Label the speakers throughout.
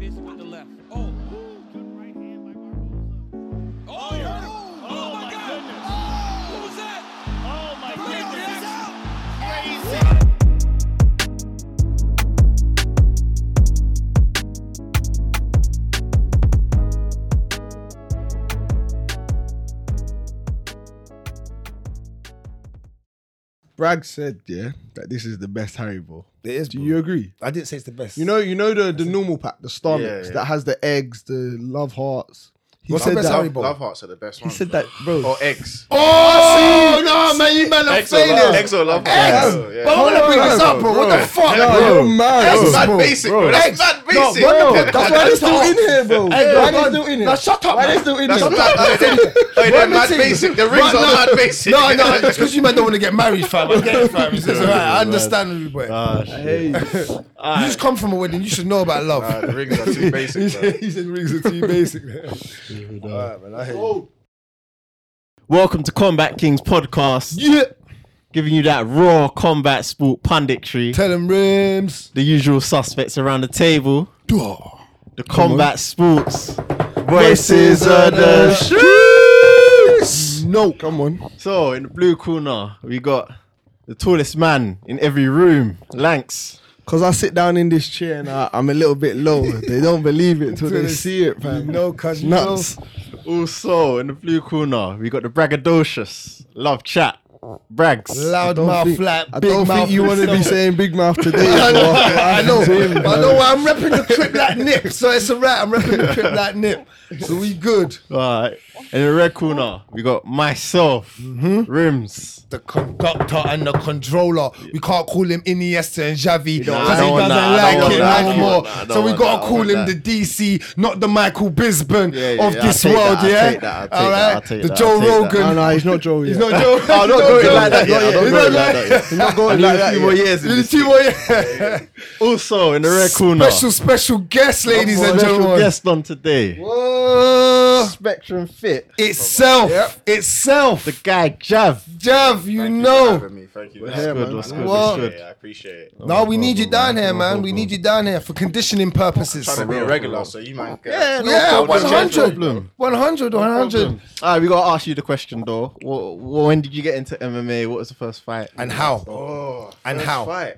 Speaker 1: left. Oh. Oh, you heard him. Oh,
Speaker 2: Oh,
Speaker 1: my
Speaker 2: my
Speaker 1: God.
Speaker 2: goodness.
Speaker 1: Oh, what was that?
Speaker 2: Oh my
Speaker 1: Playoff
Speaker 2: goodness.
Speaker 1: action.
Speaker 3: Bragg said, yeah, that this is the best Harry Bowl.
Speaker 4: It is.
Speaker 3: Do
Speaker 4: bro.
Speaker 3: you agree?
Speaker 4: I didn't say it's the best.
Speaker 3: You know, you know the, the normal pack, the star
Speaker 5: Yeah,
Speaker 3: mix
Speaker 5: yeah.
Speaker 3: that has the eggs, the love hearts. He
Speaker 4: What's the
Speaker 3: said
Speaker 4: best
Speaker 3: that.
Speaker 4: Harry Bowl?
Speaker 5: Love hearts are the best
Speaker 3: He
Speaker 5: ones.
Speaker 3: said that, bro.
Speaker 5: Or X.
Speaker 3: Oh no, man, you man are
Speaker 5: X or love. X or love.
Speaker 3: X.
Speaker 5: hearts. Oh, yeah.
Speaker 4: But I want to bring this up, bro. What the fuck,
Speaker 3: No,
Speaker 4: bro?
Speaker 3: you're mad.
Speaker 5: That's
Speaker 3: bro.
Speaker 5: mad
Speaker 3: Bro,
Speaker 5: basic, bro. That's mad
Speaker 3: No,
Speaker 5: basic.
Speaker 3: bro, that's why they're still in here, bro. Why they still in here?
Speaker 4: Now shut up,
Speaker 3: Why they
Speaker 4: man.
Speaker 3: still in
Speaker 5: That's
Speaker 3: here?
Speaker 5: mad basic. Hey, they're
Speaker 4: Let me
Speaker 5: mad
Speaker 4: tell you.
Speaker 5: basic. The rings
Speaker 4: Right
Speaker 5: are
Speaker 4: now-
Speaker 5: mad basic.
Speaker 4: No, no, it's because you man don't want to get married, fam. I get it, fam. It's just alright. I understand, you, boy.
Speaker 3: Hey,
Speaker 4: You just come from a wedding. You should know about love.
Speaker 5: Nah, the rings are too
Speaker 4: he
Speaker 5: basic, bro.
Speaker 4: said he said rings are too basic. Alright, man. I hate you.
Speaker 6: Welcome to Combat Kings podcast,
Speaker 4: Yeah.
Speaker 6: giving you that raw combat sport punditry.
Speaker 4: Tell him rims.
Speaker 6: The usual suspects around the table.
Speaker 4: Duh.
Speaker 6: The combat sports.
Speaker 3: voices
Speaker 6: of the
Speaker 3: streets. No, come on.
Speaker 6: So in the blue corner, we got the tallest man in every room, Lanx.
Speaker 3: Cause I sit down in this chair and I, I'm a little bit low. They don't believe it till they
Speaker 4: they
Speaker 3: see it, man.
Speaker 4: No, cause you know.
Speaker 3: nuts.
Speaker 6: Also in the blue corner, we got the braggadocious love chat, Brags.
Speaker 4: Loud
Speaker 3: Don't
Speaker 4: mouth
Speaker 3: think-
Speaker 4: flap.
Speaker 3: I
Speaker 4: big
Speaker 3: don't
Speaker 4: mouth
Speaker 3: think you want to be
Speaker 4: yourself.
Speaker 3: saying big mouth today. bro.
Speaker 4: I know,
Speaker 3: Him,
Speaker 4: but I
Speaker 3: man.
Speaker 4: know why I'm repping the crip like Nip, so it's a wrap. I'm repping the crip like Nip, so we good.
Speaker 6: Alright. In the red corner, we got myself,
Speaker 3: Mm-hmm.
Speaker 6: Rims.
Speaker 4: The conductor and the controller. We can't call him Iniesta and Xavi because he
Speaker 6: I don't
Speaker 4: doesn't
Speaker 6: want that, I don't
Speaker 4: like
Speaker 6: want
Speaker 4: it
Speaker 6: that, I
Speaker 4: no
Speaker 6: don't
Speaker 4: more.
Speaker 5: want that, I don't
Speaker 4: so we
Speaker 5: want that,
Speaker 4: gotta
Speaker 5: I
Speaker 4: call
Speaker 5: want
Speaker 4: him
Speaker 5: that.
Speaker 4: the DC, not the Michael Bisbon
Speaker 5: Yeah, yeah,
Speaker 4: of
Speaker 5: yeah, I'll
Speaker 4: this
Speaker 5: take
Speaker 4: world.
Speaker 5: that, I'll
Speaker 4: yeah,
Speaker 5: take that, I'll take
Speaker 4: all
Speaker 5: that,
Speaker 4: right.
Speaker 5: I'll take
Speaker 4: the
Speaker 5: that,
Speaker 4: Joe
Speaker 5: I'll take that.
Speaker 4: Rogan.
Speaker 3: No, no, he's not Joe yet.
Speaker 4: He's
Speaker 5: Oh,
Speaker 4: not Joe.
Speaker 5: I'm not
Speaker 4: He's
Speaker 5: going like that
Speaker 4: Joe.
Speaker 5: yet, I'm not
Speaker 4: He's
Speaker 5: going like that yet.
Speaker 4: He's not going like that. yet.
Speaker 6: years
Speaker 4: Really, two more years.
Speaker 6: Also in the red corner.
Speaker 4: Special, special guest, ladies and
Speaker 6: special
Speaker 4: gentlemen.
Speaker 6: guest on today.
Speaker 3: Spectrum fit.
Speaker 4: Itself, itself.
Speaker 6: The guy Jav.
Speaker 4: Jav, you
Speaker 5: Thank for
Speaker 4: know.
Speaker 5: having me. Thank you.
Speaker 3: here, man.
Speaker 5: That's
Speaker 6: Well-
Speaker 5: good. That's good. Yeah, I appreciate it.
Speaker 4: No, we need you down here, man. We need you down here for conditioning purposes.
Speaker 5: trying to be a regular, so you might get.
Speaker 6: Yeah, no
Speaker 4: Yeah,
Speaker 6: problem.
Speaker 4: 100.
Speaker 6: No
Speaker 4: 100, 100.
Speaker 6: All right, we gotta ask you the question though. Wh- wh- when did you get into MMA? What was the first fight?
Speaker 4: And how?
Speaker 5: Oh,
Speaker 4: And
Speaker 5: first
Speaker 4: how?
Speaker 5: Fight.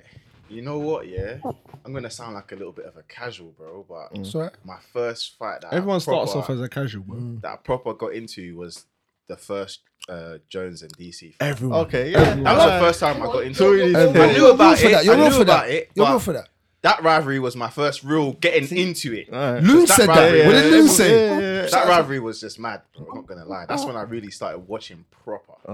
Speaker 5: You know what? Yeah, I'm gonna sound like a little bit of a casual, bro. But
Speaker 4: Sorry?
Speaker 5: my first fight that I
Speaker 3: Everyone starts
Speaker 5: proper- Mm.
Speaker 3: off as a casual, bro.
Speaker 5: that I proper got into was the first uh, Jones and DC. Fight.
Speaker 3: Everyone.
Speaker 6: Okay, yeah,
Speaker 5: That was the first time I got into it.
Speaker 3: Everyone.
Speaker 5: I
Speaker 4: You're
Speaker 5: knew about
Speaker 4: real for
Speaker 5: it.
Speaker 4: that. You're
Speaker 5: I
Speaker 4: real
Speaker 5: knew
Speaker 4: for
Speaker 5: about
Speaker 4: that.
Speaker 5: it.
Speaker 4: You're real
Speaker 5: but
Speaker 4: for that. uh,
Speaker 5: That rivalry was my first real getting into it.
Speaker 4: Loon
Speaker 5: that
Speaker 4: said that.
Speaker 5: rivalry-
Speaker 4: What did Loon
Speaker 5: Yeah,
Speaker 4: say?
Speaker 5: That rivalry was just mad. Bro. I'm not gonna lie.
Speaker 4: Oh.
Speaker 5: That's when I really started watching proper.
Speaker 3: Yeah.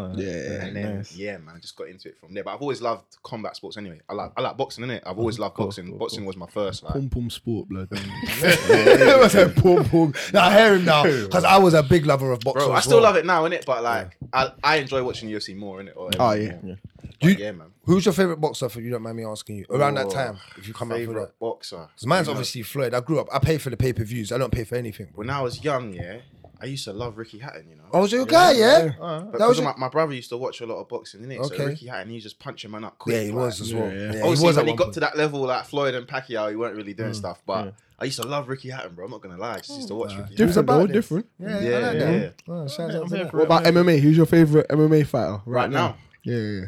Speaker 5: and then yeah, man, I just got into it from there. But I've always loved combat sports anyway. I like I like boxing, innit? I've always loved boxing. boxing was my first like
Speaker 3: Pom pom sport, blood.
Speaker 4: It was a boom, boom. Now, I hear him now because I was a big lover of boxing.
Speaker 5: Bro, I still love it now, innit? But like, I, I enjoy watching UFC more, innit? Or
Speaker 3: Oh, yeah.
Speaker 5: more. But,
Speaker 4: You-
Speaker 5: yeah, man.
Speaker 4: Who's your favorite boxer, if you don't mind me asking you? Around that
Speaker 5: Oh,
Speaker 4: time, if you come out for that.
Speaker 5: Favorite boxer?
Speaker 4: Because mine's
Speaker 5: You know,
Speaker 4: obviously Floyd. I grew up, I pay for the pay per views, I don't pay for anything.
Speaker 5: When I was young, yeah, I used to love Ricky Hatton, you know. Uh-huh.
Speaker 4: I Oh, was your guy, yeah? that
Speaker 5: But
Speaker 4: was
Speaker 5: because
Speaker 4: your-
Speaker 5: my, my brother used to watch a lot of boxing, innit?
Speaker 4: Okay.
Speaker 5: So Ricky Hatton, he was just punching man up quick.
Speaker 4: Yeah, he
Speaker 5: like,
Speaker 4: was as well.
Speaker 3: yeah.
Speaker 4: Yeah, he
Speaker 5: Obviously,
Speaker 4: was at
Speaker 5: Oh, when he
Speaker 4: one
Speaker 5: got
Speaker 4: point.
Speaker 5: to that level, like Floyd and Pacquiao, he weren't really doing
Speaker 4: Mm,
Speaker 5: stuff. But I used to love Ricky Hatton, bro. I'm not gonna lie, I just used to watch Ricky. Hatton.
Speaker 3: Different, though.
Speaker 4: this.
Speaker 3: Different.
Speaker 4: Yeah,
Speaker 5: Yeah,
Speaker 4: I like
Speaker 5: yeah,
Speaker 4: that.
Speaker 5: yeah.
Speaker 4: Oh, shout out to that.
Speaker 3: What about MMA? Who's your favorite MMA fighter right,
Speaker 5: Right now,
Speaker 3: Yeah, yeah. yeah.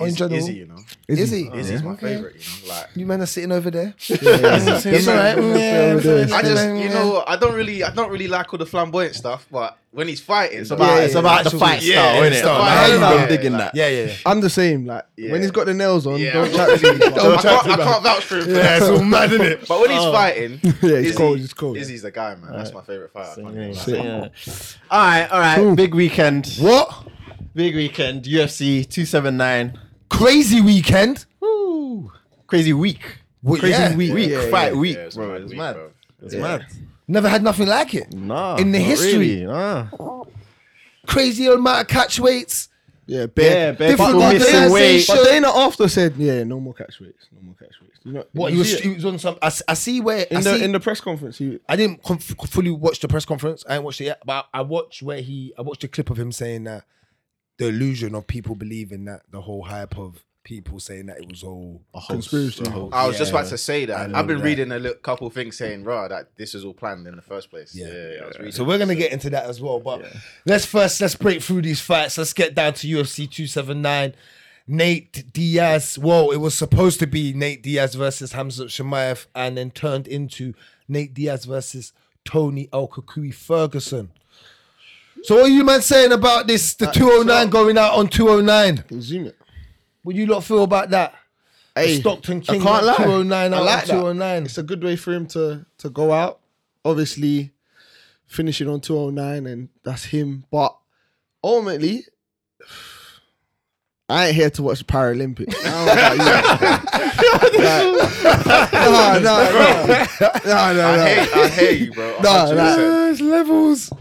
Speaker 4: Oh, in
Speaker 5: Iz-
Speaker 4: general.
Speaker 5: Izzy, you know,
Speaker 4: Is he?
Speaker 5: Izzy's my
Speaker 4: Okay.
Speaker 5: favorite. You know, like
Speaker 4: You men are sitting over there.
Speaker 3: It's
Speaker 4: alright. Yeah, it's alright.
Speaker 5: I just, you
Speaker 4: Yeah.
Speaker 5: know, I don't really, I don't really like all the flamboyant stuff, but when he's fighting, it's
Speaker 6: about,
Speaker 5: about,
Speaker 6: it's about the
Speaker 4: actual-
Speaker 6: fight
Speaker 5: yeah,
Speaker 6: style,
Speaker 5: yeah,
Speaker 6: innit?
Speaker 5: style.
Speaker 6: About
Speaker 5: I hear you,
Speaker 6: how you
Speaker 5: bro.
Speaker 6: been digging that.
Speaker 4: Yeah, yeah, yeah.
Speaker 3: I'm the same. Like
Speaker 5: Yeah.
Speaker 3: when he's got the nails on,
Speaker 5: yeah,
Speaker 3: don't
Speaker 5: I'm
Speaker 3: chat
Speaker 5: not
Speaker 3: to me.
Speaker 5: really-
Speaker 3: Don't
Speaker 5: I
Speaker 3: chat
Speaker 5: can't, I can't vouch for him. for
Speaker 4: Yeah,
Speaker 5: that.
Speaker 4: it's all mad, isn't it?
Speaker 5: but when
Speaker 6: Oh.
Speaker 5: he's fighting,
Speaker 3: Oh. Yeah, he's cold, he's cold.
Speaker 5: Izzy's the guy, man. That's my favorite fighter. I can't even lie.
Speaker 6: Yeah. All right, all right. Big weekend.
Speaker 4: What?
Speaker 6: Big weekend. UFC 279.
Speaker 4: Crazy weekend.
Speaker 6: Woo. Crazy week.
Speaker 4: Well,
Speaker 6: Crazy
Speaker 4: yeah.
Speaker 6: week.
Speaker 5: Yeah, yeah,
Speaker 6: fight
Speaker 5: yeah,
Speaker 6: week,
Speaker 5: yeah, it's
Speaker 6: bro.
Speaker 5: mad
Speaker 6: It's
Speaker 5: week,
Speaker 6: mad.
Speaker 5: bro.
Speaker 6: It's mad.
Speaker 4: Never had nothing like it.
Speaker 6: Nah.
Speaker 4: In the
Speaker 6: not
Speaker 4: history.
Speaker 6: really, nah.
Speaker 4: Crazy amount of catch weights.
Speaker 3: Yeah,
Speaker 6: Yeah,
Speaker 3: bare,
Speaker 6: bare
Speaker 3: different
Speaker 6: people
Speaker 3: but
Speaker 6: missing
Speaker 3: Dana-
Speaker 6: weight.
Speaker 3: But Dana after said, yeah, no more catch weights, no more catch weights. You know,
Speaker 4: What
Speaker 3: you
Speaker 4: he was,
Speaker 3: see it?
Speaker 4: he was on some. I, s- I see where I,
Speaker 3: in the
Speaker 4: see,
Speaker 3: in the press conference? He,
Speaker 4: I didn't com- f- fully watch the press conference. I didn't watch it yet, but I watched where he. I watched a clip of him saying that the illusion of people believing that the whole hype of people saying that it was all
Speaker 6: A hoax,
Speaker 2: Conspiracy.
Speaker 6: a hoax.
Speaker 5: I was just
Speaker 4: Yeah,
Speaker 5: about to say
Speaker 4: I
Speaker 5: that.
Speaker 4: know
Speaker 5: I've been
Speaker 4: that.
Speaker 5: reading a little, couple things saying, "Raw, that this was all planned in the first place." Yeah, I was reading.
Speaker 4: So we're gonna get into that as well, but let's first let's break through these fights. Let's get down to UFC 279. Nate Diaz. Well, it was supposed to be Nate Diaz versus Hamza Shemaev, and then turned into Nate Diaz versus Tony El Kakui Ferguson. So what are you man saying about this?
Speaker 2: Uh,
Speaker 4: The 209 going out on 209.
Speaker 2: Zoom it.
Speaker 4: What you lot feel about that?
Speaker 2: Hey,
Speaker 4: Stockton King
Speaker 2: I can't
Speaker 4: at
Speaker 2: lie.
Speaker 4: 209
Speaker 2: I
Speaker 4: out oh
Speaker 2: like
Speaker 4: of
Speaker 2: that.
Speaker 4: 209.
Speaker 2: It's a good way for him to to go out. Obviously, finishing on 209, and that's him. But ultimately, I ain't here to watch the Paralympics. no, no, no, no,
Speaker 5: I
Speaker 2: no.
Speaker 5: hate, I hate you, bro.
Speaker 2: No,
Speaker 5: 100%.
Speaker 2: no. It's levels.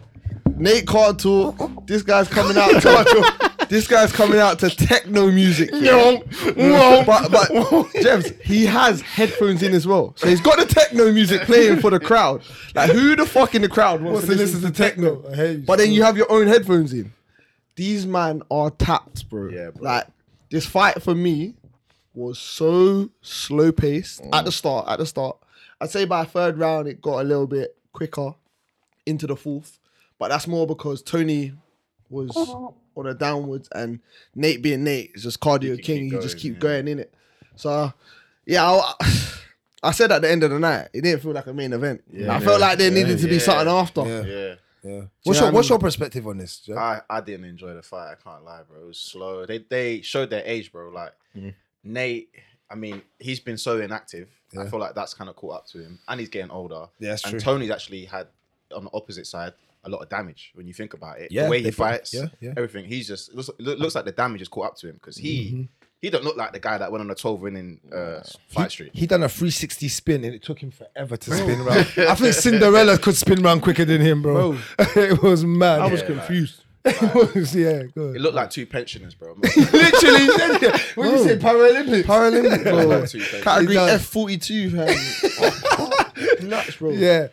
Speaker 2: Nate Carter, this guy's coming out. To, this guy's coming out to techno music. No, no. But, but Jebs, he has headphones in as well, so he's got the techno music playing for the crowd. Like, who the fuck in the crowd wants to listen to techno?
Speaker 4: I hear you.
Speaker 2: But then you have your own headphones in. These man are tapped, bro.
Speaker 5: Yeah, bro.
Speaker 2: Like this fight for me was so slow paced at
Speaker 5: Mm.
Speaker 2: the start. At the start, I'd say by third round it got a little bit quicker into the fourth, but that's more because Tony was on a downwards and Nate being Nate is just cardio
Speaker 5: can
Speaker 2: king.
Speaker 5: keep
Speaker 2: You just
Speaker 5: going,
Speaker 2: keep
Speaker 5: yeah.
Speaker 2: going in it. So yeah, I, I said at the end of the night it didn't feel like a main event. I felt like there needed to be
Speaker 5: yeah.
Speaker 2: something after.
Speaker 4: Yeah.
Speaker 5: Yeah,
Speaker 4: Yeah. What's your
Speaker 2: know what I
Speaker 4: what's
Speaker 2: mean?
Speaker 4: your perspective on this? Jeff?
Speaker 5: I, I didn't enjoy the fight. I can't lie, bro. It was slow. They they showed their age, bro. Like
Speaker 4: Mm-hmm.
Speaker 5: Nate, I mean, he's been so inactive. I
Speaker 4: Yeah.
Speaker 5: feel like that's kind of caught up to him, and he's getting older.
Speaker 4: Yeah, that's
Speaker 5: and
Speaker 4: true.
Speaker 5: Tony's actually had on the opposite side a lot of damage when you think about it.
Speaker 4: Yeah,
Speaker 5: the way he
Speaker 4: they-
Speaker 5: fights,
Speaker 4: yeah, yeah.
Speaker 5: everything. He's just it looks, it looks like the damage is caught up to him because he
Speaker 4: Mm-hmm.
Speaker 5: he don't look like the guy that went on a twelve winning uh, fight streak.
Speaker 4: He done a 360 spin and it took him forever to spin around. I think Cinderella could spin around quicker than him, bro. it was mad.
Speaker 2: I was
Speaker 5: Yeah,
Speaker 2: confused.
Speaker 4: it was, yeah, good.
Speaker 5: It looked like two pensioners, bro. I'm not gonna lie.
Speaker 4: Literally, when you say Paralympics,
Speaker 2: Paralympic,
Speaker 5: It looked
Speaker 2: bro.
Speaker 5: like two pensioners.
Speaker 2: Category
Speaker 4: It does.
Speaker 2: F forty two. Nuts, bro.
Speaker 4: yeah.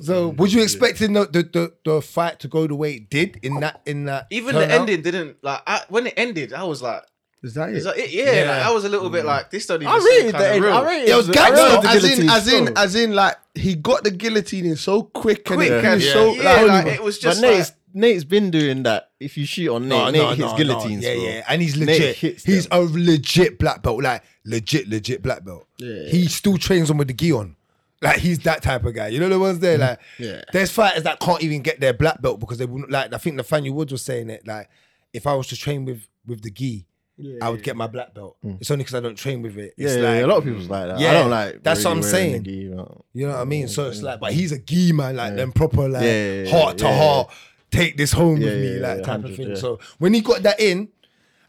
Speaker 4: So, would you expecting the, the the the fight to go the way it did in that in that
Speaker 5: Even the
Speaker 4: turnout?
Speaker 5: ending didn't like I, when it ended. I was like.
Speaker 2: Is that
Speaker 5: It's
Speaker 2: it?
Speaker 5: like, it- yeah,
Speaker 4: Yeah.
Speaker 5: like, I was a little bit like this. Don't even
Speaker 6: I
Speaker 5: seem
Speaker 6: rated
Speaker 5: kind
Speaker 6: the
Speaker 5: of
Speaker 6: end.
Speaker 5: real.
Speaker 6: I rated
Speaker 2: It was
Speaker 6: the- I
Speaker 2: gangster,
Speaker 6: rated the
Speaker 2: as in,
Speaker 6: guillotine
Speaker 2: as in,
Speaker 6: still.
Speaker 2: as in, like he got the guillotine in so quick,
Speaker 5: quick
Speaker 2: and it
Speaker 5: and
Speaker 2: was
Speaker 5: yeah.
Speaker 2: so
Speaker 5: yeah,
Speaker 2: like,
Speaker 5: like, it was
Speaker 6: But
Speaker 5: just like,
Speaker 6: Nate's, Nate's been doing that. If you shoot on Nate,
Speaker 4: No,
Speaker 6: Nate
Speaker 4: no,
Speaker 6: hits
Speaker 4: no,
Speaker 6: guillotines,
Speaker 4: no. Yeah,
Speaker 6: bro.
Speaker 4: yeah, and he's
Speaker 6: Nate
Speaker 4: legit.
Speaker 6: hits
Speaker 4: He's
Speaker 6: them.
Speaker 4: a legit black belt, like legit, legit black belt.
Speaker 2: Yeah.
Speaker 4: He still trains on with the gi on. Like he's that type of guy. You know the ones
Speaker 6: Mm,
Speaker 4: there, like
Speaker 2: Yeah.
Speaker 4: there's fighters that can't even get their black belt because they wouldn't like I think Nathaniel Woods was saying it, like, if I was to train with with the gi, I would get my black belt. It's only because I don't train with it.
Speaker 6: Mm. Yeah,
Speaker 4: It's
Speaker 6: yeah,
Speaker 4: like,
Speaker 6: yeah, a lot of people's like that.
Speaker 4: Yeah,
Speaker 6: I don't like.
Speaker 4: that's what
Speaker 6: really
Speaker 4: I'm
Speaker 6: wearing
Speaker 4: saying.
Speaker 6: the gi, you know.
Speaker 4: You know what I mean? So it's like, but he's a gi man, like them proper, like
Speaker 6: Yeah, yeah, yeah,
Speaker 4: heart to
Speaker 6: yeah,
Speaker 4: heart, take this home with
Speaker 6: Yeah,
Speaker 4: me,
Speaker 6: yeah,
Speaker 4: like
Speaker 6: yeah,
Speaker 4: type of
Speaker 6: 100,
Speaker 4: thing.
Speaker 6: yeah.
Speaker 4: So when he got that in,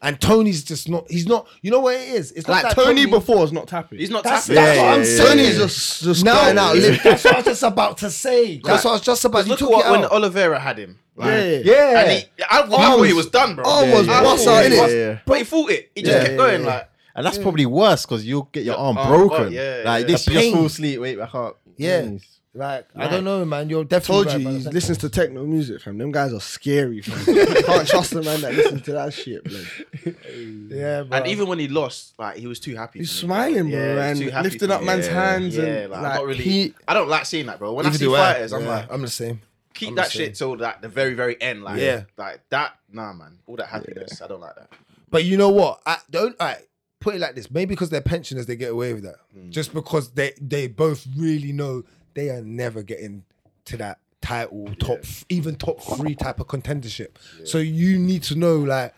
Speaker 4: and Tony's just not, he's not, you know what it is? It's not
Speaker 2: like
Speaker 4: that
Speaker 2: Tony before is not tapping.
Speaker 5: he's not
Speaker 4: That's,
Speaker 5: tapping.
Speaker 4: that's
Speaker 6: Yeah,
Speaker 4: what I'm
Speaker 6: yeah,
Speaker 4: saying.
Speaker 2: Tony's just just
Speaker 4: now,
Speaker 2: going out. limp.
Speaker 4: that's what I was just about to say. That's what I was just about. You
Speaker 5: Look
Speaker 4: took
Speaker 5: at
Speaker 4: it
Speaker 5: what when
Speaker 4: out.
Speaker 5: Oliveira had him. Like,
Speaker 2: Yeah.
Speaker 4: Yeah.
Speaker 5: and he, I, I thought he was done, bro.
Speaker 2: I was
Speaker 6: yeah,
Speaker 5: I
Speaker 2: bust
Speaker 5: thought
Speaker 2: out
Speaker 5: he
Speaker 2: in
Speaker 5: was-
Speaker 2: it.
Speaker 6: yeah.
Speaker 5: But he fought it. He just
Speaker 6: Yeah,
Speaker 5: kept
Speaker 6: yeah,
Speaker 5: going like.
Speaker 6: And that's probably worse because you'll get your arm
Speaker 5: arm
Speaker 6: broken.
Speaker 5: broke, yeah,
Speaker 6: like
Speaker 5: yeah.
Speaker 6: this,
Speaker 4: The
Speaker 6: you just
Speaker 4: pain.
Speaker 6: fall asleep, wake back up.
Speaker 4: Yeah.
Speaker 6: Jeez.
Speaker 4: Like, I don't know, man. You're definitely
Speaker 2: Told
Speaker 4: right,
Speaker 2: you,
Speaker 4: man.
Speaker 2: he listens to techno music, fam. Them guys are scary, fam. You Can't trust the man that listens to that shit, bro.
Speaker 4: Yeah, bro.
Speaker 5: And even when he lost, like he was too happy.
Speaker 2: He's
Speaker 5: for me, bro.
Speaker 2: smiling, bro,
Speaker 5: Yeah, he was
Speaker 2: and
Speaker 5: too happy
Speaker 2: lifting
Speaker 5: for
Speaker 2: up
Speaker 5: me.
Speaker 2: man's
Speaker 5: Yeah,
Speaker 2: hands
Speaker 5: yeah,
Speaker 2: and,
Speaker 5: like, I'm
Speaker 2: like,
Speaker 5: not really.
Speaker 2: he-
Speaker 5: I don't like seeing that, bro. When I
Speaker 4: Neither
Speaker 5: see
Speaker 4: do I.
Speaker 5: fighters, I'm
Speaker 4: Yeah,
Speaker 5: like,
Speaker 4: I'm the same.
Speaker 5: keep
Speaker 4: I'm the
Speaker 5: that shit till like the very, very end. Like,
Speaker 4: Yeah.
Speaker 5: like that. Nah, man. All that happiness, I don't like that.
Speaker 4: But you know what? I don't. I put it like this. Maybe because they're pensioners, they get away with that.
Speaker 6: Hmm.
Speaker 4: Just because they they both really know they are never getting to that title, top f- even top three type of contendership. So you need to know, like,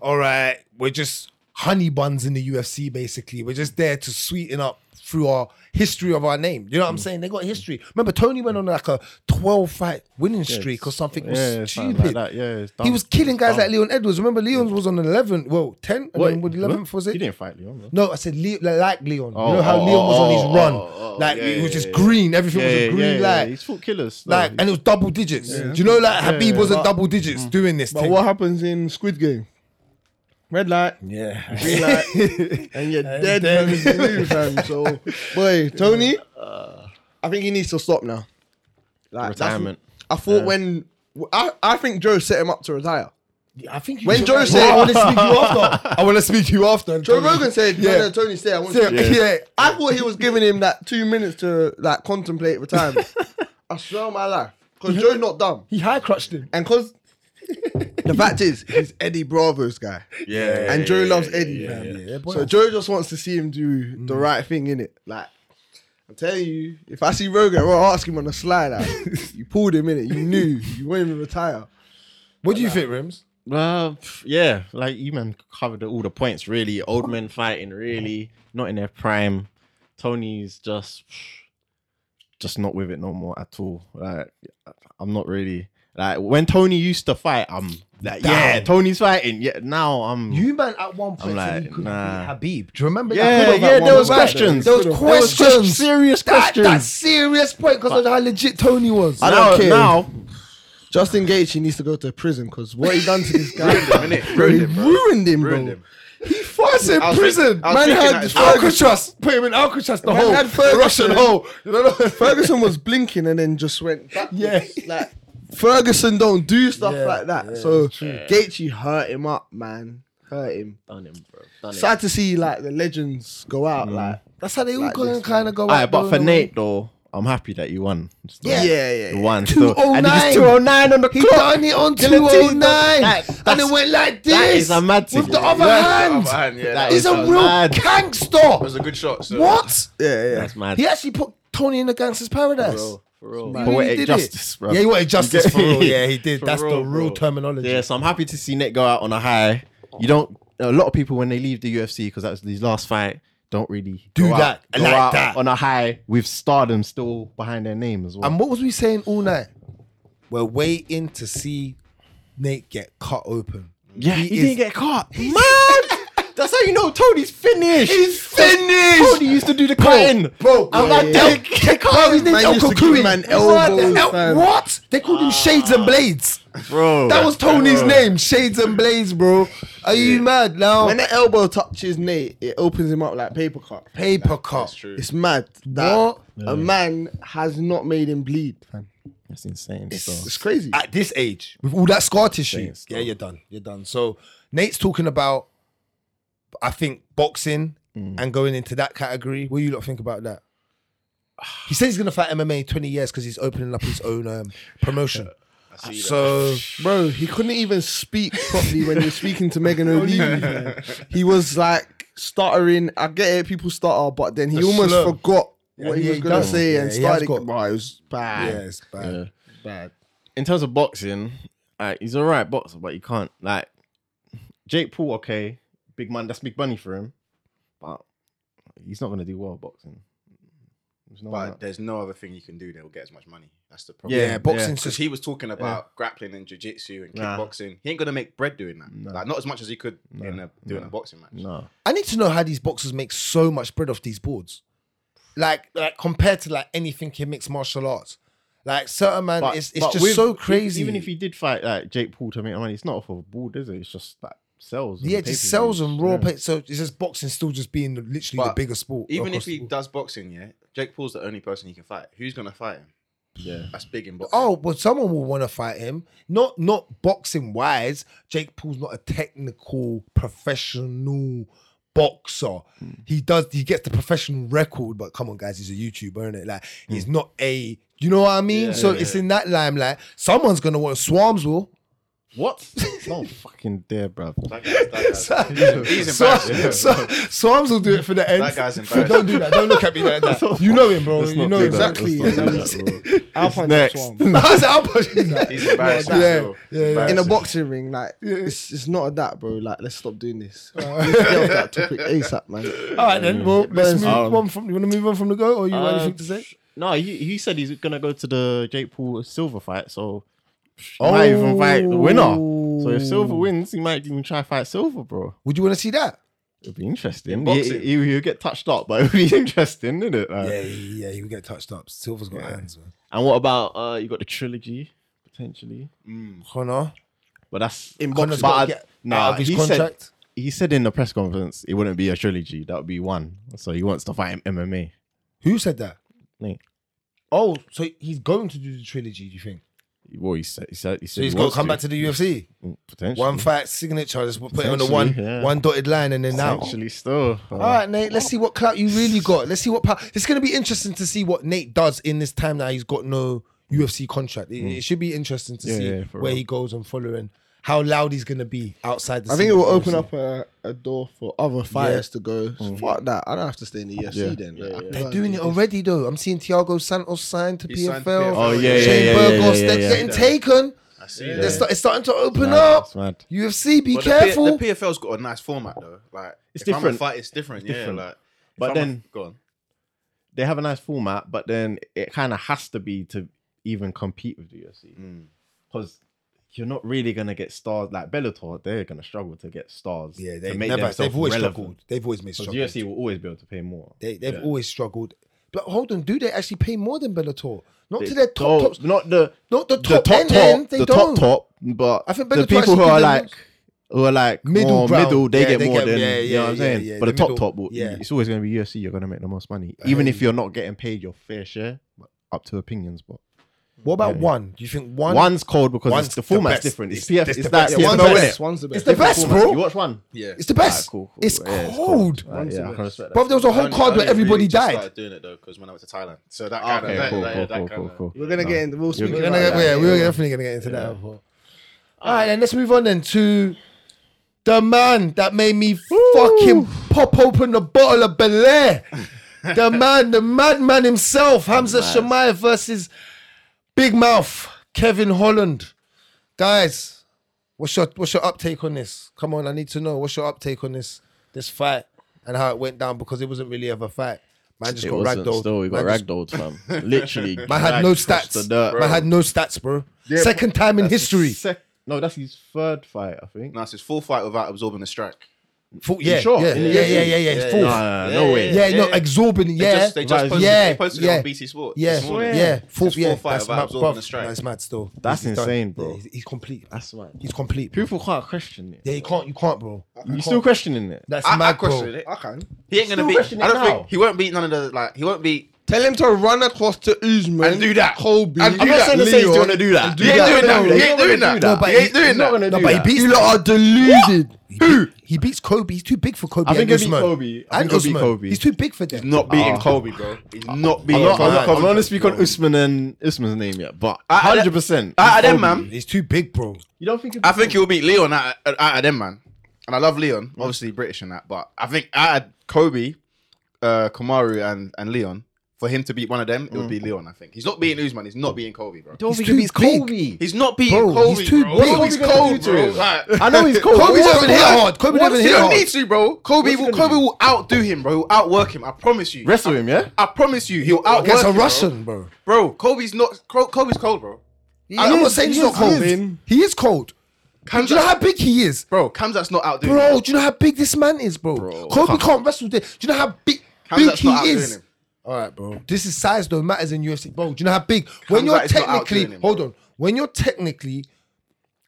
Speaker 4: all right, we're just honey buns in the UFC. Basically, we're just there to sweeten up through our history of our name. You know
Speaker 6: Hmm.
Speaker 4: what I'm saying? They got history. Remember, Tony went on like a 12 fight winning streak or something. It was
Speaker 6: Yeah, something like
Speaker 4: stupid.
Speaker 6: that. Yeah, it's
Speaker 4: He
Speaker 6: dumb.
Speaker 4: was killing guys
Speaker 6: Dumb.
Speaker 4: like Leon Edwards. Remember, Leon was on an 11, well, 10, and
Speaker 6: What?
Speaker 4: then with 11th, was
Speaker 6: He
Speaker 4: it?
Speaker 6: didn't fight Leon. Bro.
Speaker 4: No, I said Le- like, like Leon.
Speaker 6: Oh,
Speaker 4: you know how
Speaker 6: oh,
Speaker 4: Leon was on
Speaker 6: oh,
Speaker 4: his
Speaker 6: oh,
Speaker 4: run,
Speaker 6: oh, oh,
Speaker 4: like
Speaker 5: yeah,
Speaker 4: it was
Speaker 5: yeah,
Speaker 4: just
Speaker 5: yeah.
Speaker 4: green. Everything was a green, like,
Speaker 6: He's fought killers. though.
Speaker 4: like, and it was double digits. Do you know, like Habib wasn't double digits
Speaker 6: Mm.
Speaker 4: doing this
Speaker 2: But
Speaker 4: thing.
Speaker 2: what happens in Squid Game? Red light,
Speaker 4: Yeah,
Speaker 2: green light, and you're dead, fam, if you lose, fam. So, boy, Tony,
Speaker 4: Uh,
Speaker 2: I think he needs to stop now. Like that's-
Speaker 6: Retirement.
Speaker 2: I thought when I, I think Joe set him up to retire.
Speaker 4: I think you
Speaker 2: When
Speaker 4: should-
Speaker 2: Joe
Speaker 4: Bro,
Speaker 2: said-
Speaker 4: I want to speak to you after. I want to speak to you after. and
Speaker 2: Joe
Speaker 4: tell you-
Speaker 2: Rogan said,
Speaker 4: Yeah.
Speaker 2: yeah. no, no, Tony, stay. I want
Speaker 4: Yeah.
Speaker 2: to
Speaker 4: yeah.
Speaker 2: I thought he was giving him that two minutes to like contemplate retirement. I swear on my life. Because Joe's not dumb.
Speaker 4: He high crutched him.
Speaker 2: And because the fact is, he's Eddie Bravo's guy.
Speaker 5: Yeah,
Speaker 2: And
Speaker 5: yeah,
Speaker 2: Joe
Speaker 5: yeah,
Speaker 2: loves
Speaker 5: yeah,
Speaker 2: Eddie.
Speaker 5: yeah,
Speaker 2: fam.
Speaker 4: yeah. Yeah, boy.
Speaker 2: so Joe just wants to see him do the right thing, in it. Like, I'm telling you, if I see Rogan, I'll ask him on the slide. Like, you pulled him in it. You knew you won't even retire.
Speaker 4: What do you think, Rims?
Speaker 6: Well, pff, yeah, like you man covered all the points really. Old men fighting really, not in their prime. Tony's just just not with it no more at all. Like I'm not really like when Tony used to fight, I'm like yeah,
Speaker 4: Down.
Speaker 6: Tony's fighting. Yeah, now I'm
Speaker 4: You man at one point
Speaker 6: I'm
Speaker 4: said
Speaker 6: like,
Speaker 4: he couldn't
Speaker 6: nah.
Speaker 4: beat Habib. Do you remember that?
Speaker 6: yeah,
Speaker 4: Could've at
Speaker 6: yeah.
Speaker 4: one
Speaker 6: There was
Speaker 4: point.
Speaker 6: questions.
Speaker 4: There was
Speaker 6: was
Speaker 4: questions.
Speaker 6: serious
Speaker 4: That,
Speaker 6: questions.
Speaker 4: that serious point because of how legit Tony was.
Speaker 2: I don't
Speaker 6: now,
Speaker 2: care.
Speaker 6: now,
Speaker 2: Justin Gaethje needs to go to prison because what he done to this guy
Speaker 5: Ruined him, innit?
Speaker 2: Bro, he
Speaker 5: Ruined him, bro.
Speaker 2: ruined him, bro.
Speaker 5: Ruined him.
Speaker 2: He fucking
Speaker 4: in
Speaker 5: I was
Speaker 4: prison.
Speaker 5: thinking- I was
Speaker 4: man
Speaker 5: thinking
Speaker 4: had
Speaker 5: that as well.
Speaker 4: Alcatraz. Put him in Alcatraz. The
Speaker 2: Man
Speaker 4: whole
Speaker 2: had Ferguson.
Speaker 4: Russian hole. You know what I mean?
Speaker 2: Ferguson was blinking and then just went backwards.
Speaker 4: Yeah.
Speaker 2: Like Ferguson don't do stuff
Speaker 4: Yeah,
Speaker 2: like that.
Speaker 4: yeah,
Speaker 2: so
Speaker 4: it's true.
Speaker 2: Gaethje hurt him up, man. Hurt him.
Speaker 6: done him, bro. Done him.
Speaker 2: Sad to see like the legends go out. Like
Speaker 4: That's how they all
Speaker 2: Mm. Like
Speaker 4: go
Speaker 2: this,
Speaker 4: and kind of go.
Speaker 6: Alright,
Speaker 4: out
Speaker 6: but
Speaker 4: there
Speaker 6: for
Speaker 4: and-
Speaker 6: Nate though, I'm happy that you won. Still.
Speaker 2: yeah, yeah, yeah.
Speaker 6: You
Speaker 2: yeah.
Speaker 6: won still. And
Speaker 4: 209.
Speaker 6: he's 209 on the
Speaker 4: He
Speaker 6: clock.
Speaker 4: done it on
Speaker 6: Guillotine,
Speaker 4: 209,
Speaker 6: like,
Speaker 4: and
Speaker 6: that's-
Speaker 4: it went like this.
Speaker 6: that is a mad
Speaker 4: with
Speaker 6: thing.
Speaker 4: the other
Speaker 5: Yeah,
Speaker 4: hand.
Speaker 5: the other hand, Oh, yeah, that
Speaker 4: He's
Speaker 5: is
Speaker 4: a
Speaker 5: mad.
Speaker 4: real
Speaker 6: Mad.
Speaker 5: That
Speaker 4: gangster.
Speaker 5: was a good shot. So.
Speaker 4: What?
Speaker 2: yeah, yeah.
Speaker 6: That's mad.
Speaker 4: He actually put Tony in the Gangster's Paradise. He really
Speaker 6: Poetic
Speaker 4: did it.
Speaker 6: justice, bro.
Speaker 4: Yeah, he wanted justice
Speaker 6: get-
Speaker 4: for real. Yeah, he did.
Speaker 6: For
Speaker 4: That's the
Speaker 6: real,
Speaker 4: real
Speaker 6: bro.
Speaker 4: terminology.
Speaker 6: Yeah, so I'm happy to see Nick go out on a high. You don't. A lot of people when they leave the UFC because that was his last fight, don't really
Speaker 4: Do
Speaker 6: go
Speaker 4: that,
Speaker 6: out, go
Speaker 4: like
Speaker 6: out
Speaker 4: that.
Speaker 6: on a high with stardom still behind their name as well.
Speaker 4: And what was we saying all night? We're waiting to see Nate get cut open.
Speaker 6: yeah,
Speaker 4: he
Speaker 6: he,
Speaker 4: is-
Speaker 6: didn't get caught. Mad. That's how you know Tony's finished.
Speaker 4: He's finished.
Speaker 6: Tony used to do the cutting.
Speaker 4: Bro,
Speaker 6: I'm
Speaker 4: yeah,
Speaker 6: like,
Speaker 4: yeah.
Speaker 6: they- they can't- his name's
Speaker 2: Man
Speaker 6: El
Speaker 2: used to give
Speaker 6: Kukui.
Speaker 2: man
Speaker 4: What?
Speaker 2: elbows,
Speaker 4: El-
Speaker 2: fam.
Speaker 4: what? They called him Shades and Blades.
Speaker 6: bro.
Speaker 4: That was Tony's name, Shades and Blades, bro. Are you mad now?
Speaker 2: When the elbow touches Nate, it opens him up like paper cut.
Speaker 4: Paper cut.
Speaker 5: That's true.
Speaker 2: It's mad that
Speaker 4: What?
Speaker 2: a man has not made him bleed. fam.
Speaker 6: That's insane. so.
Speaker 2: It's crazy.
Speaker 4: At this age, with all that scar tissue,
Speaker 6: Thanks,
Speaker 4: yeah, you're done. You're done. So Nate's talking about, I think boxing
Speaker 2: Mm.
Speaker 4: and going into that category. What do you lot think about that? He says he's gonna fight MMA in 20 years because he's opening up his own um, promotion.
Speaker 5: see that.
Speaker 4: So
Speaker 2: Bro, he couldn't even speak properly when he was speaking to Megan O'Leary. man. He was like stuttering. I get it, people stutter, but then he
Speaker 4: The
Speaker 2: almost
Speaker 4: slur.
Speaker 2: forgot
Speaker 4: Yeah,
Speaker 2: what he
Speaker 4: yeah,
Speaker 2: was
Speaker 4: he
Speaker 2: going to
Speaker 4: does.
Speaker 2: say
Speaker 4: Yeah,
Speaker 2: and
Speaker 4: he has
Speaker 2: started.
Speaker 4: got-
Speaker 2: bro, it was bad.
Speaker 4: yeah, it's bad.
Speaker 6: Yeah.
Speaker 2: Bad.
Speaker 6: in terms of boxing, like he's all right boxer, but you can't like Jake Paul. Okay, big money. That's big money for him, but he's not gonna do well boxing. There's no
Speaker 5: But
Speaker 6: one-
Speaker 5: there's no other thing you can do that will get as much money. That's the problem.
Speaker 4: Yeah,
Speaker 6: Yeah,
Speaker 4: boxing's
Speaker 5: Because
Speaker 4: just
Speaker 5: he was talking about grappling and jiu-jitsu and
Speaker 6: Nah.
Speaker 5: kickboxing. He ain't gonna make bread doing that.
Speaker 6: No.
Speaker 5: Like not as much as he could in a doing
Speaker 6: No.
Speaker 5: a boxing match.
Speaker 6: no,
Speaker 4: I need to know how these boxers make so much bread off these boards. Like, like compared to like anything in mixed martial arts. Like certain man,
Speaker 6: but
Speaker 4: it's it's
Speaker 6: but
Speaker 4: just
Speaker 6: with- e-,
Speaker 4: so crazy.
Speaker 6: Even if he did fight like Jake Paul to make money, it's not off of a board, is it? It's just like sells.
Speaker 4: yeah, it just sells
Speaker 6: and
Speaker 4: and raw pay. So it's just boxing still just being the- literally the
Speaker 5: But
Speaker 4: biggest sport.
Speaker 5: Even if
Speaker 4: across
Speaker 5: he
Speaker 4: the board.
Speaker 5: does boxing, yeah, Jake Paul's the only person he can fight. Who's gonna fight him?
Speaker 6: Yeah.
Speaker 5: That's big in boxing.
Speaker 4: Oh, but someone will want to fight him. Not not boxing wise. Jake Paul's not a technical professional boxer.
Speaker 5: Hmm.
Speaker 4: He does he gets the professional record, but come on, guys, he's a YouTuber, isn't it? Like he's not a you know what I mean?
Speaker 5: Hmm. Yeah,
Speaker 4: so
Speaker 5: yeah,
Speaker 4: it's in that limelight. Someone's gonna want Swarms will.
Speaker 6: What? Don't fucking dare, bro.
Speaker 5: That guy's, that guy's,
Speaker 4: So-
Speaker 5: he's
Speaker 4: so,
Speaker 5: embarrassing.
Speaker 4: so, Swarms will do it for the end.
Speaker 5: That guy's
Speaker 4: But don't do that. Don't look at me like that. You know him, bro.
Speaker 6: Let's
Speaker 4: You
Speaker 6: not
Speaker 4: know
Speaker 6: do
Speaker 4: him.
Speaker 6: that.
Speaker 2: exactly.
Speaker 6: Let's not do that, bro.
Speaker 2: I'll punch
Speaker 6: next.
Speaker 2: this one.
Speaker 4: I said, I'll punch you.
Speaker 5: he's embarrassing.
Speaker 4: Yeah,
Speaker 5: still.
Speaker 4: yeah, yeah.
Speaker 2: In a
Speaker 5: Embarrassing.
Speaker 2: boxing ring, like it's, it's not a that, bro. Like, let's stop doing this. Let's get off that topic ASAP, man.
Speaker 4: All right then. Well, let's move
Speaker 6: Um,
Speaker 4: on from. You want to move on from the go, or you got
Speaker 6: Uh,
Speaker 4: anything to say?
Speaker 6: No, he, he said he's gonna go to the Jake Paul Silver fight, so he might
Speaker 4: Oh.
Speaker 6: even fight the winner. So if Silver wins, he might even try to fight Silver, bro.
Speaker 4: Would you want to see that?
Speaker 6: It'd be interesting. He,
Speaker 5: boxing.
Speaker 6: he, will get touched up, but it'd be interesting, isn't it?
Speaker 4: Yeah, yeah, he would get touched up. Silver's got hands, man.
Speaker 6: And what about uh you got the trilogy potentially?
Speaker 4: Connor,
Speaker 6: But that's
Speaker 2: In
Speaker 4: Connor's got to
Speaker 2: boxing,
Speaker 6: But I-
Speaker 4: get
Speaker 6: nah,
Speaker 4: out of his
Speaker 6: he said-
Speaker 4: contract.
Speaker 6: he said in the press conference it wouldn't be a trilogy, that would be one. So he wants to fight him MMA.
Speaker 4: Who said that?
Speaker 6: Nate.
Speaker 4: Oh, so he's going to do the trilogy? Do you think?
Speaker 6: Well, he said he said he
Speaker 4: So
Speaker 6: said
Speaker 4: he's
Speaker 6: he
Speaker 4: got to
Speaker 6: wants
Speaker 4: come back to the UFC.
Speaker 6: Mm, potentially
Speaker 4: One fight signature, just put it on the
Speaker 6: Potentially,
Speaker 4: one
Speaker 6: yeah.
Speaker 4: one dotted line and then out.
Speaker 6: Potentially still. Uh,
Speaker 4: All right, Nate. Let's see what clout you really got. Let's see what power. It's going to be interesting to see what Nate does in this time that he's got no UFC contract. It, it should be interesting to
Speaker 6: Mm. Yeah,
Speaker 4: see
Speaker 6: yeah, for
Speaker 4: where
Speaker 6: real.
Speaker 4: he goes and following how loud he's going to be outside. the
Speaker 3: I think it
Speaker 4: scene.
Speaker 3: will open up a, a door for other fighters to go. Fuck that! I don't have to stay in the UFC
Speaker 6: Yeah.
Speaker 3: then. Like, I can go
Speaker 4: They're
Speaker 3: and
Speaker 4: doing
Speaker 3: do
Speaker 4: it
Speaker 3: this.
Speaker 4: already though. I'm seeing Thiago Santos signed to
Speaker 5: He signed to
Speaker 4: PFL.
Speaker 5: PFL. Oh,
Speaker 6: yeah,
Speaker 4: Shane
Speaker 6: yeah, yeah, yeah,
Speaker 4: Berghoff,
Speaker 6: yeah,
Speaker 4: they're
Speaker 6: yeah.
Speaker 4: getting taken.
Speaker 5: I see.
Speaker 6: Yeah.
Speaker 5: that.
Speaker 4: They're start, it's starting to open
Speaker 6: nah,
Speaker 4: up.
Speaker 6: it's mad.
Speaker 4: UFC, be
Speaker 5: But the P-
Speaker 4: careful.
Speaker 5: The, PFL's got a nice format though. Like
Speaker 6: It's
Speaker 5: if I'm a
Speaker 6: different.
Speaker 5: fight, it's different.
Speaker 6: It's
Speaker 5: yeah,
Speaker 6: different.
Speaker 5: like. if I'm
Speaker 6: But
Speaker 5: a-
Speaker 6: then-
Speaker 5: go on.
Speaker 6: They have a nice format, but then it kind of has to be to even compete with the UFC.
Speaker 5: Mm.
Speaker 6: because you're not really gonna get stars like Bellator. They're gonna struggle to get stars.
Speaker 4: yeah, they
Speaker 6: to make
Speaker 4: never.
Speaker 6: themselves
Speaker 4: They've always
Speaker 6: relevant.
Speaker 4: struggled. They've always made
Speaker 6: 'Cause
Speaker 4: struggle.
Speaker 6: UFC will always be able to pay more.
Speaker 4: They, they've
Speaker 6: Yeah.
Speaker 4: always struggled. But hold on, do they actually pay more than Bellator? Not to
Speaker 6: They
Speaker 4: their top
Speaker 6: don't-
Speaker 4: tops.
Speaker 6: not the
Speaker 4: Not the
Speaker 6: the
Speaker 4: top,
Speaker 6: top top,
Speaker 4: end, end, they
Speaker 6: the
Speaker 4: don't.
Speaker 6: top top, but
Speaker 4: I think
Speaker 6: the
Speaker 4: Bellator
Speaker 6: people
Speaker 4: actually
Speaker 6: who are
Speaker 4: give them
Speaker 6: like who are like
Speaker 4: Middle
Speaker 6: more
Speaker 4: ground.
Speaker 6: middle, they
Speaker 4: Yeah,
Speaker 6: get
Speaker 4: they
Speaker 6: more
Speaker 4: get-
Speaker 6: than
Speaker 4: yeah,
Speaker 6: you know
Speaker 4: yeah,
Speaker 6: what I'm
Speaker 4: yeah,
Speaker 6: saying.
Speaker 4: yeah,
Speaker 6: but
Speaker 4: the
Speaker 6: the, top
Speaker 4: middle,
Speaker 6: top, will,
Speaker 4: yeah.
Speaker 6: it's always gonna be UFC. You're gonna make the most money, even if you're not getting paid your fair share. but Up to opinions, but
Speaker 4: What about
Speaker 6: Yeah.
Speaker 4: one? Do you think one?
Speaker 6: one's cold because
Speaker 4: one's
Speaker 6: it's, the
Speaker 4: the
Speaker 6: format's
Speaker 4: best.
Speaker 6: different. It's
Speaker 4: It's-
Speaker 6: PF.
Speaker 4: it's
Speaker 6: It's,
Speaker 4: the
Speaker 6: that
Speaker 4: best.
Speaker 6: PFL,
Speaker 4: One's the best.
Speaker 6: innit?
Speaker 3: One's the
Speaker 4: It's
Speaker 3: best.
Speaker 4: the best,
Speaker 6: Format. You
Speaker 4: bro.
Speaker 6: watch one.
Speaker 5: Yeah.
Speaker 4: It's the best.
Speaker 6: Alright, Ah, cool, cool.
Speaker 4: It's
Speaker 6: Yeah, it's
Speaker 4: cold.
Speaker 6: Alright, yeah, I can respect that.
Speaker 4: Bro, there was a whole
Speaker 5: I
Speaker 4: card
Speaker 5: only
Speaker 4: where everybody
Speaker 5: really just
Speaker 4: died.
Speaker 5: Started doing it though because when I went to Thailand, so that kind
Speaker 6: Okay,
Speaker 5: of
Speaker 6: cool,
Speaker 5: that,
Speaker 6: cool,
Speaker 5: that,
Speaker 6: cool,
Speaker 5: that
Speaker 6: cool,
Speaker 5: kinda-
Speaker 6: cool.
Speaker 3: We're gonna get into Will Smith.
Speaker 6: You're
Speaker 4: We're gonna get,
Speaker 6: Yeah,
Speaker 4: yeah,
Speaker 6: yeah,
Speaker 4: we were
Speaker 6: yeah.
Speaker 4: definitely gonna get into that. before. All right, then let's move on then to the man that made me fucking pop open the bottle of Bel Air. the man, the madman himself, Hamza Shemaya versus Big Mouth Kevin Holland. Guys, what's your what's your uptake on this? Come on, I need to know what's your uptake on this this fight and how it went down because it wasn't really ever a fight. Man just
Speaker 6: It
Speaker 4: got
Speaker 6: wasn't
Speaker 4: ragdolled.
Speaker 6: still. We got
Speaker 4: Man just
Speaker 6: ragdolled, fam. Literally.
Speaker 4: Man had
Speaker 6: dragged
Speaker 4: no
Speaker 6: across the
Speaker 4: stats.
Speaker 6: dirt.
Speaker 4: Man had no stats, bro. Second time in history.
Speaker 6: Sec- no, that's his third fight, I think.
Speaker 5: No, it's his full fight without absorbing a strike.
Speaker 4: Full, yeah,
Speaker 6: sure?
Speaker 4: yeah,
Speaker 6: In the
Speaker 4: yeah,
Speaker 6: UFC?
Speaker 4: yeah, yeah, yeah. It's
Speaker 5: Yeah,
Speaker 4: Full.
Speaker 5: yeah.
Speaker 6: Nah, no way.
Speaker 4: Yeah,
Speaker 5: yeah,
Speaker 4: no,
Speaker 5: yeah.
Speaker 4: exorbitant.
Speaker 5: They
Speaker 4: Yeah,
Speaker 5: just, they just
Speaker 6: Right.
Speaker 5: posted,
Speaker 4: Yeah,
Speaker 5: they posted it
Speaker 4: yeah.
Speaker 5: on BT Sport.
Speaker 4: yeah,
Speaker 5: this morning.
Speaker 4: yeah. Full,
Speaker 5: His
Speaker 4: yeah.
Speaker 5: full fight
Speaker 4: That's
Speaker 5: without
Speaker 4: mad,
Speaker 5: absorbing
Speaker 4: bruv.
Speaker 5: a strike.
Speaker 4: Nah, it's mad still.
Speaker 6: That's
Speaker 4: done.
Speaker 6: insane, bro.
Speaker 4: Yeah, he's, he's complete.
Speaker 6: That's mad.
Speaker 4: He's complete. bro.
Speaker 6: People can't question it.
Speaker 4: Yeah, you can't. You can't, bro.
Speaker 6: You still questioning it?
Speaker 4: That's
Speaker 5: I, I
Speaker 4: mad, bro.
Speaker 5: question it.
Speaker 3: I can.
Speaker 5: He ain't gonna
Speaker 6: Still
Speaker 5: beat.
Speaker 6: question it
Speaker 5: I don't
Speaker 6: now.
Speaker 5: think he won't beat none of the like. He won't beat.
Speaker 3: Tell him to run across to Usman
Speaker 5: And do that.
Speaker 3: Colby.
Speaker 5: And do
Speaker 6: I'm not
Speaker 5: that,
Speaker 6: saying to say he's
Speaker 3: Leon.
Speaker 6: gonna do that.
Speaker 3: do that. No,
Speaker 5: He
Speaker 3: he's
Speaker 5: ain't
Speaker 6: not
Speaker 5: doing
Speaker 6: gonna
Speaker 5: that.
Speaker 6: do that.
Speaker 5: He ain't
Speaker 4: But
Speaker 5: doing
Speaker 6: not
Speaker 5: that.
Speaker 6: gonna
Speaker 4: No,
Speaker 6: do
Speaker 4: but he
Speaker 6: that.
Speaker 4: beats.
Speaker 3: You lot are deluded.
Speaker 4: He, beat, he beats Kobe. He's too big for Kobe.
Speaker 6: I think
Speaker 4: and
Speaker 6: he'll beat
Speaker 4: Usman.
Speaker 6: Kobe. I
Speaker 4: And
Speaker 6: think he'll beat
Speaker 4: Usman.
Speaker 6: Kobe.
Speaker 4: He's too big for them.
Speaker 5: He's not beating Kobe, bro. He's not beating
Speaker 6: I'm not, I'm
Speaker 5: Kobe.
Speaker 6: not, I'm not gonna speak on Usman and Usman's name yet, but
Speaker 5: I- I-
Speaker 6: 100. percent
Speaker 5: Out of them, man.
Speaker 4: He's too big, bro.
Speaker 6: You don't think?
Speaker 5: I think he'll beat Leon out, out of them, man. And I love Leon, obviously British and that, but I think out of Kobe, uh, Kamaru, and, and Leon, for him to beat one of them, it would be Leon, I think. He's not beating Usman, he's not beating Kobe, bro.
Speaker 6: Don't
Speaker 4: He's
Speaker 6: think
Speaker 4: too
Speaker 6: he beats
Speaker 4: big.
Speaker 6: Kobe.
Speaker 5: He's not beating
Speaker 4: Bro,
Speaker 5: Kobe,
Speaker 4: he's too
Speaker 5: bro.
Speaker 4: big.
Speaker 5: Kobe's
Speaker 6: What's he gonna
Speaker 5: cold,
Speaker 6: do to
Speaker 5: bro.
Speaker 6: him?
Speaker 5: Like,
Speaker 6: I know he's cold.
Speaker 4: Kobe's
Speaker 6: What's
Speaker 4: never
Speaker 6: he
Speaker 4: hit
Speaker 6: gonna-
Speaker 4: hard. Kobe
Speaker 6: what's
Speaker 4: never
Speaker 6: he
Speaker 5: he
Speaker 4: hit
Speaker 6: gonna
Speaker 5: don't
Speaker 4: hard.
Speaker 5: need to, bro. Kobe
Speaker 6: What's he
Speaker 5: will,
Speaker 6: gonna
Speaker 5: Kobe
Speaker 6: do?
Speaker 5: will outdo him, bro. He'll outwork him. I promise you.
Speaker 6: Wrestle him, yeah.
Speaker 5: I promise you, he'll outwork
Speaker 4: Against a
Speaker 5: him, bro.
Speaker 4: Russian, bro.
Speaker 5: bro. Kobe's not. Ko- Kobe's cold, bro.
Speaker 4: I'm not
Speaker 6: is-
Speaker 4: saying
Speaker 6: he
Speaker 4: he's not
Speaker 6: is
Speaker 4: cold.
Speaker 6: cold.
Speaker 4: He is cold. Do you know how big he is?
Speaker 5: Bro, Kamzat's not outdoing him.
Speaker 4: Bro, do you know how big this man is, bro? Kobe can't wrestle there. Do you know how big, big
Speaker 5: Kamzat's
Speaker 4: he
Speaker 5: not outdoing
Speaker 4: is?
Speaker 5: him.
Speaker 4: All right, bro. This is size though matters in UFC, bro. Do you know how big? When you're
Speaker 5: Hamzat is not
Speaker 4: technically,
Speaker 5: outdoing him,
Speaker 4: hold
Speaker 5: bro.
Speaker 4: on, when you're technically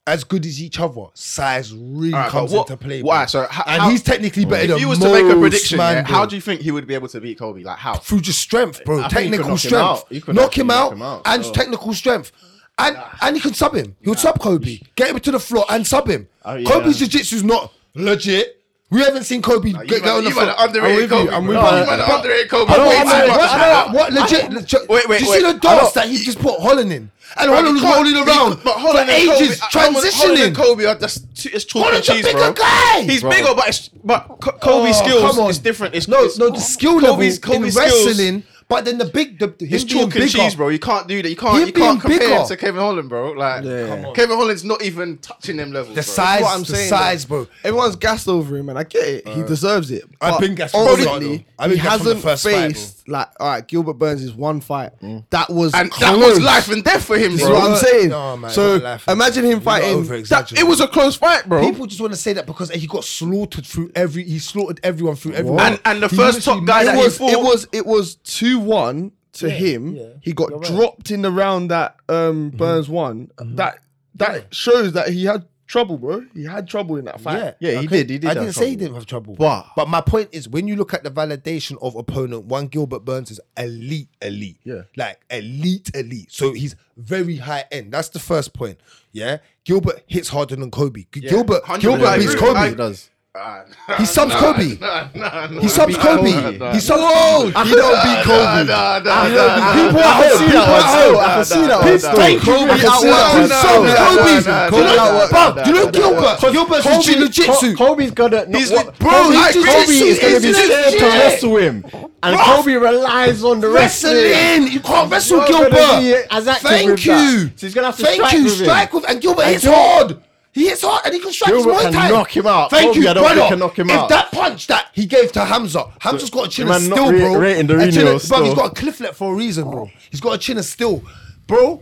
Speaker 4: as good as each other, size really
Speaker 5: Alright, but
Speaker 4: comes
Speaker 5: what-
Speaker 4: into play.
Speaker 5: why?
Speaker 4: bro.
Speaker 5: So h-
Speaker 4: and
Speaker 5: how-
Speaker 4: he's technically better than
Speaker 5: If you was
Speaker 4: most
Speaker 5: to make a prediction,
Speaker 4: man,
Speaker 5: yeah,
Speaker 4: bro.
Speaker 5: how do you think he would be able to beat Kobe? Like how?
Speaker 4: through just strength, bro.
Speaker 6: I think you could
Speaker 4: technical
Speaker 6: knock him
Speaker 4: strength.
Speaker 6: out. You could
Speaker 4: knock
Speaker 6: actually
Speaker 4: him
Speaker 6: knock
Speaker 4: out,
Speaker 6: him out,
Speaker 4: and
Speaker 6: sure.
Speaker 4: technical strength. And and he can sub him. He'll sub Kobe. Get him to the floor and sub him.
Speaker 6: Oh, yeah.
Speaker 4: Kobe's jiu-jitsu's not legit. We haven't seen Kobe
Speaker 5: you
Speaker 4: get, get
Speaker 5: might-
Speaker 4: on the
Speaker 5: you
Speaker 4: floor.
Speaker 5: might have underrated
Speaker 4: I'm with you,
Speaker 5: Kobe,
Speaker 4: I'm
Speaker 5: bro.
Speaker 4: with
Speaker 5: No,
Speaker 4: you.
Speaker 5: you might have
Speaker 4: But-
Speaker 5: underrated Kobe
Speaker 4: I don't
Speaker 5: way too
Speaker 4: underrate-
Speaker 5: much.
Speaker 4: I don't- What legit? legit-
Speaker 5: Wait, wait,
Speaker 4: Did you
Speaker 5: wait.
Speaker 4: see the
Speaker 5: I
Speaker 4: dance
Speaker 5: don't-
Speaker 4: that he just put Holland in? And Holland was
Speaker 5: He can't-
Speaker 4: rolling
Speaker 5: he-
Speaker 4: around
Speaker 5: but Holland
Speaker 4: for
Speaker 5: and
Speaker 4: ages,
Speaker 5: Kobe, Holland
Speaker 4: transitioning.
Speaker 5: and Kobe are just too- it's chalk and
Speaker 4: Holland's a
Speaker 5: cheese,
Speaker 4: bigger
Speaker 5: bro.
Speaker 4: guy.
Speaker 5: He's
Speaker 6: Bro.
Speaker 5: bigger, but it's but Ko- Kobe's
Speaker 4: Oh,
Speaker 5: skills
Speaker 4: come on.
Speaker 5: is different. It's
Speaker 4: no,
Speaker 5: it's,
Speaker 4: no, the skill
Speaker 5: Kobe's,
Speaker 4: level
Speaker 5: Kobe's
Speaker 4: in
Speaker 5: skills-
Speaker 4: wrestling, but then the big, the, the
Speaker 5: It's
Speaker 4: him being
Speaker 5: chalk and
Speaker 4: bigger.
Speaker 5: cheese, bro. You can't do that. You can't.
Speaker 4: Him
Speaker 5: You can't
Speaker 4: being
Speaker 5: compare him
Speaker 4: bigger.
Speaker 5: to Kevin Holland, bro. Like,
Speaker 3: Yeah.
Speaker 5: come on. Kevin Holland's not even touching them levels.
Speaker 4: The
Speaker 5: bro.
Speaker 4: size,
Speaker 3: what I'm
Speaker 4: the
Speaker 3: saying,
Speaker 4: size, bro.
Speaker 3: Everyone's gassed over him, and I get it. he deserves it.
Speaker 4: I've
Speaker 3: But
Speaker 4: been gassed from the start,
Speaker 3: honestly,
Speaker 4: though. I've
Speaker 3: he
Speaker 4: been gassed from the
Speaker 3: hasn't
Speaker 4: first fight, Mm.
Speaker 3: faced like all right. Gilbert Burns is one fight. That was
Speaker 5: and that
Speaker 3: close.
Speaker 5: was life and death for him,
Speaker 3: This is what
Speaker 5: bro.
Speaker 3: I'm saying.
Speaker 4: No, man, you're not
Speaker 3: so
Speaker 4: laughing.
Speaker 3: imagine
Speaker 4: You're
Speaker 3: him
Speaker 4: not
Speaker 3: fighting. That,
Speaker 4: over-exaggerating.
Speaker 3: it was a close fight, bro.
Speaker 4: People just want to say that because he got slaughtered through every. He slaughtered everyone through everyone.
Speaker 5: And and the
Speaker 4: He
Speaker 5: first
Speaker 4: literally
Speaker 5: top guy
Speaker 4: made-
Speaker 5: that
Speaker 3: it
Speaker 5: he
Speaker 3: was it
Speaker 5: fought
Speaker 3: was it was two one to him.
Speaker 4: yeah. Mm-hmm.
Speaker 3: He got dropped in the round that um Burns won. That that shows that he had trouble, bro. He had trouble in that fight.
Speaker 4: Yeah,
Speaker 6: Yeah, he
Speaker 4: I could-
Speaker 6: did, he did
Speaker 4: I
Speaker 6: have
Speaker 4: didn't say he
Speaker 6: trouble.
Speaker 4: didn't have trouble.
Speaker 6: But-
Speaker 4: but my point is, when you look at the validation of opponent, one Gilbert Burns is elite, elite.
Speaker 3: Yeah.
Speaker 4: like elite, elite. So he's very high end. That's the first point. Yeah, Gilbert hits harder than Kobe. G- Gilbert,
Speaker 5: 100%.
Speaker 4: Gilbert
Speaker 5: I
Speaker 4: beats
Speaker 5: agree. I
Speaker 4: Kobe.
Speaker 6: He does.
Speaker 5: Ah,
Speaker 4: He subs Kobe.
Speaker 5: nah, nah, nah.
Speaker 4: He subs
Speaker 5: Beat
Speaker 4: Kobe.
Speaker 5: Nah,
Speaker 4: He subs. Whoa, he don't beat
Speaker 5: nah,
Speaker 4: Kobe.
Speaker 5: nah, nah, nah, nah.
Speaker 4: People at
Speaker 3: I can
Speaker 4: home,
Speaker 3: see
Speaker 4: people
Speaker 3: that one
Speaker 4: at home.
Speaker 3: still. I can see that one still.
Speaker 5: Thank
Speaker 3: Kobe outworked-
Speaker 4: Kobe outworked.
Speaker 5: nah,
Speaker 4: Kobe,
Speaker 5: nah,
Speaker 4: Kobe's-
Speaker 5: nah, nah,
Speaker 4: Kobe
Speaker 5: nah,
Speaker 4: outworked.
Speaker 5: nah,
Speaker 4: Bruv, do you know
Speaker 5: nah,
Speaker 4: Gilbert? Gilbert's
Speaker 6: Kobe-
Speaker 4: in jiu-jitsu.
Speaker 6: Ko- Kobe's gonna.
Speaker 5: He's
Speaker 6: no,
Speaker 5: with-
Speaker 6: what-
Speaker 5: bro,
Speaker 6: Kobe,
Speaker 5: like,
Speaker 6: Kobe
Speaker 5: jiu-jitsu
Speaker 6: is gonna be
Speaker 5: is
Speaker 6: scared to
Speaker 5: legit.
Speaker 6: wrestle him, and Kobe relies on the wrestling.
Speaker 4: Wrestling. You can't wrestle
Speaker 6: Not gonna be
Speaker 4: Gilbert.
Speaker 6: as active
Speaker 4: Thank
Speaker 6: with
Speaker 4: you.
Speaker 6: that. So he's gonna have to
Speaker 4: Thank
Speaker 6: strike
Speaker 4: you.
Speaker 6: with him.
Speaker 4: strike with and Gilbert hits
Speaker 6: Gilbert-
Speaker 4: hard. He hits hard and he can strike
Speaker 6: Gilbert
Speaker 4: his Muay
Speaker 6: can
Speaker 4: Thai.
Speaker 6: knock him out.
Speaker 4: Thank
Speaker 6: Kobe,
Speaker 4: you,
Speaker 6: I don't think
Speaker 4: brother.
Speaker 6: can knock him
Speaker 4: if
Speaker 6: out.
Speaker 4: that punch that he gave to Hamza, Hamza's got a chin
Speaker 6: The
Speaker 4: of
Speaker 6: man not
Speaker 4: steel,
Speaker 6: re-
Speaker 4: bro.
Speaker 6: rating the
Speaker 4: A chin
Speaker 6: Reno
Speaker 4: of- bro, he's
Speaker 6: still.
Speaker 4: got a clifflet for a reason, bro. He's got a chin of steel, bro.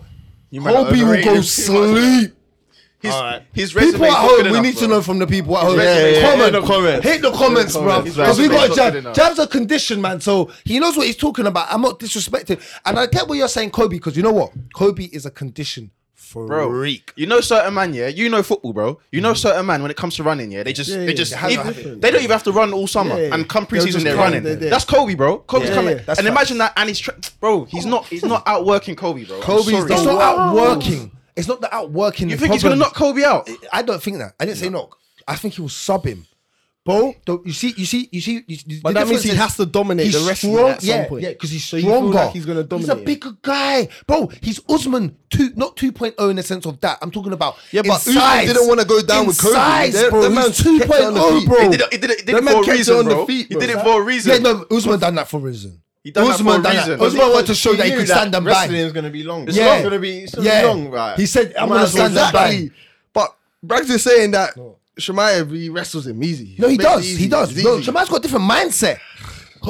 Speaker 5: might not
Speaker 4: Kobe will
Speaker 5: overrate
Speaker 4: go
Speaker 5: him too much.
Speaker 4: sleep.
Speaker 5: His, his resume's
Speaker 4: People at
Speaker 5: not
Speaker 4: home,
Speaker 5: good
Speaker 4: we
Speaker 5: enough,
Speaker 4: need to
Speaker 5: bro.
Speaker 4: know from the people at home.
Speaker 5: resume's Yeah, yeah,
Speaker 6: yeah, in the comments.
Speaker 4: Hit the comments, bro.
Speaker 5: His
Speaker 4: Because we
Speaker 5: resume's
Speaker 4: got
Speaker 5: not good
Speaker 4: Jab.
Speaker 5: enough.
Speaker 4: Jab's a condition, man. So he knows what he's talking about. I'm not disrespecting. And I get what you're saying, Kobe, because you know what? Kobe is a condition for
Speaker 5: bro.
Speaker 4: freak. Mm-hmm.
Speaker 5: You know certain man, yeah. You know football, bro. You know certain man when it comes to running, yeah. They just,
Speaker 4: yeah,
Speaker 5: they just,
Speaker 4: it has
Speaker 5: even-
Speaker 4: to happen.
Speaker 5: they don't even have to run all summer
Speaker 4: Yeah, yeah.
Speaker 5: and come
Speaker 4: They'll
Speaker 5: preseason
Speaker 4: just
Speaker 5: they're
Speaker 4: come,
Speaker 5: running.
Speaker 4: they're there.
Speaker 5: That's Kobe, bro. Kobe's
Speaker 4: Yeah,
Speaker 5: coming.
Speaker 4: yeah, that's
Speaker 5: and
Speaker 4: facts.
Speaker 5: imagine that, and he's, tra- bro. He's not, he's not outworking Kobe, bro. I'm sorry.
Speaker 4: It's not outworking. It's not the outworking.
Speaker 5: You
Speaker 4: the
Speaker 5: think he's gonna
Speaker 4: problem.
Speaker 5: knock Kobe out?
Speaker 4: I don't think that. I didn't say knock. I think he will sub him. Bro, don't- you see, you see, you see. You, the
Speaker 3: But that means
Speaker 4: difference
Speaker 3: he
Speaker 4: is
Speaker 3: has to dominate
Speaker 4: he's
Speaker 3: the wrestling
Speaker 4: strong-
Speaker 3: at some
Speaker 4: yeah,
Speaker 3: point.
Speaker 4: Yeah, because he's
Speaker 3: So you feel
Speaker 4: stronger.
Speaker 3: like he's gonna
Speaker 4: He's a
Speaker 3: dominate.
Speaker 4: bigger guy, bro. He's Usman two, not 2.0 in the sense of that. I'm talking about.
Speaker 3: Yeah, but
Speaker 4: in
Speaker 3: Usman
Speaker 4: size.
Speaker 3: didn't wanna go down
Speaker 4: in
Speaker 3: with Kobe.
Speaker 4: Size,
Speaker 3: They're-
Speaker 4: bro.
Speaker 3: them
Speaker 4: He's
Speaker 3: man's kept it on the
Speaker 4: 2.0
Speaker 3: feet.
Speaker 4: oh, bro.
Speaker 5: He did it. He did it, he did
Speaker 3: That
Speaker 5: it
Speaker 3: man
Speaker 5: for a
Speaker 3: kept it
Speaker 5: reason,
Speaker 3: on the
Speaker 5: bro.
Speaker 3: feet,
Speaker 5: he
Speaker 3: bro.
Speaker 5: did it for a reason.
Speaker 4: yeah, no, Usman done that for a reason.
Speaker 5: He done that for
Speaker 4: Usman
Speaker 5: a
Speaker 4: done
Speaker 5: reason.
Speaker 4: that. Usman wanted to show
Speaker 6: He
Speaker 4: that he
Speaker 6: knew
Speaker 4: could stand and
Speaker 6: wrestling
Speaker 4: bang.
Speaker 6: is gonna be long.
Speaker 4: Yeah.
Speaker 6: It's gonna be, it's gonna
Speaker 4: Yeah.
Speaker 6: be long, right?
Speaker 4: He said, "I'm
Speaker 6: Might
Speaker 4: gonna
Speaker 6: as well
Speaker 4: stand up
Speaker 6: just
Speaker 4: back."
Speaker 6: bang.
Speaker 3: Exactly. But Braggs is saying that Shemaev, he wrestles him easy.
Speaker 4: No, he
Speaker 3: Makes it
Speaker 4: does.
Speaker 3: easy.
Speaker 4: He does.
Speaker 3: It's
Speaker 4: No,
Speaker 3: easy.
Speaker 4: Jamal's got a different mindset.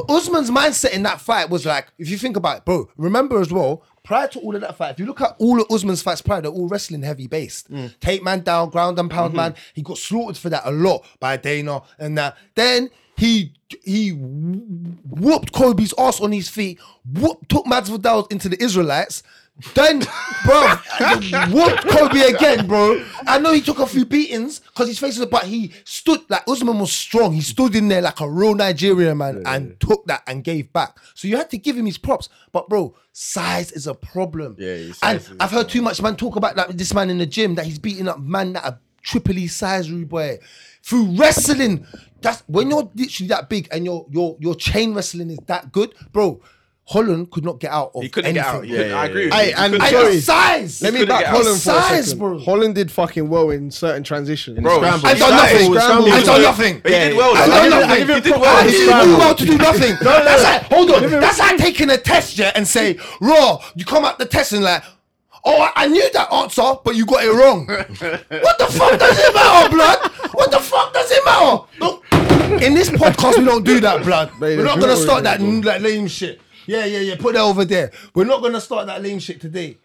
Speaker 4: Usman's mindset in that fight was like, if you think about it, bro, remember as well, prior to all of that fight, if you look at all of Usman's fights prior, they're all wrestling heavy based.
Speaker 3: Mm.
Speaker 4: Take man down, ground and
Speaker 3: Mm-hmm.
Speaker 4: pound man. He got slaughtered for that a lot by Dana and that. Then he he whooped Kobe's ass on his feet, whooped, took Masvidal into the Israelites. Then, bro, whooped Kobe again, bro. I know he took a few beatings because his face was, but he stood like Usman was strong. He stood in there like a real Nigerian man and took that and gave back. So you had to give him his props. But bro, size is a problem.
Speaker 6: Yeah, his
Speaker 4: and
Speaker 6: size is-
Speaker 4: I've heard too much man talk about like this man in the gym that he's beating up man that a triple E size rude boy through wrestling. That's when you're literally that big and your your your chain wrestling is that good, bro. Holland could not get out of
Speaker 5: He couldn't
Speaker 4: anything.
Speaker 5: get out. He
Speaker 6: Yeah,
Speaker 5: couldn't- I
Speaker 6: yeah,
Speaker 5: agree.
Speaker 6: yeah.
Speaker 5: with you.
Speaker 3: Hey,
Speaker 5: He
Speaker 3: and
Speaker 5: couldn't
Speaker 4: I
Speaker 5: get
Speaker 3: Joey-
Speaker 5: out.
Speaker 4: got size.
Speaker 3: Let me
Speaker 5: couldn't
Speaker 3: back
Speaker 5: get out.
Speaker 3: Holland for a
Speaker 4: Size,
Speaker 3: second.
Speaker 4: bro.
Speaker 3: Holland did fucking well in certain transitions.
Speaker 5: Bro,
Speaker 6: Scramble.
Speaker 4: I've done
Speaker 5: Scramble.
Speaker 4: nothing.
Speaker 5: Scramble.
Speaker 4: I've done nothing.
Speaker 5: But he did well.
Speaker 4: I've
Speaker 5: though.
Speaker 4: done
Speaker 5: I give him-
Speaker 4: nothing.
Speaker 5: I give him
Speaker 6: He did
Speaker 5: props.
Speaker 6: well.
Speaker 4: How
Speaker 6: Oh,
Speaker 4: do
Speaker 6: he's
Speaker 4: you
Speaker 6: scrambled.
Speaker 4: know how to do nothing? That's like, hold on. That's like taking a test, yeah, and say, raw, you come out the test and like, oh, I, I knew that answer, but you got it wrong. what the fuck does it matter, blood? What the fuck does it matter? Look, in this podcast, we don't do that, blood.
Speaker 3: Mate,
Speaker 4: We're not
Speaker 3: it's
Speaker 4: going to
Speaker 3: brutal,
Speaker 4: start that,
Speaker 3: bro.
Speaker 4: n- that lame shit. Yeah, yeah, yeah, put that over there. We're not going to start that lame shit today.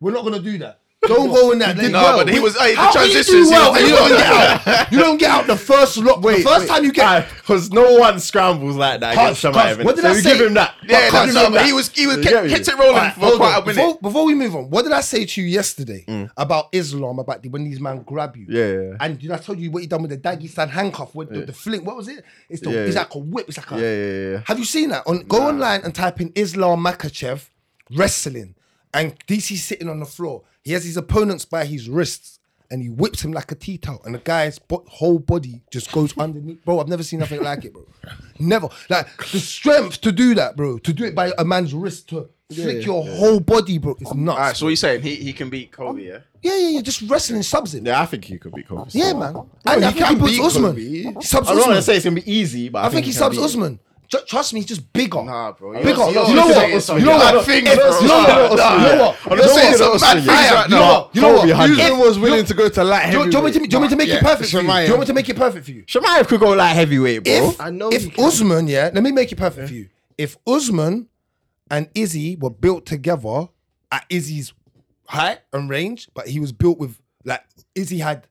Speaker 4: We're not going to do that. Don't go in that. lame-
Speaker 5: No, well. but he was- hey, the
Speaker 4: How can you
Speaker 5: transitions,
Speaker 4: do
Speaker 5: he
Speaker 4: well
Speaker 5: was
Speaker 4: and you
Speaker 5: doing
Speaker 4: don't get out? You don't get out the first lock. The first time you get
Speaker 6: because no one scrambles like that
Speaker 4: Cuz,
Speaker 6: against
Speaker 4: cuz,
Speaker 6: Shamaev.
Speaker 4: what did
Speaker 6: so
Speaker 4: I
Speaker 6: we
Speaker 4: say?
Speaker 6: give him that.
Speaker 5: Yeah,
Speaker 4: But
Speaker 5: no,
Speaker 4: can't
Speaker 5: no,
Speaker 4: remember.
Speaker 5: but he was he was
Speaker 6: You
Speaker 5: kept,
Speaker 6: get
Speaker 5: kept
Speaker 6: me?
Speaker 5: it rolling
Speaker 4: Alright,
Speaker 5: for
Speaker 4: hold
Speaker 5: quite
Speaker 4: on.
Speaker 5: a minute.
Speaker 4: Before, before we move on, what did I say to you yesterday about Islam, about the, when these men grab you?
Speaker 6: Mm. Yeah, yeah, yeah.
Speaker 4: And did I tell you what he done with the Dagestan handcuff, with the, the fling? What was it? It's, the,
Speaker 6: Yeah,
Speaker 4: it's
Speaker 6: yeah.
Speaker 4: like a whip. It's like a.
Speaker 6: Yeah, yeah, yeah.
Speaker 4: Have you seen that? On Go online and type in Islam Makachev wrestling. And DC sitting on the floor. He has his opponents by his wrists. And he whips him like a tea towel, and the guy's bo- whole body just goes underneath. Bro, I've never seen nothing like it, bro. Never. Like the strength to do that, bro. To do it by a man's wrist to flick your whole body, bro. It's nuts.
Speaker 5: Alright, so what you saying? He he can beat Kobe, yeah.
Speaker 4: yeah, yeah, yeah. Just wrestling subs him. Yeah,
Speaker 6: Yeah, I think he could beat Kobe. still.
Speaker 4: man. and
Speaker 3: he
Speaker 4: I think
Speaker 3: can
Speaker 4: he puts
Speaker 3: beat
Speaker 4: Usman.
Speaker 3: Kobe.
Speaker 4: He Subs
Speaker 6: I don't want
Speaker 4: Usman.
Speaker 6: to say it's gonna be easy, but I,
Speaker 4: I think he
Speaker 6: can
Speaker 4: subs
Speaker 6: beat him.
Speaker 4: Usman. Ju- trust me, he's just bigger.
Speaker 5: Nah, bro. You're-
Speaker 4: Bigger.
Speaker 5: you're-
Speaker 4: You know what?
Speaker 5: you're saying some
Speaker 4: You know
Speaker 5: bad
Speaker 4: what?
Speaker 5: things,
Speaker 4: If-
Speaker 5: bro.
Speaker 4: You know
Speaker 5: Nah,
Speaker 4: what? You know what?
Speaker 5: nah.
Speaker 4: You're
Speaker 5: You're
Speaker 4: saying
Speaker 5: saying
Speaker 4: some
Speaker 5: some bad
Speaker 4: bad
Speaker 5: things
Speaker 4: things.
Speaker 5: right
Speaker 4: You know
Speaker 5: now.
Speaker 4: what? You know what?
Speaker 6: Kobe had
Speaker 4: You-
Speaker 6: that.
Speaker 4: if-
Speaker 3: Usman was willing
Speaker 4: you-
Speaker 3: to go to light
Speaker 4: Do you,
Speaker 3: heavyweight.
Speaker 4: do you want me to, do you want me to make
Speaker 3: Yeah,
Speaker 4: it perfect for you? Do
Speaker 3: Shemaev.
Speaker 4: you want me to make it perfect for you?
Speaker 6: Shamaev could go like heavyweight, bro.
Speaker 4: If
Speaker 3: I know he
Speaker 4: if
Speaker 3: can.
Speaker 4: Usman, yeah, let me make it perfect for you. If Usman and Izzy were built together at Izzy's height and range, but he was built with like Izzy had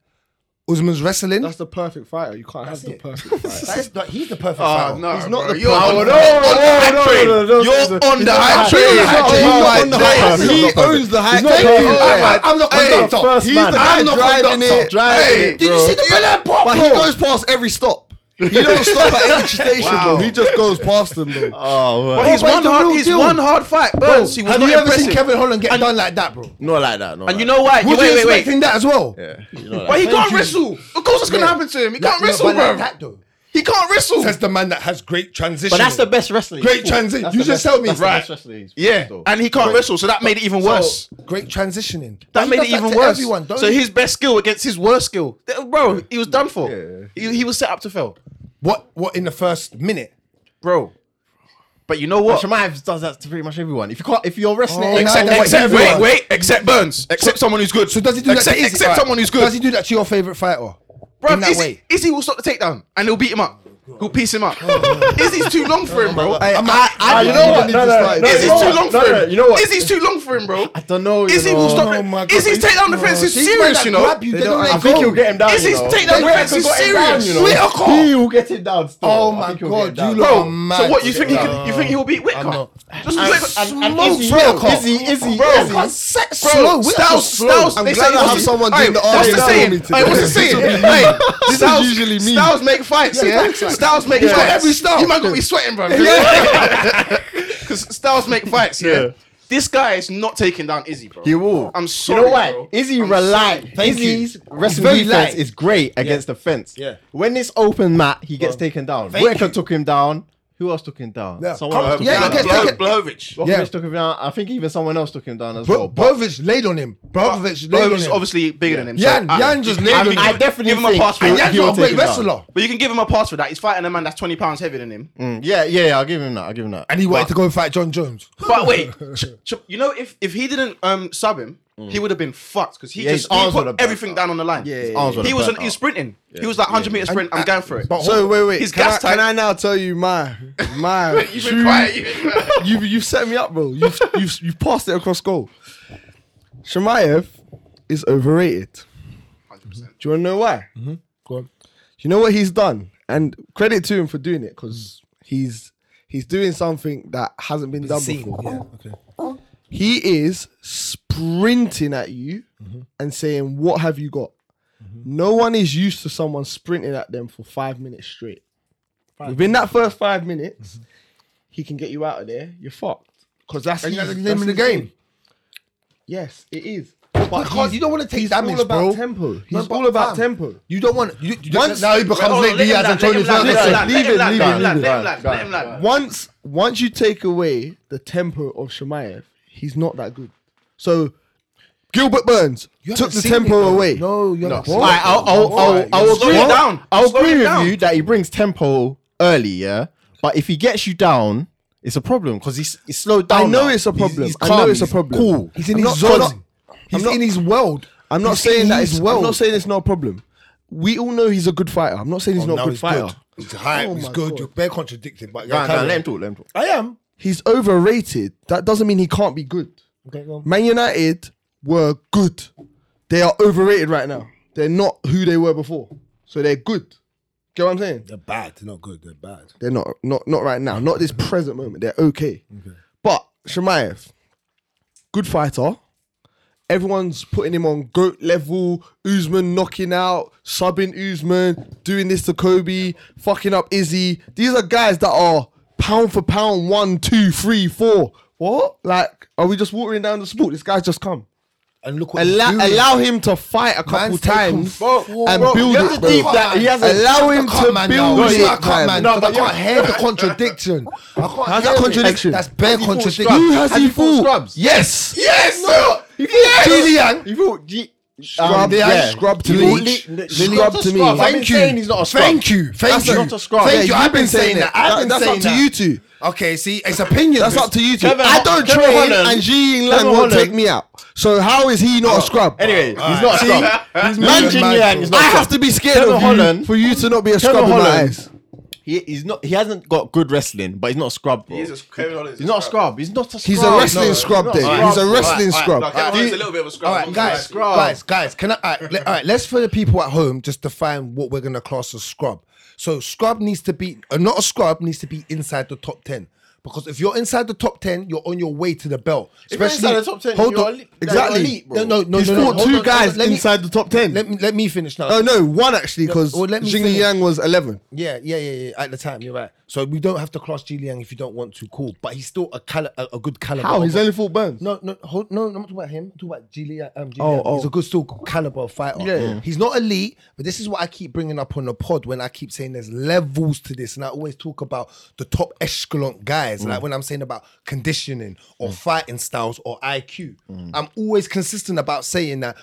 Speaker 4: Usman's wrestling.
Speaker 2: That's the perfect fighter. You can't have the
Speaker 4: it.
Speaker 2: perfect fighter.
Speaker 4: That's not, he's the perfect
Speaker 5: Oh
Speaker 4: fighter.
Speaker 5: no,
Speaker 2: He's not
Speaker 5: bro.
Speaker 2: the
Speaker 5: you're
Speaker 2: power-
Speaker 5: on,
Speaker 2: No,
Speaker 5: the- on
Speaker 2: no,
Speaker 5: the
Speaker 2: no,
Speaker 5: hype train.
Speaker 2: no, no, no,
Speaker 5: you're
Speaker 2: no.
Speaker 5: on the
Speaker 2: He's
Speaker 5: hype
Speaker 2: not
Speaker 5: train.
Speaker 2: the hype train.
Speaker 5: Oh my
Speaker 2: He's not the hype
Speaker 5: days.
Speaker 2: train. He owns the
Speaker 4: Thank
Speaker 2: hype train.
Speaker 4: you.
Speaker 2: He's
Speaker 4: I'm
Speaker 2: not-
Speaker 4: not- I'm not
Speaker 5: Hey,
Speaker 4: conductor.
Speaker 6: first
Speaker 4: He's
Speaker 6: man.
Speaker 4: the
Speaker 6: I'm
Speaker 4: guy
Speaker 2: not
Speaker 4: driving
Speaker 2: conductor.
Speaker 4: it.
Speaker 6: Driving
Speaker 4: Hey,
Speaker 6: it,
Speaker 4: Did you see the Bel Air pop?
Speaker 2: But he goes past every stop. He don't stop at every station, bro.
Speaker 5: Wow.
Speaker 2: He just goes past them, though.
Speaker 6: Oh, well.
Speaker 5: But he's
Speaker 4: but
Speaker 5: one
Speaker 4: the
Speaker 5: hard.
Speaker 4: real
Speaker 5: He's
Speaker 4: deal.
Speaker 5: one hard fight. Burns. He was
Speaker 4: Have
Speaker 5: not
Speaker 4: you ever seen
Speaker 5: impressive.
Speaker 4: Kevin Holland get done like that, bro?
Speaker 6: not like that. Not
Speaker 5: And you know why?
Speaker 4: Would
Speaker 5: wait,
Speaker 4: you
Speaker 5: wait, wait.
Speaker 4: expecting that as well?
Speaker 5: But he can't
Speaker 4: you.
Speaker 5: wrestle. Of course, it's gonna happen to him. He can't
Speaker 4: No,
Speaker 5: wrestle,
Speaker 4: but like
Speaker 5: bro.
Speaker 4: that though.
Speaker 5: He can't wrestle.
Speaker 4: Says the man that has great transition.
Speaker 6: But that's the best wrestling.
Speaker 4: Great transition. You just
Speaker 6: tell
Speaker 4: told me.
Speaker 5: Right.
Speaker 6: wrestling.
Speaker 5: Yeah, and he can't wrestle, so that made it even worse.
Speaker 4: Great transitioning.
Speaker 5: That made it even worse.
Speaker 4: Everyone, don't
Speaker 5: so
Speaker 4: you?
Speaker 5: his best skill against his worst skill, Th- bro. He was done for. He, he was set up to fail,
Speaker 4: what? What in the first minute?
Speaker 5: bro. But you know what?
Speaker 6: Shamayev does that to pretty much everyone. If you can't, if you're wrestling,
Speaker 4: Oh,
Speaker 5: Except,
Speaker 4: now that's
Speaker 5: except wait,
Speaker 4: everyone.
Speaker 5: wait, except Burns, except someone who's good.
Speaker 4: So does he do
Speaker 5: except,
Speaker 4: that? To Izzy?
Speaker 5: Except
Speaker 4: Alright.
Speaker 5: someone who's good.
Speaker 4: Does he do that to your favorite fighter?
Speaker 5: Bro,
Speaker 4: in that
Speaker 5: Izzy,
Speaker 4: way?
Speaker 5: Izzy will stop the takedown and he'll beat him up. He'll piece him up. Izzy's too long for him, bro.
Speaker 4: I'm not-
Speaker 2: Ah, you know what?
Speaker 4: Izzy's
Speaker 2: No, no,
Speaker 4: like-
Speaker 2: no,
Speaker 5: Izzy's
Speaker 2: you know
Speaker 5: too
Speaker 2: what?
Speaker 5: long
Speaker 2: No,
Speaker 5: for
Speaker 2: no,
Speaker 5: him.
Speaker 2: You know what?
Speaker 5: Izzy's too long for him, bro.
Speaker 6: I don't know. you
Speaker 5: Izzy
Speaker 6: know.
Speaker 5: will stop
Speaker 4: Oh
Speaker 5: it.
Speaker 4: my God.
Speaker 5: Izzy's takedown defense is
Speaker 4: These men
Speaker 5: serious,
Speaker 4: that
Speaker 5: you know.
Speaker 4: grab you, they don't let
Speaker 6: I think
Speaker 4: go.
Speaker 6: he'll get him down.
Speaker 5: Izzy's
Speaker 6: you know.
Speaker 5: takedown defense is serious.
Speaker 6: you know. He will get it down. Still.
Speaker 4: Oh
Speaker 6: I
Speaker 4: my
Speaker 6: think he'll get
Speaker 4: God,
Speaker 6: it down.
Speaker 4: you lot-
Speaker 5: Bro,
Speaker 4: Oh, man.
Speaker 5: so what you think? He can,
Speaker 4: No.
Speaker 5: you think he'll beat Whitcomb?
Speaker 4: not.
Speaker 5: Just
Speaker 6: And-
Speaker 5: Whitcomb.
Speaker 6: and- and
Speaker 5: smokes
Speaker 6: Izzy,
Speaker 5: Whitcomb.
Speaker 6: Izzy, Izzy,
Speaker 5: Bro,
Speaker 6: Izzy.
Speaker 5: Bro,
Speaker 4: Set slow.
Speaker 5: Bro,
Speaker 4: Whitlock's
Speaker 5: Styles,
Speaker 4: slow.
Speaker 5: Styles.
Speaker 2: I'm
Speaker 5: they
Speaker 2: glad
Speaker 5: say-
Speaker 2: I have
Speaker 5: what's the-
Speaker 2: someone
Speaker 5: Hey,
Speaker 2: doing the
Speaker 5: What's the
Speaker 2: arguing
Speaker 5: saying?
Speaker 2: with me
Speaker 5: Hey, what's the
Speaker 2: today.
Speaker 5: saying?
Speaker 2: This will be
Speaker 5: Hey,
Speaker 2: me. This is
Speaker 5: Styles-
Speaker 2: usually me.
Speaker 5: Styles make fights, yeah. Styles make fights.
Speaker 4: every style.
Speaker 5: You might gonna be sweating, bro. Because Styles make fights, yeah. This guy is not taking down Izzy, bro.
Speaker 6: He will.
Speaker 5: I'm sorry.
Speaker 6: You know what?
Speaker 5: bro.
Speaker 6: Izzy
Speaker 5: I'm
Speaker 6: relied.
Speaker 5: sorry.
Speaker 4: Thank you.
Speaker 6: Izzy's wrestling
Speaker 4: very
Speaker 6: defense
Speaker 4: light.
Speaker 6: is great against the fence.
Speaker 4: Yeah.
Speaker 6: When it's open mat, he gets taken down.
Speaker 4: Thank
Speaker 6: Whitaker
Speaker 4: you.
Speaker 6: took him down. Who else took him down?
Speaker 4: Yeah.
Speaker 6: Someone
Speaker 4: Come-
Speaker 6: else took
Speaker 4: yeah,
Speaker 6: him
Speaker 4: he
Speaker 6: down.
Speaker 4: gets taken-
Speaker 5: Blovich.
Speaker 6: Blohkovich
Speaker 4: Yeah.
Speaker 6: took him down. I think even someone else took him down as
Speaker 4: Bro,
Speaker 6: well. But
Speaker 4: Brovich laid on him. Brovich laid on
Speaker 5: Blovich
Speaker 4: him.
Speaker 5: obviously bigger than him.
Speaker 4: Jan-
Speaker 5: so I-
Speaker 4: Jan just
Speaker 5: I
Speaker 4: laid
Speaker 5: think
Speaker 4: on
Speaker 5: you
Speaker 4: him.
Speaker 5: can
Speaker 6: I definitely
Speaker 5: give him a
Speaker 6: think-
Speaker 5: pass. for
Speaker 6: I-
Speaker 5: that.
Speaker 4: and Jan's
Speaker 6: He'll
Speaker 4: not a
Speaker 6: take
Speaker 4: great
Speaker 6: him down.
Speaker 4: wrestler.
Speaker 5: But you can give him a pass for that. He's fighting a man that's 20 pounds heavier than him.
Speaker 6: Mm, yeah, yeah, yeah. I'll give him that. I'll give him that.
Speaker 4: And he wanted to go and fight John Jones.
Speaker 5: But wait, ch- ch- you know, if if he didn't um sub him, he would have been fucked because he
Speaker 6: Yeah,
Speaker 5: just
Speaker 6: his
Speaker 5: he
Speaker 6: arms would
Speaker 5: put
Speaker 6: have burnt
Speaker 5: everything down on the line.
Speaker 6: His arms would
Speaker 5: he
Speaker 6: have
Speaker 5: was
Speaker 6: burnt
Speaker 5: on, he was
Speaker 6: out.
Speaker 5: sprinting. He was like 100 meter sprint. I'm going for it.
Speaker 4: But
Speaker 2: So wait, wait.
Speaker 5: His
Speaker 2: can,
Speaker 5: gas
Speaker 2: I, can
Speaker 5: tank-
Speaker 2: I now tell you my my
Speaker 5: You've been
Speaker 2: true-
Speaker 5: quiet, you've been quiet.
Speaker 2: you've you've set me up, bro. You've you've you've passed it across goal. Shemaev is overrated. Do you want to know why?
Speaker 4: Mm-hmm. Go on.
Speaker 2: You know what he's done, and credit to him for doing it because he's he's doing something that hasn't been done
Speaker 4: Scene.
Speaker 2: before.
Speaker 4: Yeah, okay.
Speaker 2: He is sprinting at you and saying, "What have you got?" No one is used to someone sprinting at them for five minutes straight. Within that first five minutes, he can get you out of there. You're fucked. Because that's
Speaker 4: And that's
Speaker 2: his-
Speaker 4: the name
Speaker 2: that's
Speaker 4: of the
Speaker 2: his
Speaker 4: game.
Speaker 2: thing. Yes, it is.
Speaker 4: But
Speaker 2: he's-
Speaker 4: you don't want to take
Speaker 2: he's
Speaker 4: damage,
Speaker 2: all about
Speaker 4: bro.
Speaker 2: tempo. He's
Speaker 4: No, but
Speaker 2: all about
Speaker 4: fam,
Speaker 2: tempo.
Speaker 4: You don't want. You, you
Speaker 2: Once-
Speaker 4: now he becomes
Speaker 5: Hold on,
Speaker 4: Nate
Speaker 5: let him
Speaker 4: Diaz
Speaker 5: land,
Speaker 4: and
Speaker 5: let
Speaker 4: Tony
Speaker 5: him land, let
Speaker 4: Ferguson.
Speaker 5: him land, let him land,
Speaker 6: Leave it,
Speaker 5: let him land,
Speaker 6: leave it,
Speaker 5: let him
Speaker 6: leave it,
Speaker 5: land,
Speaker 6: leave it.
Speaker 5: let him land.
Speaker 2: once once you take away the tempo of Shemaev, he's not that good. So Gilbert Burns
Speaker 4: You
Speaker 2: took
Speaker 4: haven't
Speaker 2: the
Speaker 4: seen it,
Speaker 2: tempo
Speaker 4: though.
Speaker 2: away.
Speaker 4: No, you're not.
Speaker 6: All right, I'll, I'll, I'll, I'll
Speaker 5: Slow
Speaker 6: agree,
Speaker 5: it down.
Speaker 6: I'll
Speaker 5: Slow it
Speaker 6: agree with
Speaker 5: down.
Speaker 6: you that he brings tempo early, yeah. But if he gets you down, it's a problem because he's, he's slowed down.
Speaker 2: I know
Speaker 6: now.
Speaker 2: it's a
Speaker 6: He's-
Speaker 2: problem.
Speaker 6: he's
Speaker 2: I know
Speaker 6: calm,
Speaker 2: it's a problem.
Speaker 6: Cool.
Speaker 4: He's in
Speaker 2: I'm
Speaker 4: his
Speaker 2: not-
Speaker 4: zone.
Speaker 2: I'm not-
Speaker 4: He's
Speaker 2: I'm not-
Speaker 4: in his world.
Speaker 2: I'm not
Speaker 4: He's
Speaker 2: saying
Speaker 4: in
Speaker 2: that
Speaker 4: his
Speaker 2: it's I'm
Speaker 4: world.
Speaker 2: not saying it's not a problem. We all know he's a good fighter. I'm not saying he's
Speaker 4: Oh,
Speaker 2: not
Speaker 4: now
Speaker 2: a good fighter.
Speaker 4: He's hype.
Speaker 2: Oh
Speaker 4: he's
Speaker 2: my
Speaker 4: good.
Speaker 2: God.
Speaker 4: You're bare contradicting, but
Speaker 6: Nah, nah,
Speaker 4: carry
Speaker 6: let
Speaker 4: on.
Speaker 6: him talk. Let him talk.
Speaker 4: I am.
Speaker 2: He's overrated. That doesn't mean he can't be good.
Speaker 4: Okay, go on.
Speaker 2: Man United were good. They are overrated right now. They're not who they were before. So they're good. Get what I'm saying?
Speaker 4: They're bad. They're not good. They're bad.
Speaker 2: They're not not not right now. Not this present moment. They're okay. But Shemaev, good fighter. Everyone's putting him on goat level. Usman knocking out, subbing Usman, doing this to Kobe, fucking up Izzy. These are guys that are pound for pound, one, two, three, four. What? Like, are we just watering down the sport? This guy's just come.
Speaker 4: And look what
Speaker 2: Allow,
Speaker 4: he's doing.
Speaker 2: allow him to fight a couple
Speaker 4: Man's taken
Speaker 2: times
Speaker 4: four-
Speaker 2: and
Speaker 4: Bro,
Speaker 2: build
Speaker 4: you have
Speaker 2: it.
Speaker 4: to
Speaker 2: bro.
Speaker 4: deep that- he has a-
Speaker 2: allow him
Speaker 4: I can't,
Speaker 2: to
Speaker 4: man,
Speaker 2: build
Speaker 4: now.
Speaker 2: it.
Speaker 4: I can't, man.
Speaker 2: man.
Speaker 4: No, but I can't hear the contradiction. I can't
Speaker 2: How's
Speaker 4: hear
Speaker 2: that
Speaker 4: it.
Speaker 2: contradiction?
Speaker 4: That's bare contradiction.
Speaker 2: Who has, he
Speaker 6: fought
Speaker 2: fought?
Speaker 6: Scrubs?
Speaker 2: Yes.
Speaker 4: Yes, no. Yes. Gillian.
Speaker 6: You thought G-
Speaker 2: Scrub,
Speaker 4: they
Speaker 2: yeah.
Speaker 4: are scrub to
Speaker 2: You
Speaker 4: me.
Speaker 2: all li- Scrub
Speaker 6: not a
Speaker 2: to me.
Speaker 6: scrub. I've
Speaker 4: Thank
Speaker 6: been
Speaker 4: you.
Speaker 6: saying he's not a scrub.
Speaker 4: Thank you. Thank
Speaker 6: That's
Speaker 4: you.
Speaker 6: not a scrub.
Speaker 4: Thank
Speaker 6: Yeah,
Speaker 4: you. I've been saying that. I've been
Speaker 2: That's
Speaker 4: saying
Speaker 2: up to
Speaker 4: that.
Speaker 2: you two.
Speaker 4: Okay, see, it's opinion.
Speaker 2: That's up to you two.
Speaker 6: Kevin
Speaker 2: I
Speaker 6: Ho-
Speaker 2: don't
Speaker 6: Kevin
Speaker 2: train,
Speaker 6: Holland-
Speaker 2: and Xi Ying
Speaker 6: Kevin
Speaker 2: Lang will
Speaker 6: Holland-
Speaker 2: take me out. So how is he not a scrub?
Speaker 6: Anyway, he's not a
Speaker 4: See?
Speaker 6: scrub.
Speaker 4: He's
Speaker 6: Man,
Speaker 4: moving
Speaker 6: Jin
Speaker 4: mad,
Speaker 6: Yang
Speaker 4: bro.
Speaker 6: is
Speaker 2: I
Speaker 6: not a
Speaker 2: have
Speaker 6: scrub.
Speaker 2: to be scared
Speaker 6: Kevin
Speaker 2: of
Speaker 6: Holland-
Speaker 2: you for you to not be a scrub in my
Speaker 6: Holland-
Speaker 2: eyes.
Speaker 6: He he's not. He hasn't got good wrestling, but he's not a scrub, bro.
Speaker 5: He's a Kevin Owens. is
Speaker 6: He's not a scrub. He's not a scrub.
Speaker 2: He's a wrestling scrub,
Speaker 6: not
Speaker 2: Dave.
Speaker 6: a
Speaker 2: He's a
Speaker 6: scrub.
Speaker 2: wrestling
Speaker 5: Alright,
Speaker 2: scrub.
Speaker 5: alright, no, Kevin Owens is a little bit of a scrub.
Speaker 4: All
Speaker 5: I'm
Speaker 4: right,
Speaker 5: sorry.
Speaker 4: guys, guys, guys. Can I? All right, let, all right, let's for the people at home just define what we're gonna class as scrub. So scrub needs to be uh, not a scrub needs to be inside the top ten because if you're inside the top ten, you're on your way to the belt.
Speaker 5: you're inside the top 10,
Speaker 4: hold
Speaker 5: you're
Speaker 4: on,
Speaker 5: elite- you're
Speaker 4: exactly.
Speaker 5: elite, bro.
Speaker 4: No, no, no,
Speaker 2: He's
Speaker 4: no, no,
Speaker 2: fought
Speaker 4: hold
Speaker 2: two
Speaker 4: on,
Speaker 2: guys
Speaker 4: let me-
Speaker 2: inside the top ten.
Speaker 4: Let me let me finish now.
Speaker 2: oh no, one actually, because
Speaker 4: Yeah, well, let me
Speaker 2: Jing
Speaker 4: finish.
Speaker 2: Yang was eleven.
Speaker 4: Yeah, yeah, yeah, yeah. At the time, you're right. So we don't have to class Liang if you don't want to. Cool, but he's still a cali- a, a good caliber.
Speaker 2: How?
Speaker 4: of
Speaker 2: He's
Speaker 4: a-
Speaker 2: only fought Burns.
Speaker 4: No, no, hold, no, I'm not talking about him. I'm talking about Gillian. Um, Gillian.
Speaker 2: Oh, oh.
Speaker 4: He's a good, still caliber fighter. Mm.
Speaker 2: Yeah, yeah.
Speaker 4: He's not elite, but this is what I keep bringing up on the pod when I keep saying there's levels to this. And I always talk about the top echelon guys,
Speaker 2: Mm.
Speaker 4: like when I'm saying about conditioning or fighting styles or IQ.
Speaker 2: Mm.
Speaker 4: I'm always consistent about saying that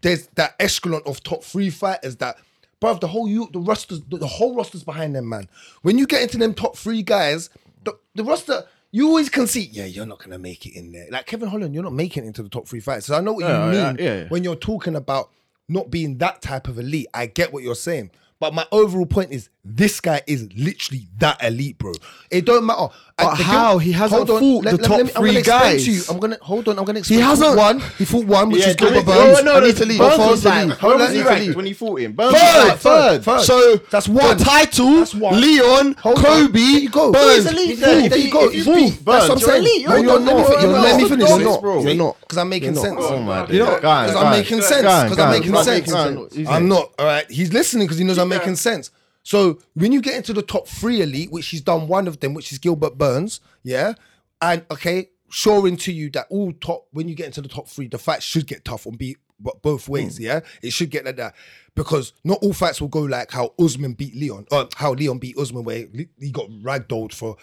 Speaker 4: there's that echelon of top three fighters that. Bruv, the whole you, the rosters, the, the whole roster's behind them, man. When you get into them top three guys, the, the roster, you always can see, yeah, you're not gonna make it in there. Like Kevin Holland, you're not making it into the top three fights. So I know what
Speaker 6: Yeah,
Speaker 4: you mean
Speaker 6: yeah, yeah.
Speaker 4: when you're talking about not being that type of elite. I get what you're saying. But my overall point is this guy is literally that elite, bro. It don't matter.
Speaker 2: But
Speaker 4: I- the
Speaker 2: how?
Speaker 4: guilt-
Speaker 2: He hasn't fought the top
Speaker 4: I'm gonna
Speaker 2: three
Speaker 4: explain
Speaker 2: guys.
Speaker 4: To you. I'm gonna hold on. I'm gonna explain.
Speaker 2: hasn't-
Speaker 4: one. He fought one, which
Speaker 6: Yeah,
Speaker 4: is Gilbert
Speaker 6: Gilbert
Speaker 4: Burns.
Speaker 6: Burns. No,
Speaker 2: I
Speaker 6: no,
Speaker 2: need to leave.
Speaker 6: Burns
Speaker 2: I need
Speaker 6: was
Speaker 2: to
Speaker 6: like-
Speaker 2: leave.
Speaker 6: How
Speaker 2: I
Speaker 6: was
Speaker 2: need
Speaker 6: he
Speaker 2: to
Speaker 6: ranked
Speaker 2: leave.
Speaker 6: when he fought him? Burns was
Speaker 2: Third,
Speaker 6: like-
Speaker 2: third,
Speaker 4: third.
Speaker 2: So
Speaker 4: That's
Speaker 2: that's
Speaker 4: one.
Speaker 2: one title.
Speaker 4: That's one.
Speaker 2: Leon,
Speaker 4: Hold on.
Speaker 2: Kobe,
Speaker 4: There you go.
Speaker 2: Burns.
Speaker 4: He's elite.
Speaker 2: Fourth.
Speaker 4: There you go.
Speaker 2: Fourth.
Speaker 4: If you beat Burns,
Speaker 2: That's what I'm
Speaker 4: you're
Speaker 2: saying.
Speaker 4: elite.
Speaker 2: No,
Speaker 4: You're
Speaker 2: you're
Speaker 4: not.
Speaker 2: not.
Speaker 4: You're
Speaker 2: You're
Speaker 4: not.
Speaker 2: Let me
Speaker 4: You're
Speaker 2: finish.
Speaker 4: not.
Speaker 2: You're not.
Speaker 6: Bro.
Speaker 2: You're not.
Speaker 4: because I'm making
Speaker 2: You're not.
Speaker 4: sense.
Speaker 5: Oh my
Speaker 6: Because
Speaker 5: days.
Speaker 2: I'm
Speaker 5: Guys,
Speaker 4: Because I'm
Speaker 5: guys.
Speaker 4: making sense.
Speaker 6: Guys,
Speaker 4: Because I'm
Speaker 6: guys,
Speaker 4: making
Speaker 6: not
Speaker 4: sense.
Speaker 6: making sense. Easy.
Speaker 4: I'm not. All right. He's listening because he knows I'm making sense. So when you get into the top three elite, which he's done one of them, which is Gilbert Burns, yeah, and okay, shoring to you that all top when you get into the top three, the fight should get tough on be but both ways, yeah, it should get like that because not all fights will go like how Usman beat Leon, or how Leon beat Usman, where he- he got ragdolled for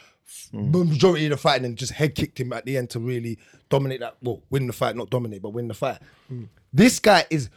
Speaker 4: majority of the fight and then just head kicked him at the end to really dominate that. Well, win the fight, not dominate, but win the fight.
Speaker 2: Hmm.
Speaker 4: This guy is.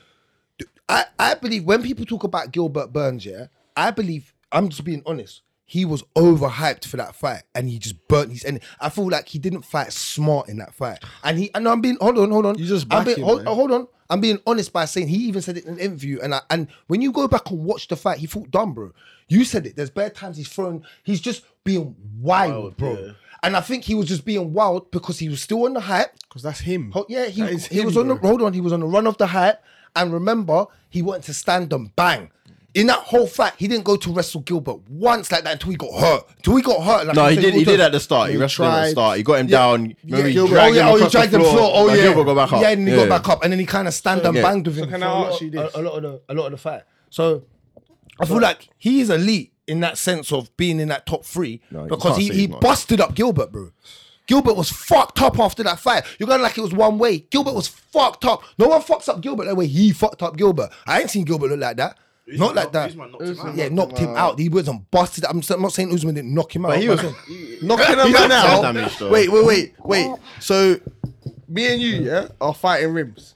Speaker 4: I, I believe when people talk about Gilbert Burns, yeah, I believe I'm just being honest. He was overhyped for that fight, and he just burnt his. And I feel like he didn't fight smart in that fight. And he, and I'm being hold on, hold on.
Speaker 2: You just
Speaker 4: I'm
Speaker 2: back
Speaker 4: being,
Speaker 2: him,
Speaker 4: hold,
Speaker 2: man.
Speaker 4: hold on. I'm being honest by saying he even said it in an interview. And I, and when you go back and watch the fight, he fought dumb, bro. You said it. There's bare times he's thrown. He's just being wild, bro. And I think he was just being wild because he was still on the hype.
Speaker 2: Because that's him.
Speaker 4: Ho- yeah, he,
Speaker 2: That is
Speaker 4: he
Speaker 2: him,
Speaker 4: was on the
Speaker 2: bro.
Speaker 4: hold on, he was on the run of the hype. And remember, he wanted to stand and bang. In that whole fight, he didn't go to wrestle Gilbert once like that until he got hurt. Until he got hurt. Like
Speaker 6: No,
Speaker 4: I
Speaker 6: he
Speaker 4: said,
Speaker 6: did. He
Speaker 4: all
Speaker 6: did
Speaker 4: the-
Speaker 6: at the start. He
Speaker 2: He
Speaker 6: wrestled him at the
Speaker 2: tried-
Speaker 6: start. He got him
Speaker 4: Yeah.
Speaker 6: down. Remember, he
Speaker 4: oh,
Speaker 6: dragged him
Speaker 4: yeah, oh, he
Speaker 6: across the
Speaker 4: dragged him floor. Oh,
Speaker 6: Like,
Speaker 4: yeah.
Speaker 6: Gilbert got back up.
Speaker 4: Yeah, and he
Speaker 6: Yeah.
Speaker 4: got back up. And then he kind of stand and
Speaker 6: Yeah.
Speaker 4: banged with him.
Speaker 5: can
Speaker 4: for
Speaker 5: I
Speaker 4: a lot
Speaker 5: ask you
Speaker 4: of- a-
Speaker 5: this?
Speaker 4: A, lot of the, a lot of the fight. So I feel like he is elite in that sense of being in that top three
Speaker 6: you
Speaker 4: because
Speaker 6: can't
Speaker 4: he,
Speaker 6: say
Speaker 4: he
Speaker 6: he's not.
Speaker 4: busted up Gilbert, bro. Gilbert was fucked up after that fight. You're going like it was one way. Gilbert was fucked up. No one fucks up Gilbert the way he fucked up Gilbert. I ain't seen Gilbert look like that. not like that.
Speaker 5: Usman knocked him out.
Speaker 4: yeah, knocked him out. He wasn't busted. I'm, s- I'm not saying Usman didn't knock him out.
Speaker 6: he
Speaker 4: but
Speaker 6: was-
Speaker 4: I'm saying-
Speaker 2: knocking him
Speaker 6: had some
Speaker 2: out.
Speaker 6: damage, though.
Speaker 2: Wait, wait, wait, wait. So, me and you, yeah, are fighting rims.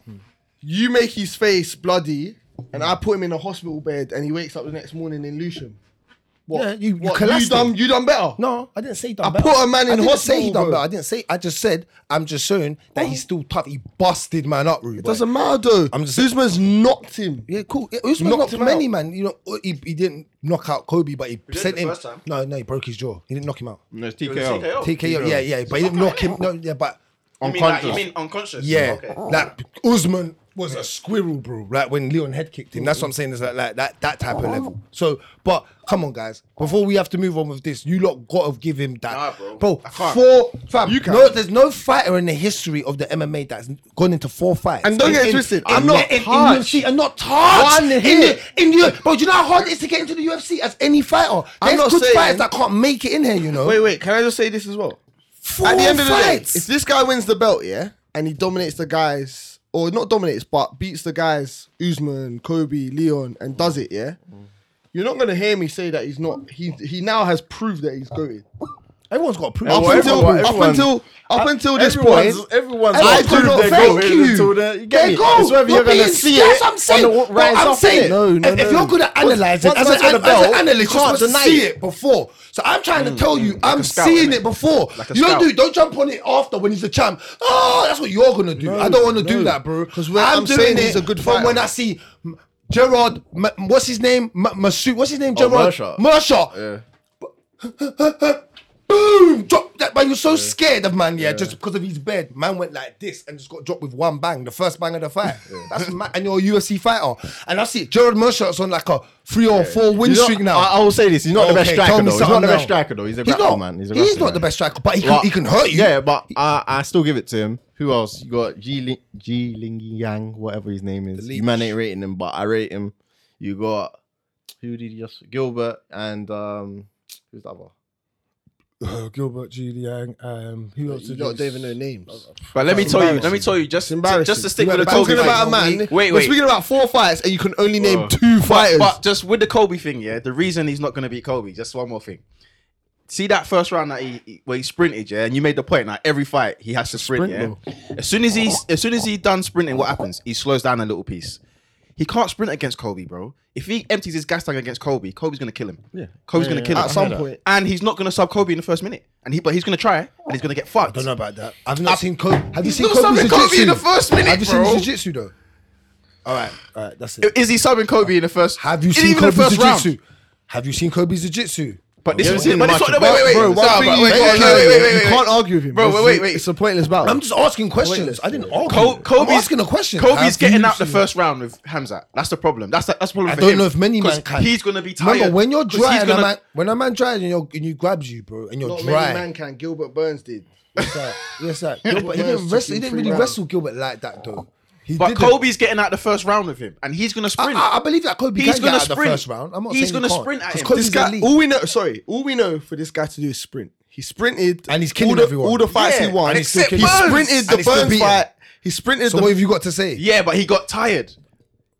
Speaker 2: You make his face bloody, and I put him in a hospital bed, and he wakes up the next morning in Lucian. What?
Speaker 4: Yeah, you- you
Speaker 2: what,
Speaker 4: collapsed him.
Speaker 2: done, you done better.
Speaker 4: No, I didn't say he done
Speaker 2: I
Speaker 4: better.
Speaker 2: put a man in
Speaker 4: I didn't say
Speaker 2: hospital,
Speaker 4: he done
Speaker 2: bro.
Speaker 4: better. I didn't say. I just said I'm just showing that he's still tough. He busted man up, Rude.
Speaker 2: It doesn't matter though.
Speaker 4: I'm
Speaker 2: I'm
Speaker 4: just-
Speaker 2: just Usman's knocked him.
Speaker 4: Yeah, cool. Yeah, Usman knocked,
Speaker 2: Knocked him
Speaker 4: many
Speaker 2: out.
Speaker 4: man. You know, oh, he, he didn't knock out Kobe, but he,
Speaker 5: did
Speaker 4: sent
Speaker 5: the
Speaker 4: him.
Speaker 5: first time.
Speaker 4: No, no, he broke his jaw. He didn't knock him out.
Speaker 6: No, it's
Speaker 5: It was a
Speaker 6: TKO.
Speaker 4: TKO. Yeah, yeah, but he didn't knock him. No, yeah, but
Speaker 2: Oh.
Speaker 5: You mean, like, you
Speaker 6: Unconscious.
Speaker 5: mean unconscious?
Speaker 4: yeah,
Speaker 5: Okay.
Speaker 4: like Usman was a squirrel, bro. Like when Leon head kicked him. That's what I'm saying. Is like, like that that type of
Speaker 2: Oh.
Speaker 4: level. So, but come on, guys. Before we have to move on with this, you lot got to give him that,
Speaker 5: Nah, bro. I can't.
Speaker 4: four fam.
Speaker 2: You
Speaker 4: No,
Speaker 2: can.
Speaker 4: there's no fighter in the history of the MMA that's gone into four fights.
Speaker 2: And don't
Speaker 4: In-
Speaker 2: get
Speaker 4: in-
Speaker 2: twisted,
Speaker 4: in-
Speaker 2: I'm not
Speaker 4: in, in
Speaker 2: touched.
Speaker 4: UFC, I'm not touched.
Speaker 2: One
Speaker 4: in
Speaker 2: hit.
Speaker 4: the, in the, bro, do you know how hard it is to get into the UFC as any fighter? There's
Speaker 2: I'm not
Speaker 4: good
Speaker 2: saying-
Speaker 4: fighters that can't make it in here. You know,
Speaker 2: Wait, wait. Can I just say this as well?
Speaker 4: four
Speaker 2: At the end of the day,
Speaker 4: fights.
Speaker 2: if this guy wins the belt, yeah, and he dominates the guys, or not dominates, but beats the guys, Usman, Kobe, Leon, and does it, yeah, you're not gonna hear me say that he's not. He he now has proved that he's going.
Speaker 4: Everyone's got a proof.
Speaker 2: Up
Speaker 6: well,
Speaker 2: until
Speaker 6: everyone-
Speaker 2: up
Speaker 6: everyone- uh,
Speaker 2: until up until this point,
Speaker 6: everyone's- everyone's
Speaker 2: I
Speaker 6: got
Speaker 2: do
Speaker 6: proof
Speaker 2: not
Speaker 6: they
Speaker 2: thank
Speaker 6: go in
Speaker 2: you.
Speaker 6: until the- you get
Speaker 2: They
Speaker 6: me?
Speaker 2: go.
Speaker 6: It's whether
Speaker 2: You're
Speaker 6: you're gonna
Speaker 2: being
Speaker 6: see
Speaker 2: scared.
Speaker 4: That's what I'm saying.
Speaker 6: on the
Speaker 4: But
Speaker 6: rise
Speaker 4: I'm
Speaker 6: up,
Speaker 4: saying,
Speaker 6: innit? No, no,
Speaker 4: if, if
Speaker 6: no.
Speaker 4: you're good at analyzing,
Speaker 6: once
Speaker 4: as,
Speaker 6: man's
Speaker 4: an,
Speaker 6: got
Speaker 4: an,
Speaker 6: the
Speaker 4: as an
Speaker 6: belt,
Speaker 4: analyst,
Speaker 6: you
Speaker 4: you're supposed
Speaker 6: can't
Speaker 4: to
Speaker 6: deny
Speaker 4: see
Speaker 6: it.
Speaker 4: it before. So I'm trying to tell you, I'm
Speaker 5: a scout,
Speaker 4: seeing
Speaker 5: innit?
Speaker 4: it before.
Speaker 5: Like a
Speaker 4: you don't
Speaker 5: scout.
Speaker 4: do, don't jump on it after when he's a champ. Oh, that's what you're gonna do. I don't want to do that, bro.
Speaker 2: 'Cause we're- I'm saying he's a good
Speaker 4: from
Speaker 2: fighter.
Speaker 4: when I see. M- Gerard, M- what's his name? M- Masu- what's his name?
Speaker 6: Oh,
Speaker 4: Gerard
Speaker 6: Mershaw.
Speaker 4: Mershaw.
Speaker 6: Yeah.
Speaker 4: But boom, drop that. But he was so scared of man, yeah, just because of his bed. Man went like this and just got dropped with one bang, the first bang of the fight. That's mad. And you're a UFC fighter. And that's it. Gerald Mershot's on like a three or four win
Speaker 6: He's not-
Speaker 4: streak now.
Speaker 6: I, I will say this: he's not the best
Speaker 4: Okay, tell
Speaker 6: striker.
Speaker 4: me
Speaker 6: Though. He's
Speaker 4: something
Speaker 6: not the best
Speaker 4: now.
Speaker 6: striker though. He's a
Speaker 4: He's
Speaker 6: grappler,
Speaker 4: not,
Speaker 6: man.
Speaker 4: He's,
Speaker 6: a grappler,
Speaker 4: not the
Speaker 6: man.
Speaker 4: best striker, but he can,
Speaker 6: But-
Speaker 4: he can hurt you.
Speaker 6: Yeah, but I, I still give it to him. Who else? You got Ji Ling, Ji Ling Yang, whatever his name is. You man ain't rating him, but I rate him. You got who did you just Gilbert and um who's the other?
Speaker 4: Uh, Gilbert, G. Liang, um, who else?
Speaker 2: You
Speaker 4: did
Speaker 2: don't
Speaker 4: this?
Speaker 2: even know names.
Speaker 5: But let me tell you, let me tell you, just
Speaker 3: embarrassing.
Speaker 5: just to stick
Speaker 4: You
Speaker 5: with the
Speaker 4: had a
Speaker 5: Kobe
Speaker 3: Talking
Speaker 4: bad
Speaker 5: thing.
Speaker 4: fight.
Speaker 3: about a man.
Speaker 5: Wait,
Speaker 3: We're
Speaker 5: wait.
Speaker 3: speaking about four fights, and you can only name
Speaker 5: Uh,
Speaker 3: two fighters.
Speaker 5: But just with the Kobe thing, yeah, the reason he's not going to beat Kobe, just one more thing. See that first round that he, he- where he sprinted, yeah, and you made the point. Like every fight, he has to sprint. yeah, as soon as he's as soon as he done sprinting, what happens? He slows down a little piece. He can't sprint against Kobe, bro. If he empties his gas tank against Kobe, Kobe's gonna kill him. Yeah, Kobe's gonna kill him
Speaker 2: At some point.
Speaker 5: and he's not gonna sub Kobe in the first minute. And he, but he's gonna try, and he's gonna get fucked.
Speaker 4: I don't know about that. I've not seen Kobe. Have you
Speaker 5: He's
Speaker 4: seen
Speaker 5: not
Speaker 4: Kobe's
Speaker 5: stopping
Speaker 4: jiu-jitsu?
Speaker 5: Kobe in the first minute,
Speaker 4: Have you
Speaker 5: bro.
Speaker 4: seen his jiu-jitsu though? All right, all right, that's it.
Speaker 5: Is he subbing Kobe in the first?
Speaker 4: Have you
Speaker 5: in
Speaker 4: seen
Speaker 5: even the
Speaker 4: Kobe's
Speaker 5: first round?
Speaker 4: jiu-jitsu? Have you seen Kobe's jiu-jitsu?
Speaker 5: But this
Speaker 6: You
Speaker 5: was
Speaker 6: haven't
Speaker 5: it. But
Speaker 6: seen
Speaker 5: it's not.
Speaker 6: much
Speaker 5: Wait, wait, wait.
Speaker 2: Bro, one
Speaker 5: Stop,
Speaker 2: thing
Speaker 5: but
Speaker 2: you
Speaker 5: wait,
Speaker 2: can't argue
Speaker 5: wait, wait,
Speaker 2: with
Speaker 5: wait,
Speaker 2: him.
Speaker 5: wait,
Speaker 2: You
Speaker 5: wait.
Speaker 2: can't argue with him.
Speaker 5: Bro,
Speaker 2: It's-
Speaker 5: wait, wait, wait.
Speaker 2: It's a pointless battle.
Speaker 4: I'm just asking questions.
Speaker 2: Pointless,
Speaker 4: I didn't
Speaker 2: yeah.
Speaker 4: argue.
Speaker 5: Col- Kobe's
Speaker 4: I'm asking a question.
Speaker 5: Kobe's
Speaker 4: Have
Speaker 5: getting
Speaker 4: you
Speaker 5: out the
Speaker 4: seen-
Speaker 5: first round with Hamza. That's the problem. That's the, that's the problem.
Speaker 4: I
Speaker 5: for
Speaker 4: don't
Speaker 5: him.
Speaker 4: know if many
Speaker 5: 'Cause
Speaker 4: man can.
Speaker 5: He's gonna be tired.
Speaker 4: Remember when you're
Speaker 5: 'Cause
Speaker 4: dry
Speaker 5: he's
Speaker 4: and
Speaker 5: gonna-
Speaker 4: a man, when a man dries and, you're, and you grabs you, bro, and you're
Speaker 2: Not
Speaker 4: dry.
Speaker 2: many man can. Gilbert Burns did.
Speaker 4: Yes, sir. Yes, sir. Gilbert, he
Speaker 2: Burns
Speaker 4: didn't
Speaker 2: took
Speaker 4: wrestle. He
Speaker 2: him
Speaker 4: didn't
Speaker 2: three
Speaker 4: really
Speaker 2: rounds.
Speaker 4: wrestle Gilbert like that though. He
Speaker 5: But
Speaker 4: didn't.
Speaker 5: Kobe's getting out the first round with him, and he's gonna sprint.
Speaker 4: I, I believe that Kobe
Speaker 5: He's
Speaker 4: can
Speaker 5: gonna
Speaker 4: get out of the
Speaker 5: sprint.
Speaker 4: first round. I'm not
Speaker 5: He's
Speaker 4: saying
Speaker 5: gonna
Speaker 4: he can't.
Speaker 5: sprint at
Speaker 4: 'Cause
Speaker 5: him.
Speaker 4: Kobe's
Speaker 3: this guy,
Speaker 4: elite.
Speaker 3: all we know, sorry, all we know for this guy to do is sprint. He sprinted,
Speaker 4: And he's killing
Speaker 3: all the,
Speaker 4: everyone.
Speaker 3: All the fights
Speaker 5: Yeah,
Speaker 3: he won,
Speaker 5: and
Speaker 3: he
Speaker 5: he's still
Speaker 3: sprinted
Speaker 5: killing everyone.
Speaker 4: And
Speaker 3: the
Speaker 4: he's still
Speaker 3: Burns
Speaker 4: beating.
Speaker 3: fight. He sprinted
Speaker 4: So
Speaker 3: the
Speaker 4: what have you got to say?
Speaker 5: yeah, but he got tired.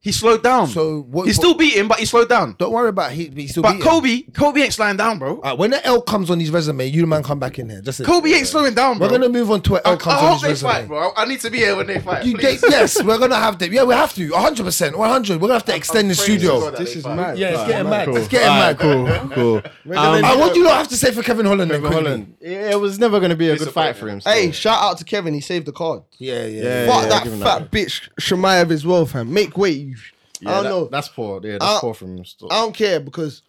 Speaker 5: He slowed down.
Speaker 4: So what-
Speaker 5: He still beat him, but he slowed down.
Speaker 4: Don't worry about he. He still.
Speaker 5: But
Speaker 4: beat him.
Speaker 5: Kobe, Kobe ain't slowing down, bro.
Speaker 4: Alright, when the L comes on his resume, you man come back in here. Just
Speaker 5: Kobe ain't slowing down, bro.
Speaker 4: We're gonna move on to an
Speaker 5: I,
Speaker 4: L
Speaker 5: I
Speaker 4: comes on
Speaker 5: hope
Speaker 4: his
Speaker 5: they
Speaker 4: resume.
Speaker 5: fight, bro. I I need to be here when they fight.
Speaker 4: You
Speaker 5: please.
Speaker 4: get, yes, we're gonna have them. Yeah, we have to. 100, percent 100. We're gonna have to extend the
Speaker 5: praying to
Speaker 4: studio.
Speaker 5: God that This they is fight.
Speaker 2: mad.
Speaker 4: Yeah, it's getting mad. It's
Speaker 6: All
Speaker 4: getting
Speaker 6: right,
Speaker 4: mad.
Speaker 6: cool, cool.
Speaker 4: Um,
Speaker 6: Um,
Speaker 4: uh, what do you not have to say for Kevin Holland? Kevin
Speaker 6: Holland. It it was never going to be a good fight for him.
Speaker 2: Hey, shout out to Kevin. He saved the card.
Speaker 4: Yeah, yeah.
Speaker 6: Yeah,
Speaker 4: Fuck.
Speaker 2: Fuck
Speaker 6: yeah,
Speaker 2: that
Speaker 6: give him
Speaker 2: fat bitch Shemaev as well, fam. Make way. You. I don't know.
Speaker 6: That's poor. Yeah, that's
Speaker 2: I-
Speaker 6: poor from him. Still.
Speaker 2: I don't care because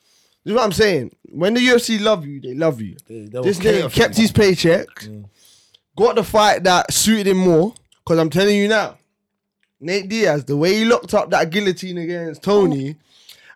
Speaker 2: this is what I'm saying. When the UFC love you, they love you.
Speaker 4: they
Speaker 2: this
Speaker 4: will cater
Speaker 2: nigga
Speaker 4: for
Speaker 2: kept
Speaker 4: you.
Speaker 2: his paycheck, got the fight that suited him more. Because I'm telling you now, Nate Diaz, the way he locked up that guillotine against Tony,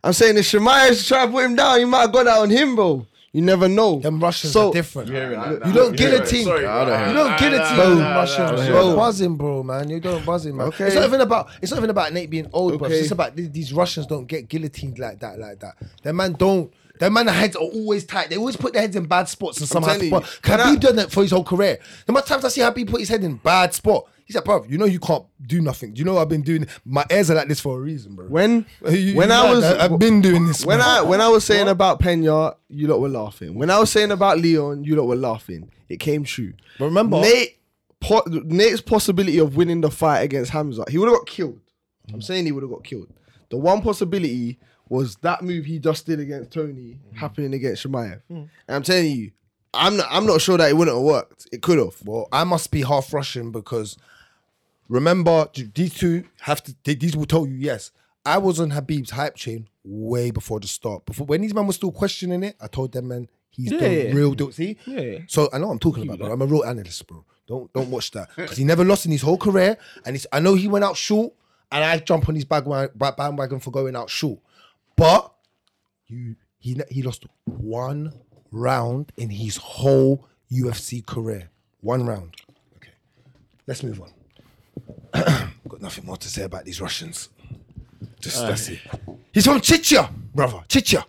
Speaker 2: I'm saying if Shemaev's trying to put him down, he might have got that on him, bro. You never know.
Speaker 4: Them Russians
Speaker 2: So-
Speaker 4: are different.
Speaker 5: Nah,
Speaker 4: You
Speaker 5: nah,
Speaker 4: don't
Speaker 5: sorry,
Speaker 4: guillotine.
Speaker 5: sorry, bro.
Speaker 6: don't hear
Speaker 4: You don't guillotine
Speaker 2: nah,
Speaker 4: them
Speaker 2: nah,
Speaker 4: Russians.
Speaker 6: nah,
Speaker 4: You're
Speaker 2: nah.
Speaker 4: buzzing, bro, man. You don't buzzing, man.
Speaker 2: Okay.
Speaker 4: It's not even about. It's not even about Nate being old, bro. It's
Speaker 2: Okay.
Speaker 4: just about th- these Russians don't get guillotined like that, like that. Their man don't. Their man heads are always tight. They always put their heads in bad spots and somehow.
Speaker 2: telling
Speaker 4: But
Speaker 2: you, can I-
Speaker 4: Khabib done that for his whole career. The amount of times I see Khabib put his head in bad spot. He's like, bro, you know you can't do nothing. You know I've been doing. My ears are like this for a reason, bro.
Speaker 2: When
Speaker 4: You- you
Speaker 2: when I
Speaker 4: mad?
Speaker 2: was
Speaker 4: I've been doing this.
Speaker 2: When
Speaker 4: man.
Speaker 2: I when I was saying about Pena, you lot were laughing. When I was saying about Leon, you lot were laughing. It came true.
Speaker 4: But remember-
Speaker 2: Nate, po- Nate's possibility of winning the fight against Hamza, he would have got killed. I'm saying he would have got killed. The one possibility was that move he just did against Tony happening against Shemaev. And I'm telling you, I'm not I'm not sure that it wouldn't have worked. It could have.
Speaker 4: Well, I must be half Russian because remember th- these two have to. They, these will tell you yes. I was on Habib's hype chain way before the start. Before when these men were still questioning it, I told them, man, he's the
Speaker 2: yeah.
Speaker 4: real deal. See,
Speaker 2: Yeah.
Speaker 4: So I know what I'm talking about, bro. I'm a real analyst, bro. Don't don't watch that because he never lost in his whole career, and it's, I know he went out short, and I jump on his bagwa- ba- bandwagon for going out short, but you he ne- he lost one round in his whole UFC career. One round. Okay, let's move on. Got nothing more to say about these Russians. Just that's it. He's from Chicha, brother. Chicha.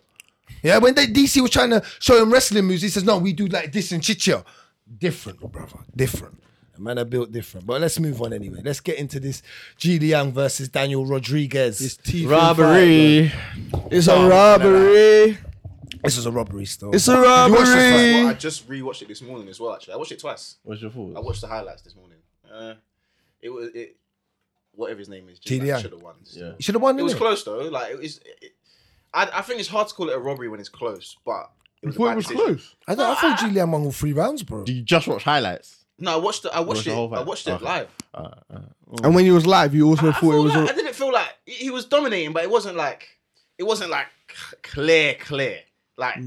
Speaker 4: Yeah, when they, DC was trying to show him wrestling moves, he says, "No, we do like this in Chicha." Different, brother. Different. The man are built different. But let's move on anyway. Let's get into this G Liang versus Daniel Rodriguez. This,
Speaker 2: Teeth in fight,
Speaker 6: Robbery.
Speaker 2: bro. It's a robbery.
Speaker 4: is a robbery still.
Speaker 2: It's a
Speaker 5: I watched this fight. Well, I
Speaker 2: robbery.
Speaker 5: just rewatched it this morning as well. Actually, I watched it twice.
Speaker 6: What's your
Speaker 5: I
Speaker 6: thoughts?
Speaker 5: watched the highlights this morning. Uh, it was it, whatever his name is.
Speaker 4: TDI.
Speaker 5: should have won.
Speaker 6: Yeah.
Speaker 4: you should have won.
Speaker 5: It was
Speaker 4: innit?
Speaker 5: close though. Like it was. It, I, I think it's hard to call it a robbery when it's close, but it was, a
Speaker 3: thought
Speaker 5: bad
Speaker 3: it was
Speaker 5: decision.
Speaker 3: close.
Speaker 4: I, thought I thought G Liang won all three rounds, bro.
Speaker 6: Do you just watch highlights?
Speaker 5: No, I watched it. I watched
Speaker 6: watched the
Speaker 5: it.
Speaker 6: whole fight?
Speaker 5: I watched it
Speaker 6: Okay.
Speaker 5: live.
Speaker 2: And when he was live, you also
Speaker 5: I, I
Speaker 2: thought it
Speaker 5: feel
Speaker 2: was.
Speaker 5: like-
Speaker 2: a-
Speaker 5: I didn't feel like he he was dominating, but it wasn't like it wasn't like c- clear, clear. Like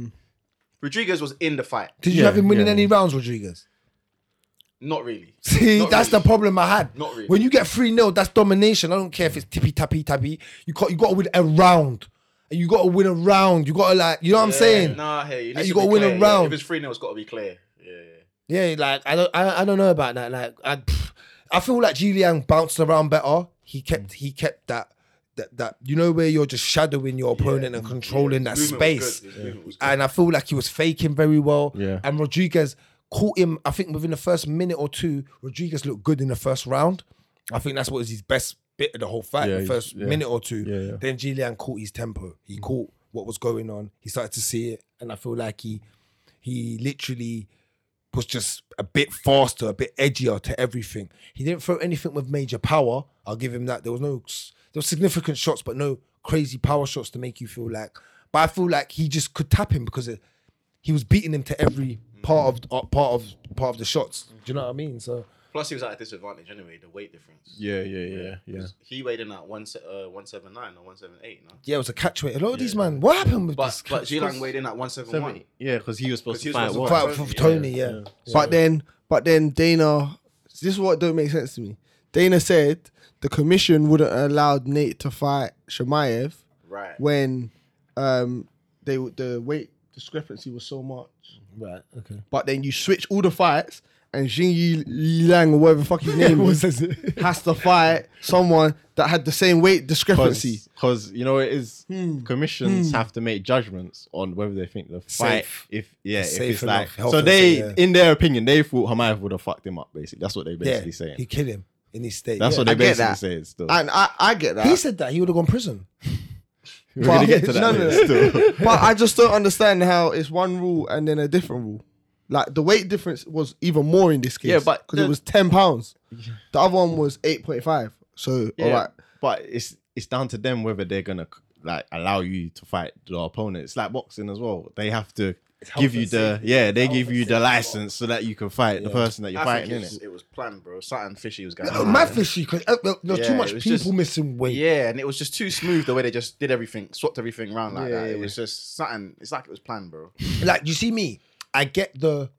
Speaker 5: Rodriguez was in the fight.
Speaker 4: Did you
Speaker 6: Yeah,
Speaker 4: have him winning
Speaker 6: yeah.
Speaker 4: any rounds, Rodriguez?
Speaker 5: Not really.
Speaker 4: See,
Speaker 5: Not
Speaker 4: that's
Speaker 5: really.
Speaker 4: the problem I had.
Speaker 5: Not really.
Speaker 4: When you get 3 0, that's domination. I don't care if it's tippy tappy tappy. You got you gotta win a round. And you gotta win a round. You gotta like you know what I'm
Speaker 5: Yeah,
Speaker 4: saying?
Speaker 5: Nah, hey, you,
Speaker 4: And
Speaker 5: need
Speaker 4: you
Speaker 5: to
Speaker 4: gotta
Speaker 5: be
Speaker 4: win a
Speaker 5: clear. Yeah,
Speaker 4: round.
Speaker 5: If it's 3 0, it's got to be clear. Yeah.
Speaker 4: Yeah, like I don't I, I don't know about that. Like I pff, I feel like Julian bounced around better. He kept he kept that that that you know where you're just shadowing your opponent and controlling that
Speaker 5: Movement
Speaker 4: space.
Speaker 5: Was good. His movement was good.
Speaker 4: and I feel like he was faking very well.
Speaker 6: Yeah.
Speaker 4: And Rodriguez caught him. I think within the first minute or two, Rodriguez looked good in the first round. I think that's what was his best bit of the whole fight,
Speaker 6: Yeah,
Speaker 4: the
Speaker 6: he's-
Speaker 4: first
Speaker 6: yeah.
Speaker 4: minute or two.
Speaker 6: Yeah, yeah.
Speaker 4: Then Gillian caught his tempo. He caught what was going on. He started to see it, and I feel like he he literally was just a bit faster, a bit edgier to everything. He didn't throw anything with major power. I'll give him that. There was no there were significant shots, but no crazy power shots to make you feel like. But I feel like he just could tap him because it, he was beating him to every part of uh, part of part of the shots. Do you know what I mean? So
Speaker 5: Plus, he was at a disadvantage anyway, the weight difference.
Speaker 6: Yeah, yeah, yeah, yeah.
Speaker 5: 'Cause He weighed in at one, se- uh, 179 or 178. No?
Speaker 4: yeah, it was a catch weight. A lot of these man, what happened with
Speaker 5: But,
Speaker 4: this?
Speaker 5: but
Speaker 4: catch-
Speaker 5: Jilang weighed in at 171.
Speaker 6: Yeah, because he was supposed
Speaker 5: he was
Speaker 6: to fight.
Speaker 5: supposed
Speaker 6: What?
Speaker 5: to
Speaker 4: fight with Tony, yeah.
Speaker 2: But then, but then Dana, this is what don't make sense to me. Dana said the commission wouldn't allow Nate to fight Shemaev
Speaker 5: Right.
Speaker 2: when um they the weight discrepancy was so much.
Speaker 4: Right. Okay.
Speaker 2: But then you switch all the fights and Xing Yi Lang or whatever the fuck his name was has to fight someone that had the same weight discrepancy.
Speaker 6: Because you know it is commissions have to make judgments on whether they think the fight
Speaker 4: Safe.
Speaker 6: if yeah if
Speaker 4: Safe
Speaker 6: it's like
Speaker 4: enough, health
Speaker 6: so
Speaker 4: and
Speaker 6: they
Speaker 4: safety,
Speaker 6: in their opinion they thought Hamayev would have fucked him up basically that's what they
Speaker 4: Yeah.
Speaker 6: basically
Speaker 4: He
Speaker 6: saying
Speaker 4: killed him in his state.
Speaker 6: that's
Speaker 4: yeah.
Speaker 6: what they
Speaker 2: I get
Speaker 6: basically
Speaker 2: that.
Speaker 6: saying still
Speaker 2: And I, I get that.
Speaker 4: He said that he would have gone prison.
Speaker 6: we're gonna get to that
Speaker 2: No, no,
Speaker 6: later
Speaker 2: no.
Speaker 6: still.
Speaker 2: but I just don't understand how it's one rule and then a different rule. Like the weight difference was even more in this case.
Speaker 6: Yeah, but
Speaker 2: because it
Speaker 6: the-
Speaker 2: was ten pounds. The other one was eight point five. So
Speaker 6: Yeah,
Speaker 2: all right,
Speaker 6: but it's it's down to them whether they're gonna like allow you to fight your opponent it's like boxing as well they have to give you the yeah they give you the license so that you can fight the person that you're
Speaker 5: I
Speaker 6: fighting
Speaker 5: think it
Speaker 6: in
Speaker 5: was,
Speaker 6: it
Speaker 5: it was planned, bro. Something fishy was going
Speaker 4: No,
Speaker 5: on.
Speaker 4: mad fishy because uh, there was
Speaker 5: Yeah,
Speaker 4: too
Speaker 5: it
Speaker 4: much
Speaker 5: was
Speaker 4: people
Speaker 5: just-
Speaker 4: missing weight.
Speaker 5: Yeah, and it was just too smooth the way they just did everything, swapped everything around like
Speaker 2: Yeah,
Speaker 5: that. It
Speaker 2: yeah.
Speaker 5: was just something. It's like it was planned, bro.
Speaker 4: Like you see me, I get the.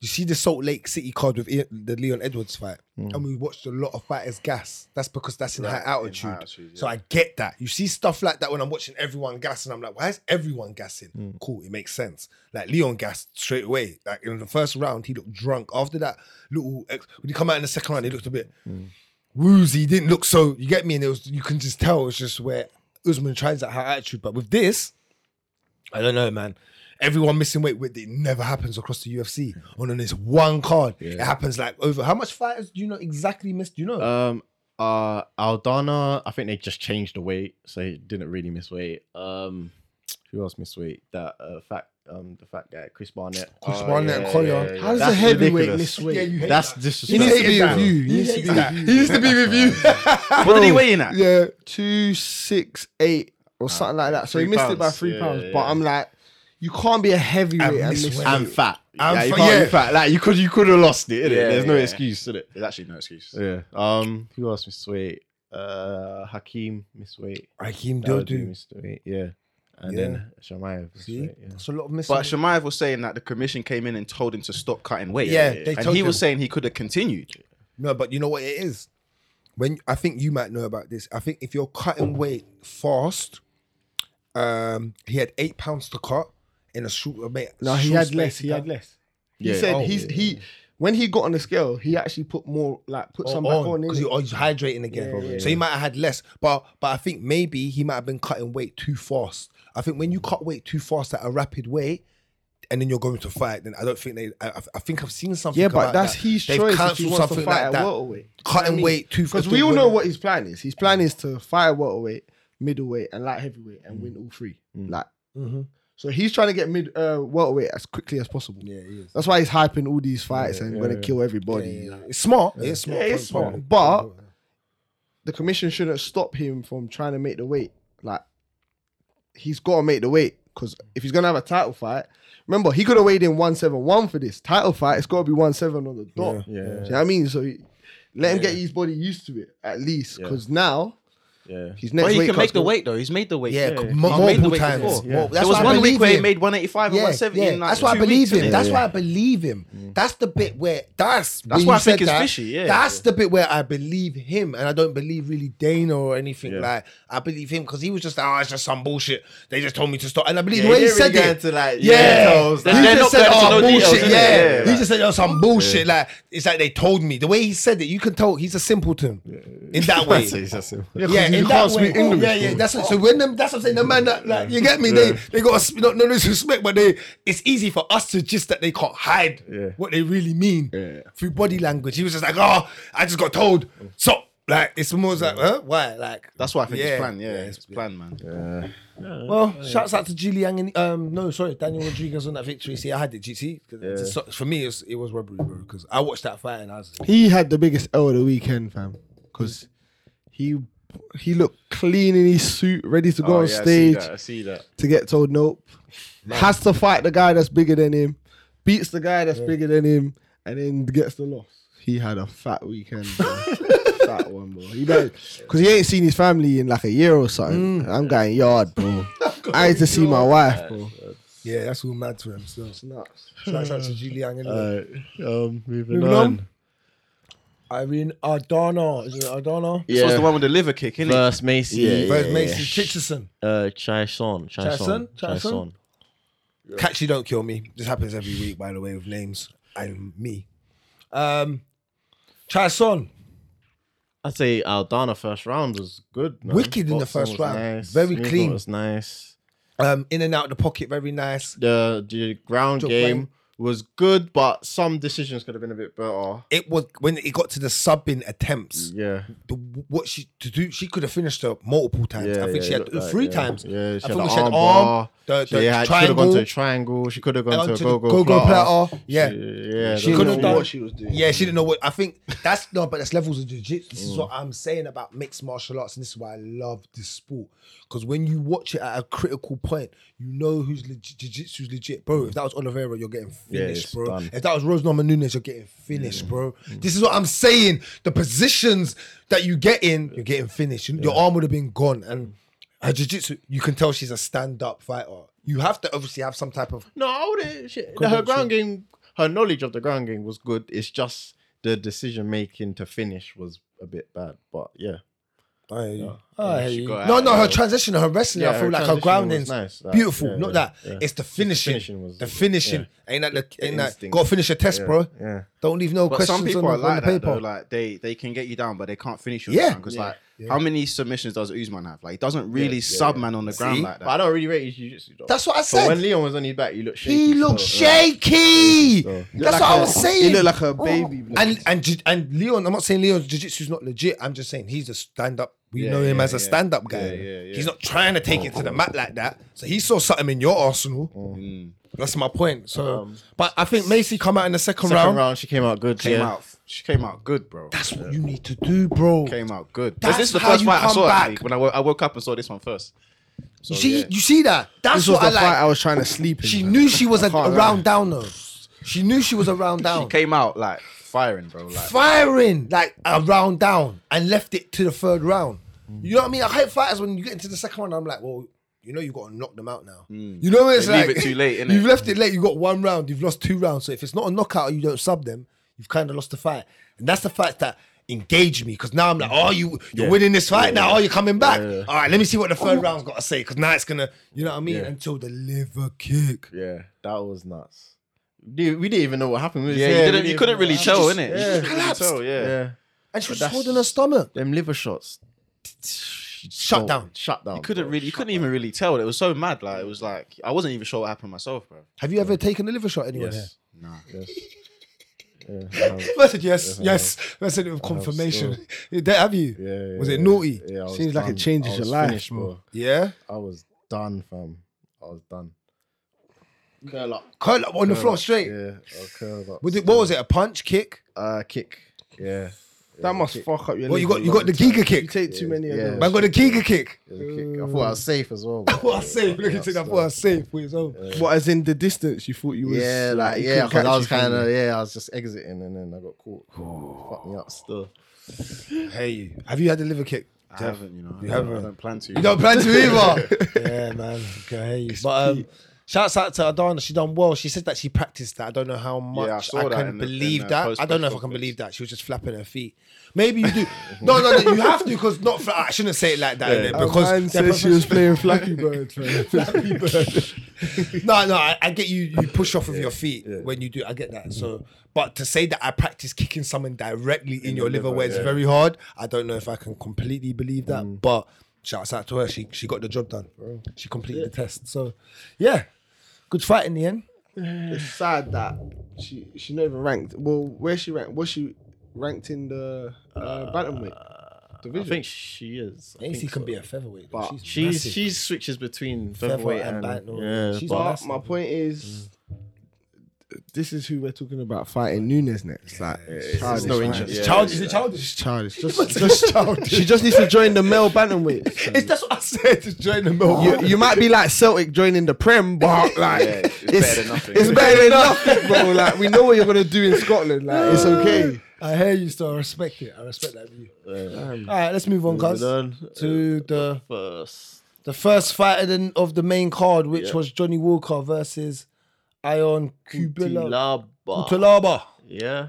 Speaker 4: You see the Salt Lake City card with Ian- the Leon Edwards fight, and we watched a lot of fighters gas. That's because that's in
Speaker 5: Right,
Speaker 4: high altitude.
Speaker 5: in high altitude,
Speaker 4: So
Speaker 5: yeah.
Speaker 4: I get that. You see stuff like that when I'm watching everyone gas, and I'm like, why is everyone gassing? Cool, it makes sense. Like Leon gassed straight away. Like in the first round, he looked drunk. After that little, ex- when he come out in the second round, he looked a bit woozy. He didn't look so. You get me? And it was you can just tell it's just where Usman tries that high attitude. But with this, I don't know, man. Everyone missing weight with it never happens across the UFC.
Speaker 2: Mm-hmm.
Speaker 4: On this one card, it happens like over. How much fighters do you know exactly missed? Do you know?
Speaker 6: um uh Aldana I think they just changed the weight so he didn't really miss weight um who else missed weight that uh fat um the fat guy Chris Barnett
Speaker 4: Chris
Speaker 5: oh,
Speaker 4: Barnett
Speaker 5: yeah,
Speaker 4: and Collier.
Speaker 5: yeah, yeah,
Speaker 2: how does
Speaker 6: That's
Speaker 2: a heavyweight
Speaker 6: ridiculous.
Speaker 2: miss
Speaker 4: Yeah,
Speaker 2: weight?
Speaker 4: you hate
Speaker 6: that's
Speaker 4: that.
Speaker 2: he
Speaker 6: disrespectful
Speaker 2: needs to
Speaker 4: hated
Speaker 2: be
Speaker 4: that.
Speaker 2: with you. He
Speaker 4: He
Speaker 2: needs to
Speaker 4: hates
Speaker 2: be
Speaker 4: that.
Speaker 2: with you.
Speaker 5: He used to be with you. what did he weigh in at?
Speaker 2: Yeah, two six eight or something like that. So he
Speaker 5: three
Speaker 2: missed it by
Speaker 5: pounds.
Speaker 2: three
Speaker 5: Yeah,
Speaker 2: pounds.
Speaker 5: yeah,
Speaker 2: But
Speaker 5: yeah.
Speaker 2: I'm like, you can't be a heavyweight
Speaker 4: And
Speaker 2: and
Speaker 4: miss
Speaker 2: miss
Speaker 4: weight.
Speaker 2: weight.
Speaker 6: and fat
Speaker 4: And
Speaker 6: yeah, you
Speaker 4: fat-
Speaker 6: can't
Speaker 4: yeah.
Speaker 6: be fat like you could you could have lost it innit?
Speaker 5: Yeah,
Speaker 6: there's no
Speaker 5: yeah.
Speaker 6: excuse to it
Speaker 5: There's actually no excuse.
Speaker 6: Yeah. Um. Who else missed weight? Uh, Hakeem missed weight.
Speaker 4: Raheem
Speaker 6: Dawdu
Speaker 4: Dildu.
Speaker 6: missed weight. Yeah. And then Shamayev missed
Speaker 4: See,
Speaker 6: weight. Yeah.
Speaker 4: that's a lot of missing.
Speaker 5: But Shamayev was saying that the commission came in and told him to stop cutting weight.
Speaker 4: Yeah, they
Speaker 5: and
Speaker 4: told
Speaker 5: he
Speaker 4: him.
Speaker 5: was saying he could have continued.
Speaker 4: No, but you know what it is. When I think you might know about this. I think if you're cutting weight fast, um, he had eight pounds to cut in a short amount.
Speaker 2: No, he had less. He had less. He
Speaker 6: Yeah.
Speaker 2: said
Speaker 4: Oh,
Speaker 2: he's he when he got on the scale, he actually put more like put some back on
Speaker 4: because
Speaker 2: because
Speaker 4: he, oh, he's hydrating again. So he might have had less, but but I think maybe he might have been cutting weight too fast. I think when you cut weight too fast at a rapid weight, and then you're going to fight, then I don't think they. I, I think I've seen something.
Speaker 2: Yeah, but
Speaker 4: about
Speaker 2: that's
Speaker 4: that.
Speaker 2: his
Speaker 4: They've
Speaker 2: choice. If
Speaker 4: cancelled
Speaker 2: he wants to fight at welterweight,
Speaker 4: Cutting weight too
Speaker 2: Because
Speaker 4: fast.
Speaker 2: we all know what his plan is. His plan is to fight at welterweight, middleweight, and light heavyweight,
Speaker 4: Mm.
Speaker 2: and win all three. Like,
Speaker 4: Mm-hmm.
Speaker 2: so he's trying to get mid uh, welterweight as quickly as possible.
Speaker 4: Yeah, he is.
Speaker 2: That's why he's hyping all these fights and going to kill everybody. like.
Speaker 4: It's smart. It's smart.
Speaker 2: Yeah, it's smart. But the commission shouldn't stop him from trying to make the weight. Like he's got to make the weight because if he's gonna have a title fight, remember he could have weighed in one seven one for this title fight. It's got to be one seven on the dot. Do
Speaker 6: Yeah.
Speaker 2: you know what I mean? So he- let him get his body used to it at least because now
Speaker 6: Yeah.
Speaker 2: His
Speaker 5: But
Speaker 2: next
Speaker 5: he
Speaker 2: weight
Speaker 5: can
Speaker 2: cut's
Speaker 5: make the
Speaker 2: good.
Speaker 5: weight though. He's made the weight.
Speaker 4: Yeah,
Speaker 6: Yeah.
Speaker 4: m-
Speaker 6: He
Speaker 5: made the
Speaker 4: multiple
Speaker 5: weight
Speaker 4: times.
Speaker 5: before.
Speaker 6: Yeah.
Speaker 4: Well, that's
Speaker 5: there was
Speaker 4: why I
Speaker 5: one week
Speaker 4: believe
Speaker 5: where he
Speaker 4: him.
Speaker 5: made 185 and
Speaker 4: Yeah,
Speaker 5: 170.
Speaker 4: yeah.
Speaker 5: in like
Speaker 4: that's why I
Speaker 5: two weeks,
Speaker 4: believe him.
Speaker 5: innit?
Speaker 4: That's why I believe him. That's the bit where that's
Speaker 5: That's
Speaker 4: when
Speaker 5: why
Speaker 4: you
Speaker 5: I think
Speaker 4: said
Speaker 5: it's
Speaker 4: that,
Speaker 5: fishy, yeah.
Speaker 4: that's the bit where I believe him, and I don't believe really Dana or anything
Speaker 6: Yeah.
Speaker 4: like. I believe him because he was just like, oh, it's just some bullshit. They just told me to stop, and I believe
Speaker 5: Yeah,
Speaker 4: the way
Speaker 5: he
Speaker 4: he
Speaker 5: didn't
Speaker 4: said
Speaker 5: really
Speaker 4: it.
Speaker 5: go into, like,
Speaker 4: yeah,
Speaker 5: details,
Speaker 4: he
Speaker 5: like- They're not
Speaker 4: just said,
Speaker 5: going to
Speaker 4: oh,
Speaker 5: no details,
Speaker 4: bullshit.
Speaker 5: innit?
Speaker 4: yeah,
Speaker 5: Yeah,
Speaker 4: he
Speaker 5: like-
Speaker 4: just said, oh, some bullshit. Like it's like they told me. The way he said it, you can tell he's a simpleton in that way. Yeah, in
Speaker 2: you
Speaker 4: that
Speaker 2: can't
Speaker 4: way. oh,
Speaker 2: speak English,
Speaker 4: Yeah, yeah. That's what, so when them, that's what I'm saying. The man, that, like, you get me? They they got a, sp- no, no disrespect, but they it's easy for us to just that they can't hide
Speaker 6: Yeah.
Speaker 4: what they really mean through body language. He was just like, oh, I just got told. So like, it's more like, huh? Why? Like,
Speaker 5: That's why I think
Speaker 4: Yeah.
Speaker 5: it's planned. Yeah,
Speaker 4: Yeah,
Speaker 5: it's planned, man.
Speaker 4: well, shouts out to Julian and um, no, sorry, Daniel Rodriguez on that victory. See, I had it. GT for me, it was, it was robbery, bro. Because I watched that fight and I was.
Speaker 2: He had the biggest L of the weekend, fam, because he he looked clean in his suit, ready to go on stage
Speaker 6: Oh, I see that.
Speaker 2: to get told nope. Has to fight the guy that's bigger than him, beats the guy that's bigger than him, and then gets the loss. He had a fat weekend. bro. fat one, bro. He because he ain't seen his family in like a year or something. I'm going yard, bro. I need to see my wife, bro.
Speaker 4: Yeah, that's all mad to him. So
Speaker 2: Nuts.
Speaker 4: shouts out to Julian.
Speaker 6: um, moving,
Speaker 4: Moving
Speaker 6: on.
Speaker 4: on. Irene Ardana. Is it Ardana?
Speaker 5: This was the one with the liver kick, innit?
Speaker 6: First Macy.
Speaker 4: Where's Mason Chichison?
Speaker 6: Uh, Chaison. Chaison.
Speaker 4: Chaison? Chaison? Catch you don't kill me. This happens every week, by the way, with names and me. Um Chason,
Speaker 6: I'd say Aldana first round was good. man.
Speaker 4: Wicked in the
Speaker 6: Boxing
Speaker 4: first
Speaker 6: was
Speaker 4: round.
Speaker 6: nice.
Speaker 4: Very
Speaker 6: Movement
Speaker 4: clean.
Speaker 6: Was nice.
Speaker 4: um, in and out of the pocket, very nice.
Speaker 6: The the ground
Speaker 4: Job
Speaker 6: game
Speaker 4: well.
Speaker 6: was good, but some decisions could have been a bit better.
Speaker 4: It was when it got to the subbing attempts.
Speaker 6: Yeah.
Speaker 4: The, what she to do, she could have finished her multiple times.
Speaker 6: Yeah,
Speaker 4: I think
Speaker 6: yeah,
Speaker 4: she
Speaker 6: it
Speaker 4: had
Speaker 6: looked like,
Speaker 4: three
Speaker 6: yeah.
Speaker 4: times.
Speaker 6: Yeah, she
Speaker 4: I
Speaker 6: had
Speaker 4: thought
Speaker 6: an
Speaker 4: she had arm,
Speaker 6: arm bar.
Speaker 4: the,
Speaker 6: She
Speaker 4: the
Speaker 6: had- she could have gone
Speaker 4: triangle,
Speaker 6: to a triangle. She could have gone to a
Speaker 4: onto the
Speaker 6: go-go,
Speaker 4: go-go
Speaker 6: platter.
Speaker 4: platter. Yeah,
Speaker 6: Yeah,
Speaker 4: She could've done-
Speaker 2: what she was doing.
Speaker 4: Yeah, she didn't know what. I think that's no, but that's levels of jiu-jitsu. This is
Speaker 6: Mm.
Speaker 4: what I'm saying about mixed martial arts, and this is why I love this sport. Because when you watch it at a critical point, you know who's legit, jiu-jitsu's legit, bro. If that was Oliveira, you're getting
Speaker 6: Yeah,
Speaker 4: finished,
Speaker 6: it's
Speaker 4: bro.
Speaker 6: done. Mm.
Speaker 4: If that was Rose Norman Nunes, you're getting finished, bro. This is what I'm saying. The positions that you get in, you're getting finished. You- Your arm would have been gone, and her jiu-jitsu, you can tell she's a stand-up fighter. You have to obviously have some type of
Speaker 6: No, I wouldn't. She, her ground game, her knowledge of the ground game was good. It's just the decision making to finish was a bit bad. But yeah,
Speaker 4: I hear you.
Speaker 5: Yeah,
Speaker 4: I hear
Speaker 5: she
Speaker 4: you.
Speaker 5: got
Speaker 4: No,
Speaker 5: out
Speaker 4: no,
Speaker 5: of
Speaker 4: her
Speaker 5: it.
Speaker 4: transition, her wrestling,
Speaker 6: Yeah,
Speaker 4: I
Speaker 6: her
Speaker 4: feel like her
Speaker 6: transition
Speaker 4: grounding's
Speaker 6: was nice, like,
Speaker 4: beautiful.
Speaker 6: yeah,
Speaker 4: Not
Speaker 6: yeah,
Speaker 4: that.
Speaker 6: yeah.
Speaker 4: It's the finishing.
Speaker 6: finishing was-
Speaker 4: the finishing. Ain't that the, ain't that
Speaker 6: instinct.
Speaker 4: gotta finish a test, bro.
Speaker 6: yeah.
Speaker 4: Don't leave no
Speaker 5: But
Speaker 4: questions
Speaker 5: some people
Speaker 4: on,
Speaker 5: are
Speaker 4: the- on
Speaker 5: like
Speaker 4: the
Speaker 5: that
Speaker 4: paper.
Speaker 5: though. Like they they can get you down, but they can't finish you.
Speaker 4: Yeah.
Speaker 5: Yeah. Because like, how many submissions does Usman have? Like, he doesn't really sub man on the ground
Speaker 4: See?
Speaker 5: like
Speaker 6: But
Speaker 5: that.
Speaker 6: I don't really rate his jiu-jitsu. Though.
Speaker 4: That's what I
Speaker 6: But when
Speaker 4: said.
Speaker 6: Leon was on his back, he looked shaky.
Speaker 4: He looked
Speaker 6: so-
Speaker 4: shaky.
Speaker 6: so-
Speaker 4: That's what I was
Speaker 2: He
Speaker 4: saying. Oh.
Speaker 2: looked like a baby. blood.
Speaker 4: and and ju- and Leon, I'm not saying Leon's jiu-jitsu's not legit. I'm just saying he's a stand-up. We
Speaker 5: Yeah,
Speaker 4: know him
Speaker 5: yeah,
Speaker 4: as a
Speaker 5: yeah.
Speaker 4: stand-up guy.
Speaker 5: Yeah, yeah, yeah.
Speaker 4: He's not trying to take it to the mat like that. So he saw something in your arsenal.
Speaker 5: Mm.
Speaker 4: That's my point. So, but I think Macy come out in the second,
Speaker 6: Second
Speaker 4: round.
Speaker 6: round, she came out good.
Speaker 5: Came
Speaker 6: yeah.
Speaker 5: out. She came out good, bro.
Speaker 4: That's what you need to do, bro.
Speaker 5: Came out good. 'Cause
Speaker 4: That's
Speaker 5: this is the
Speaker 4: how
Speaker 5: first
Speaker 4: you
Speaker 5: fight I
Speaker 4: come
Speaker 5: saw. actually.
Speaker 4: back.
Speaker 5: When I, wo- I woke up and saw this one first.
Speaker 4: you see, you see that? That's
Speaker 2: This was
Speaker 4: what
Speaker 2: the
Speaker 4: I
Speaker 2: fight I
Speaker 4: like.
Speaker 2: was trying to sleep in.
Speaker 4: She
Speaker 2: fam.
Speaker 4: knew she was a, a
Speaker 2: lie.
Speaker 4: round downer. She knew she was a round
Speaker 5: She
Speaker 4: down.
Speaker 5: came out like firing, bro. Like
Speaker 4: Firing like a round down and left it to the third round. You know what I mean? I hate fighters when you get into the second round. I'm like, well, you know, you got to knock them out now. You know what it's
Speaker 5: Hmm. They leave
Speaker 4: like?
Speaker 5: it too late, innit?
Speaker 4: You've left it late. You got one round. You've lost two rounds. So if it's not a knockout, or you don't sub them. You've kind of lost the fight, and that's the fact that engaged me because now I'm like, oh, you you're winning this fight now. Oh, you're coming back. All right, let me see what the third round's got to say because now it's gonna, you know what I mean? Until the liver kick.
Speaker 6: Yeah, that was nuts. Dude, we didn't even know what happened. We was-
Speaker 5: yeah,
Speaker 6: we
Speaker 5: you, didn't,
Speaker 6: didn't
Speaker 5: you couldn't
Speaker 6: even
Speaker 5: really
Speaker 6: know
Speaker 5: tell,
Speaker 6: what
Speaker 5: innit?
Speaker 6: happened.
Speaker 5: You couldn't really
Speaker 4: collapsed.
Speaker 5: tell, yeah.
Speaker 6: Yeah. yeah,
Speaker 4: And she was
Speaker 6: That's-
Speaker 4: holding her stomach.
Speaker 6: them liver shots.
Speaker 4: Shut down.
Speaker 6: Shut down.
Speaker 5: You couldn't
Speaker 6: bro.
Speaker 5: really, you couldn't even really tell. It was so mad. Like it was like I wasn't even sure what happened myself, bro.
Speaker 4: Have you ever taken a liver shot anywhere?
Speaker 6: Yes.
Speaker 5: Nah.
Speaker 6: Yeah,
Speaker 4: I said yes, yes. I said it with confirmation. There, have you?
Speaker 6: yeah,
Speaker 4: Was it
Speaker 6: yeah.
Speaker 4: naughty?
Speaker 6: Yeah, I was
Speaker 2: Seems like it
Speaker 6: done.
Speaker 2: changes
Speaker 6: I
Speaker 2: your
Speaker 6: was
Speaker 2: life,
Speaker 6: finished,
Speaker 2: bro.
Speaker 4: Yeah.
Speaker 6: I was done, fam. I was done. Curl up.
Speaker 4: Curl up on the
Speaker 6: curl
Speaker 4: floor
Speaker 6: up.
Speaker 4: straight.
Speaker 6: Yeah, I curled up.
Speaker 4: Was it, what was it? A punch kick?
Speaker 6: Uh, kick. Yeah.
Speaker 2: That must fuck up your.
Speaker 4: Well, you got
Speaker 2: leg a
Speaker 4: you
Speaker 2: lot.
Speaker 4: got the Giga
Speaker 2: You
Speaker 4: kick.
Speaker 2: take too many
Speaker 6: yeah.
Speaker 2: of
Speaker 4: Man
Speaker 2: them.
Speaker 4: got the Giga kick.
Speaker 6: It was a kick. I thought I was safe as well.
Speaker 4: I thought I was safe. Look at it. I thought I was safe for his own.
Speaker 2: What, as in the distance you thought you was?
Speaker 6: Yeah, like
Speaker 2: you
Speaker 6: yeah,
Speaker 2: couldn't
Speaker 6: because I
Speaker 2: catch
Speaker 6: was
Speaker 2: you from
Speaker 6: kind of
Speaker 2: there.
Speaker 6: yeah, I was just exiting and then I got caught. Fuck me up still.
Speaker 4: Hey, have you had a liver kick?
Speaker 5: I haven't, you know.
Speaker 4: You
Speaker 5: I don't-
Speaker 4: haven't.
Speaker 5: I don't plan to.
Speaker 4: You don't plan to either. yeah, man. Okay. you. But um, shouts out to Adana. She done well. She said that she practiced that. I don't know how much.
Speaker 5: saw
Speaker 4: I,
Speaker 5: that
Speaker 4: can
Speaker 5: in the-
Speaker 4: believe
Speaker 5: in the
Speaker 4: that.
Speaker 5: post
Speaker 4: I don't know if I can
Speaker 5: conference.
Speaker 4: believe that. She was just flapping her feet. Maybe you do. no, no, no. You have to because not. fla- I shouldn't say it like that innit? because
Speaker 2: Mine
Speaker 4: they're
Speaker 2: said she was
Speaker 4: professional-
Speaker 2: playing Flappy Bird. man.
Speaker 4: no, no, I, I get you. You push off of your feet when you do. I get that. So, but to say that I practice kicking someone directly in, your liver, where it's very hard, I don't know if I can completely believe that. But shouts out to her. She she got the job done. She completed the test. So, yeah, good fight in the end.
Speaker 2: it's sad that she she not even ranked. Well, where she ranked? Was she ranked in the uh, bantamweight
Speaker 6: I
Speaker 2: division?
Speaker 6: think she is. I
Speaker 4: Lacey
Speaker 6: think
Speaker 4: can
Speaker 6: so.
Speaker 4: be a featherweight.
Speaker 2: But
Speaker 4: she's
Speaker 6: She
Speaker 4: massive.
Speaker 6: she switches between
Speaker 4: Featherweight
Speaker 6: featherweight
Speaker 4: and
Speaker 6: and,
Speaker 4: bantamweight.
Speaker 6: yeah.
Speaker 4: She's
Speaker 6: but-
Speaker 2: But
Speaker 4: massive.
Speaker 2: my point is, this is who we're talking about fighting Nunes next. Like, it's childish,
Speaker 5: no
Speaker 2: man.
Speaker 5: interest.
Speaker 2: It's
Speaker 5: Yeah,
Speaker 4: Child, is it childish?
Speaker 2: It's childish. Just, just childish. She just needs to join the male bantamweight.
Speaker 4: It's, that's what I said. To join the middle.
Speaker 2: You, you might be like Celtic joining the Prem, but like
Speaker 5: Yeah, it's better than nothing.
Speaker 2: It's better than nothing, bro. Like we know what you're gonna do in Scotland. Like it's okay.
Speaker 4: I hear you, so I respect it. I respect that view. All right, let's move on, guys,
Speaker 6: Moving on.
Speaker 4: to the
Speaker 6: First.
Speaker 4: The first fight of the, of the main card, which was Johnny Walker versus Ion Kubila
Speaker 6: Tilaba.
Speaker 4: Kutalaba.
Speaker 6: Yeah.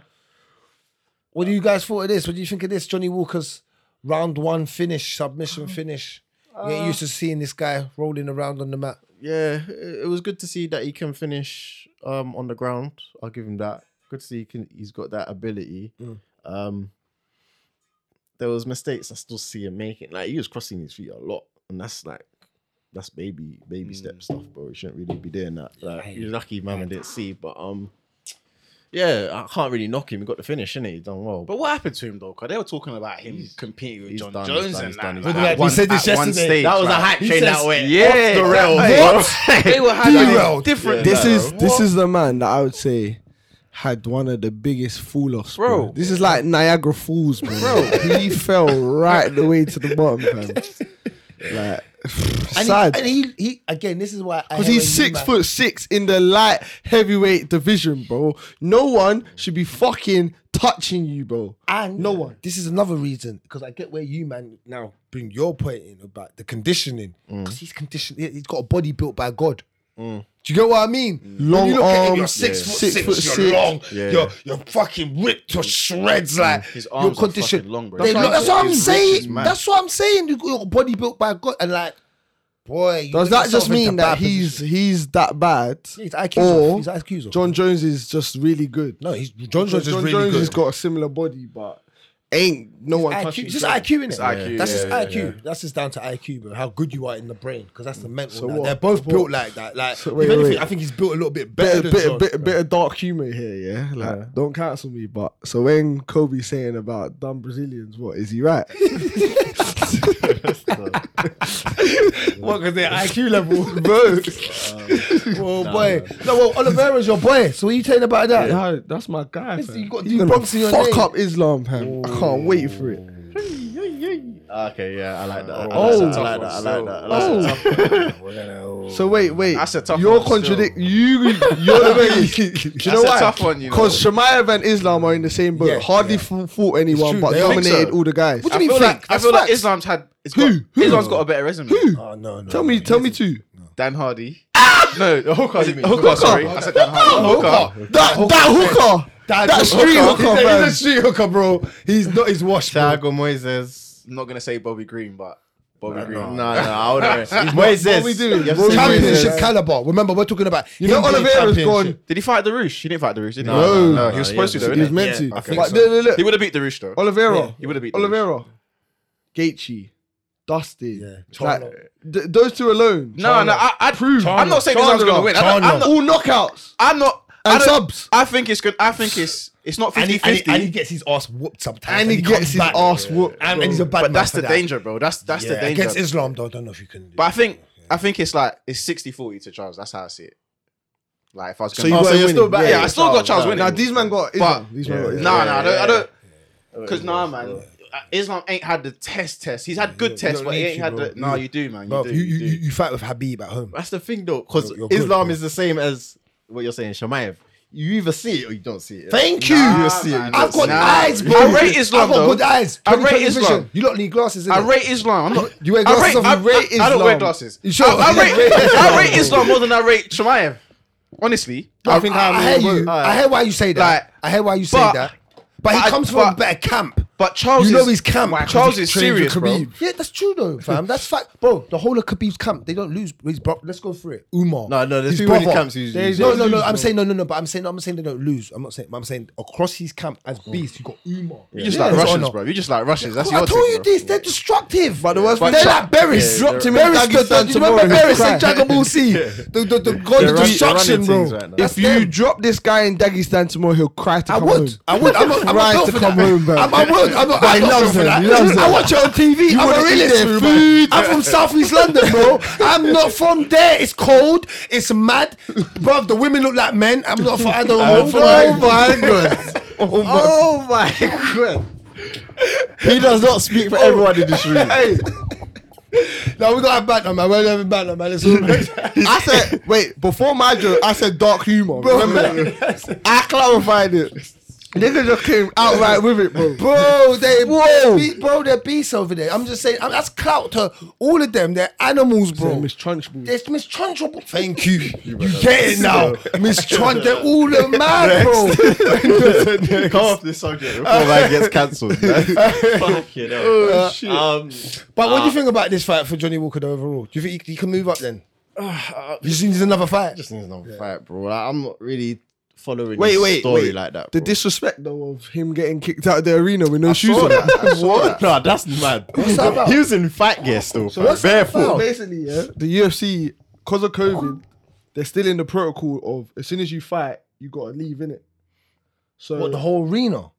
Speaker 4: What do you guys thought of this? What do you think of this? Johnny Walker's round one finish, submission finish. Get used to seeing this guy rolling around on the mat.
Speaker 6: yeah, it it was good to see that he can finish um, on the ground. I'll give him that. Good to see he can, he's got that ability. Um, there was mistakes I still see him making. Like he was crossing his feet a lot, and that's like that's baby baby step stuff, bro. He shouldn't really be doing that. Like you're lucky, man, I didn't see. But um, yeah, I can't really knock him. He got the finish, innit? He done well.
Speaker 5: But what happened to him though? Because they were talking about him competing with
Speaker 6: he's
Speaker 5: John
Speaker 6: done, he's
Speaker 5: Jones
Speaker 6: done,
Speaker 5: and
Speaker 6: he's done,
Speaker 5: that.
Speaker 6: he's
Speaker 5: at
Speaker 6: done.
Speaker 5: one-
Speaker 4: We said this
Speaker 5: at one
Speaker 4: yesterday.
Speaker 5: stage,
Speaker 4: That was
Speaker 5: right?
Speaker 4: train that went
Speaker 5: Yeah, the rail.
Speaker 4: What?
Speaker 5: They were highlighting
Speaker 4: Derailed.
Speaker 5: different.
Speaker 2: This
Speaker 5: though.
Speaker 2: is this is the man that I would say had one of the biggest fall offs, bro.
Speaker 5: Bro.
Speaker 2: This is like Niagara Falls, bro. he fell right the way to the bottom, fam. Like
Speaker 4: And,
Speaker 2: sad.
Speaker 4: He, and he, he, again, this is why I.
Speaker 2: because
Speaker 4: hear
Speaker 2: he's
Speaker 4: you,
Speaker 2: six
Speaker 4: man.
Speaker 2: foot six in the light heavyweight division, bro. No one should be fucking touching you, bro.
Speaker 4: And
Speaker 2: No one.
Speaker 4: This is another reason because I get where you man now bring your point in about the conditioning because he's conditioned. he- He's got a body built by God. Do you get what I mean? Mm. when
Speaker 2: Long
Speaker 4: you look at him, you're
Speaker 2: arms,
Speaker 4: six
Speaker 2: yeah.
Speaker 4: foot
Speaker 2: Six
Speaker 4: 6
Speaker 2: foot
Speaker 4: you're
Speaker 2: six.
Speaker 4: long,
Speaker 6: Yeah.
Speaker 4: you're you're fucking ripped to shreds. Like
Speaker 5: Mm. His
Speaker 4: your
Speaker 5: arms are
Speaker 4: condition-
Speaker 5: fucking long, bro.
Speaker 4: They look-
Speaker 5: That's why
Speaker 4: That's what I'm
Speaker 5: he's rich, he's
Speaker 4: saying.
Speaker 5: mad.
Speaker 4: That's what I'm saying. You got your body built by God, and like, boy, you
Speaker 2: Does
Speaker 4: put
Speaker 2: that just
Speaker 4: yourself into
Speaker 2: mean
Speaker 4: bad
Speaker 2: that he's
Speaker 4: position.
Speaker 2: he's that bad?
Speaker 4: His IQ's off. His IQ's off.
Speaker 2: John Jones is just really good.
Speaker 4: no? He's John Jones is
Speaker 2: John
Speaker 4: really
Speaker 2: Jones
Speaker 4: good.
Speaker 2: has got a similar body, but ain't no one touching.
Speaker 4: IQ,
Speaker 2: him.
Speaker 4: just IQ in it.
Speaker 5: IQ,
Speaker 4: That's
Speaker 5: yeah,
Speaker 4: just
Speaker 5: yeah,
Speaker 4: IQ. That's just down to IQ, bro. How good you are in the brain, because that's the mental.
Speaker 2: So
Speaker 4: now.
Speaker 2: what?
Speaker 4: They're both
Speaker 2: What?
Speaker 4: built like that. Like,
Speaker 2: So wait,
Speaker 4: if anything,
Speaker 2: wait.
Speaker 4: I think he's built a little bit better.
Speaker 2: Bit,
Speaker 4: than
Speaker 2: bit,
Speaker 4: John,
Speaker 2: bit,
Speaker 4: bro.
Speaker 2: bit of dark humor here, yeah. Like, don't cancel me. But so when Kobe's saying about dumb Brazilians, what is he right?
Speaker 4: What? Because their IQ level.
Speaker 2: Bro,
Speaker 4: well, boy. No, well, Oliveira's your boy. So what are you telling about that?
Speaker 2: no, that's my guy.
Speaker 4: Listen,
Speaker 2: fam.
Speaker 4: you got
Speaker 2: He's
Speaker 4: D
Speaker 2: gonna
Speaker 4: Bronx in your
Speaker 2: fuck
Speaker 4: name.
Speaker 2: up Islam, fam. I can't wait for it.
Speaker 6: Okay, yeah, I like that.
Speaker 2: Oh.
Speaker 6: I like that. I like that. I like that.
Speaker 2: Oh, so wait, wait.
Speaker 5: That's a tough
Speaker 2: You're
Speaker 5: one still.
Speaker 2: contradicting. You, you're the biggest. Do you know
Speaker 5: a
Speaker 2: why?
Speaker 5: tough one, you know.
Speaker 2: Because Shemaev and Islam are in the same boat.
Speaker 4: Yeah,
Speaker 2: Hardly f- fought anyone,
Speaker 4: true.
Speaker 2: but
Speaker 4: They think
Speaker 2: dominated
Speaker 5: so.
Speaker 2: all the guys.
Speaker 4: What do
Speaker 5: I
Speaker 4: you mean,
Speaker 5: feel
Speaker 4: fact?
Speaker 5: like I
Speaker 4: That's
Speaker 5: feel like
Speaker 4: facts.
Speaker 5: Islam's had it's
Speaker 2: Who?
Speaker 5: got-
Speaker 2: Who?
Speaker 5: Islam's got a better resume.
Speaker 4: Oh, no, no.
Speaker 2: Tell me, tell me two.
Speaker 5: Dan Hardy. No, Hooker. Hooker, sorry. I said Dan Hardy. Hooker.
Speaker 2: That that hooker, that, street hooker,
Speaker 4: He's a- he's a
Speaker 2: man.
Speaker 4: street hooker, bro. He's not his wash, bro.
Speaker 6: Thiago Moises.
Speaker 5: I'm not gonna say Bobby Green, but Bobby Green.
Speaker 6: No, no, I wouldn't. Moises.
Speaker 2: What we doing?
Speaker 6: You have to
Speaker 2: What
Speaker 6: say
Speaker 2: we doing?
Speaker 6: Moises.
Speaker 4: Championship caliber. Remember, we're talking about.
Speaker 2: You know,
Speaker 4: him being
Speaker 2: Oliveira's
Speaker 4: championship.
Speaker 2: gone.
Speaker 5: Did he fight the Roosh? He didn't fight the Roosh, did he?
Speaker 6: No, no,
Speaker 5: no,
Speaker 6: no,
Speaker 5: he was
Speaker 6: he
Speaker 5: supposed to,
Speaker 6: hasn't.
Speaker 5: though.
Speaker 2: He was
Speaker 5: didn't
Speaker 2: meant to.
Speaker 5: I think
Speaker 2: But
Speaker 5: so.
Speaker 2: look, look,
Speaker 5: He
Speaker 2: look.
Speaker 5: would have beat the Roosh though.
Speaker 2: Oliveira,
Speaker 5: He would have beat the Roosh.
Speaker 2: Oliveira, Gaethje, Dustin.
Speaker 4: Yeah,
Speaker 2: like,
Speaker 4: Charlo.
Speaker 2: th- those two alone.
Speaker 5: No, no, I, I prove. I'm not saying Islam's gonna win. I don't- I'm
Speaker 2: Chandler.
Speaker 5: not.
Speaker 2: All knockouts
Speaker 5: I'm not. I
Speaker 2: and
Speaker 5: don't-
Speaker 2: subs.
Speaker 5: I think it's good. I think it's it's not
Speaker 4: And
Speaker 5: 50
Speaker 4: he, and, he,
Speaker 5: 50.
Speaker 4: and he gets his ass whooped sometimes.
Speaker 2: and he
Speaker 4: comes
Speaker 2: gets his
Speaker 4: back.
Speaker 2: ass whooped.
Speaker 4: And, and he's a bad man
Speaker 5: But that's
Speaker 4: for
Speaker 5: the
Speaker 4: that.
Speaker 5: danger, bro. That's that's the
Speaker 4: Yeah,
Speaker 5: danger.
Speaker 4: Against Islam, though, I don't know if you can. Do
Speaker 5: But I think I think it's like it's 60 40 to Charles. That's how I see it. Like if I was
Speaker 2: you
Speaker 5: going
Speaker 2: got-
Speaker 5: to
Speaker 2: so you're still
Speaker 5: yeah,
Speaker 2: back-
Speaker 5: I still got Charles winning.
Speaker 2: Now these man got Islam.
Speaker 5: But-
Speaker 2: These man got
Speaker 5: No,
Speaker 2: Islam.
Speaker 5: no, I don't. I don't Cause nah, man, uh, Islam ain't had the test test. He's had good
Speaker 4: you
Speaker 5: tests,
Speaker 4: don't
Speaker 5: but he
Speaker 4: need
Speaker 5: ain't
Speaker 4: to,
Speaker 5: had
Speaker 4: bro.
Speaker 5: the. No, you do, man. You
Speaker 4: Bro,
Speaker 5: do.
Speaker 4: you, you,
Speaker 5: You
Speaker 4: you,
Speaker 5: do.
Speaker 4: you fight with Habib at home.
Speaker 6: That's the thing though, because
Speaker 4: You're- you're good,
Speaker 6: Islam
Speaker 4: bro.
Speaker 6: is the same as what you're saying, Shamayev. you either see it or you don't see it.
Speaker 4: Thank you.
Speaker 5: Nah,
Speaker 4: You'll see it.
Speaker 5: man,
Speaker 4: I've got
Speaker 5: nah.
Speaker 4: eyes, bro.
Speaker 5: I rate Islam,
Speaker 4: I've got
Speaker 5: though.
Speaker 4: good eyes.
Speaker 5: I rate
Speaker 4: 20/20
Speaker 5: Islam.
Speaker 4: vision. You don't need glasses.
Speaker 5: I
Speaker 4: innit?
Speaker 5: rate Islam. I'm not.
Speaker 4: You wear
Speaker 5: I
Speaker 4: glasses.
Speaker 5: rate,
Speaker 4: off,
Speaker 5: I,
Speaker 4: you rate
Speaker 5: I-
Speaker 4: Islam.
Speaker 5: I don't wear glasses.
Speaker 4: You sure?
Speaker 5: I, I
Speaker 4: You
Speaker 5: rate, I rate Islam more than I rate Shemaev. Honestly,
Speaker 4: I think I, I hear you. I hear why you say that.
Speaker 5: Like,
Speaker 4: I hear why you say
Speaker 5: but-
Speaker 4: that. But he
Speaker 5: but I-
Speaker 4: comes from a
Speaker 5: but-
Speaker 4: better camp.
Speaker 5: but Charles
Speaker 4: you
Speaker 5: is
Speaker 4: know he's camp.
Speaker 5: Why,
Speaker 4: 'cause
Speaker 5: Charles
Speaker 4: he
Speaker 5: is
Speaker 4: trained with
Speaker 5: serious, bro.
Speaker 4: Khabib. Yeah, that's true though, fam. That's fact, bro. The whole of Khabib's camp, they don't lose. His bro- Let's go through it. Umar.
Speaker 6: No, no, there's
Speaker 4: his
Speaker 6: too many
Speaker 4: brother.
Speaker 6: camps who's-
Speaker 4: There's-
Speaker 6: who's-
Speaker 4: No, no,
Speaker 6: who's-
Speaker 4: no. I'm saying no, no, no. But I'm saying I'm saying they don't lose. I'm not saying. I'm saying across his camp as beasts, you got Umar.
Speaker 5: You just
Speaker 4: Yeah,
Speaker 5: like
Speaker 4: it's
Speaker 5: Russians,
Speaker 4: honor.
Speaker 5: bro. You just like Russians. That's
Speaker 4: I
Speaker 5: your
Speaker 4: told
Speaker 5: thing,
Speaker 4: you
Speaker 5: bro.
Speaker 4: this. They're destructive. But
Speaker 2: the worst
Speaker 5: But
Speaker 4: they're
Speaker 5: Dra-
Speaker 4: like berries.
Speaker 6: Yeah, dropped him in
Speaker 4: Berries could-
Speaker 2: Dagestan
Speaker 4: do you remember
Speaker 2: tomorrow and
Speaker 4: berries
Speaker 2: cry.
Speaker 4: in Dragon Ball Z? The the the god
Speaker 6: They're
Speaker 4: of
Speaker 6: running-
Speaker 4: destruction,
Speaker 6: they're running
Speaker 4: bro.
Speaker 6: things right now.
Speaker 4: That's
Speaker 2: If you
Speaker 4: them.
Speaker 2: drop this guy in Dagestan tomorrow, he'll cry to
Speaker 4: I
Speaker 2: come
Speaker 4: would.
Speaker 2: home.
Speaker 4: I would. I'm not. I'm
Speaker 2: Right
Speaker 4: not
Speaker 2: to
Speaker 4: built for
Speaker 2: come
Speaker 4: that.
Speaker 2: home, bro.
Speaker 4: I'm, I would. I'm not.
Speaker 2: But
Speaker 4: I'm
Speaker 2: he
Speaker 4: not
Speaker 2: loves
Speaker 4: built for
Speaker 2: them,
Speaker 4: that.
Speaker 2: he loves
Speaker 4: I
Speaker 2: them.
Speaker 4: watch it on TV.
Speaker 2: You
Speaker 4: I'm
Speaker 2: wanna
Speaker 4: a
Speaker 2: eat
Speaker 4: realist,
Speaker 2: their
Speaker 4: bro.
Speaker 2: food.
Speaker 4: I'm from Southeast London, bro. I'm not from there. It's cold. It's mad, bro. The women look like men. I'm not. For, I don't.
Speaker 2: Uh,
Speaker 4: I'm not for that.
Speaker 6: god! Oh my god! He does not speak for everyone in this room.
Speaker 4: No, Oh, we got a banter, man. We're having banter, man. It's all good.
Speaker 2: I said, wait, before my joke, I said dark humor.
Speaker 4: Bro,
Speaker 2: remember? I clarified it. Nigga just came outright with it, bro.
Speaker 4: Bro, they
Speaker 2: Whoa.
Speaker 4: be, bro, they're beasts over there. I'm just saying, I that's clout to all of them. They're animals, bro.
Speaker 2: Miss Trunchbull.
Speaker 4: There's Miss Trunchbull. Thank you. You get it now. Miss Trunch, they're all the mad, bro.
Speaker 6: Come off this subject before that gets cancelled. Fuck it
Speaker 4: Uh,
Speaker 6: Oh shit! Um,
Speaker 4: But what do you think about this fight for Johnny Walker though, overall? Do you think he, he can move up then? You Uh, just needs another fight.
Speaker 6: just needs another fight, bro. Like, I'm not really following
Speaker 2: Wait,
Speaker 6: this
Speaker 2: wait,
Speaker 6: story
Speaker 2: wait.
Speaker 6: like that.
Speaker 2: The
Speaker 6: bro.
Speaker 2: disrespect though of him getting kicked out of the arena with no shoes on.
Speaker 6: what? Nah, that's mad.
Speaker 4: that about?
Speaker 6: He was in fight gear still, so
Speaker 4: what's that
Speaker 6: barefoot.
Speaker 4: about?
Speaker 2: Basically, yeah, the UFC because of COVID, they're still in the protocol of as soon as you fight, you gotta leave in it. So
Speaker 4: What the whole arena?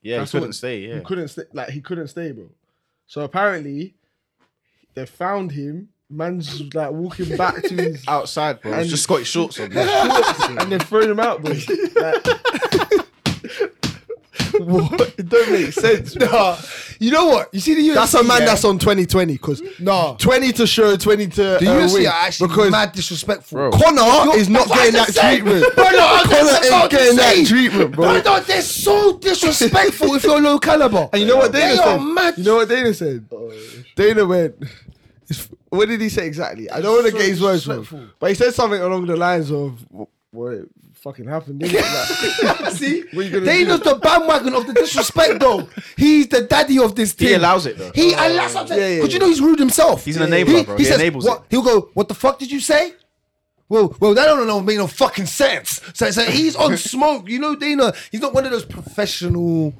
Speaker 5: Yeah, he
Speaker 2: That's
Speaker 5: couldn't
Speaker 2: what-
Speaker 5: stay.
Speaker 2: he
Speaker 5: Yeah.
Speaker 2: couldn't stay. Like he couldn't stay, bro. So apparently, they found him. Man's like walking back to his
Speaker 5: Outside, bro.
Speaker 2: And-
Speaker 5: just got his shorts on. bro.
Speaker 2: shorts and they thrown him out, bro. Like,
Speaker 4: What? It don't make sense. nah. You know what? You see the UFC.
Speaker 2: that's a man
Speaker 4: yeah?
Speaker 2: that's on 2020 because
Speaker 4: Nah.
Speaker 2: 20 to show, 20 to
Speaker 4: The
Speaker 2: uh,
Speaker 4: UFC
Speaker 2: win,
Speaker 4: are actually
Speaker 2: because
Speaker 4: mad disrespectful.
Speaker 2: Connor is not
Speaker 4: That's what
Speaker 2: getting
Speaker 4: I
Speaker 2: that
Speaker 4: just said.
Speaker 2: treatment.
Speaker 4: Bro, no, I'm
Speaker 2: Connor
Speaker 4: just about
Speaker 2: ain't
Speaker 4: to
Speaker 2: getting
Speaker 4: say.
Speaker 2: that treatment, bro.
Speaker 4: Brother, they're so disrespectful if you're low caliber.
Speaker 2: And you know what Dana
Speaker 4: they are
Speaker 2: said?
Speaker 4: mad.
Speaker 2: You know what Dana said? Dana went. it's- What did he say exactly? I don't want to
Speaker 4: So
Speaker 2: get his words wrong,
Speaker 4: disrespectful.
Speaker 2: but he said something along the lines of, "Well, it fucking happened." Didn't it? Like,
Speaker 4: See,
Speaker 2: What you gonna
Speaker 4: Dana's the bandwagon of the disrespect, though. He's the daddy of this team.
Speaker 5: allows it, though.
Speaker 4: He allows something.
Speaker 2: Yeah, yeah,
Speaker 4: Because you
Speaker 2: yeah.
Speaker 4: know he's rude himself.
Speaker 5: He's an
Speaker 4: Yeah, yeah,
Speaker 5: enabler,
Speaker 4: he,
Speaker 5: bro.
Speaker 4: He,
Speaker 5: He
Speaker 4: says,
Speaker 5: enables
Speaker 4: what,
Speaker 5: it.
Speaker 4: He'll go, "What the fuck did you say?" Well, well, that don't know, make no fucking sense. So, so he's on smoke. You know, Dana. He's not one of those professional,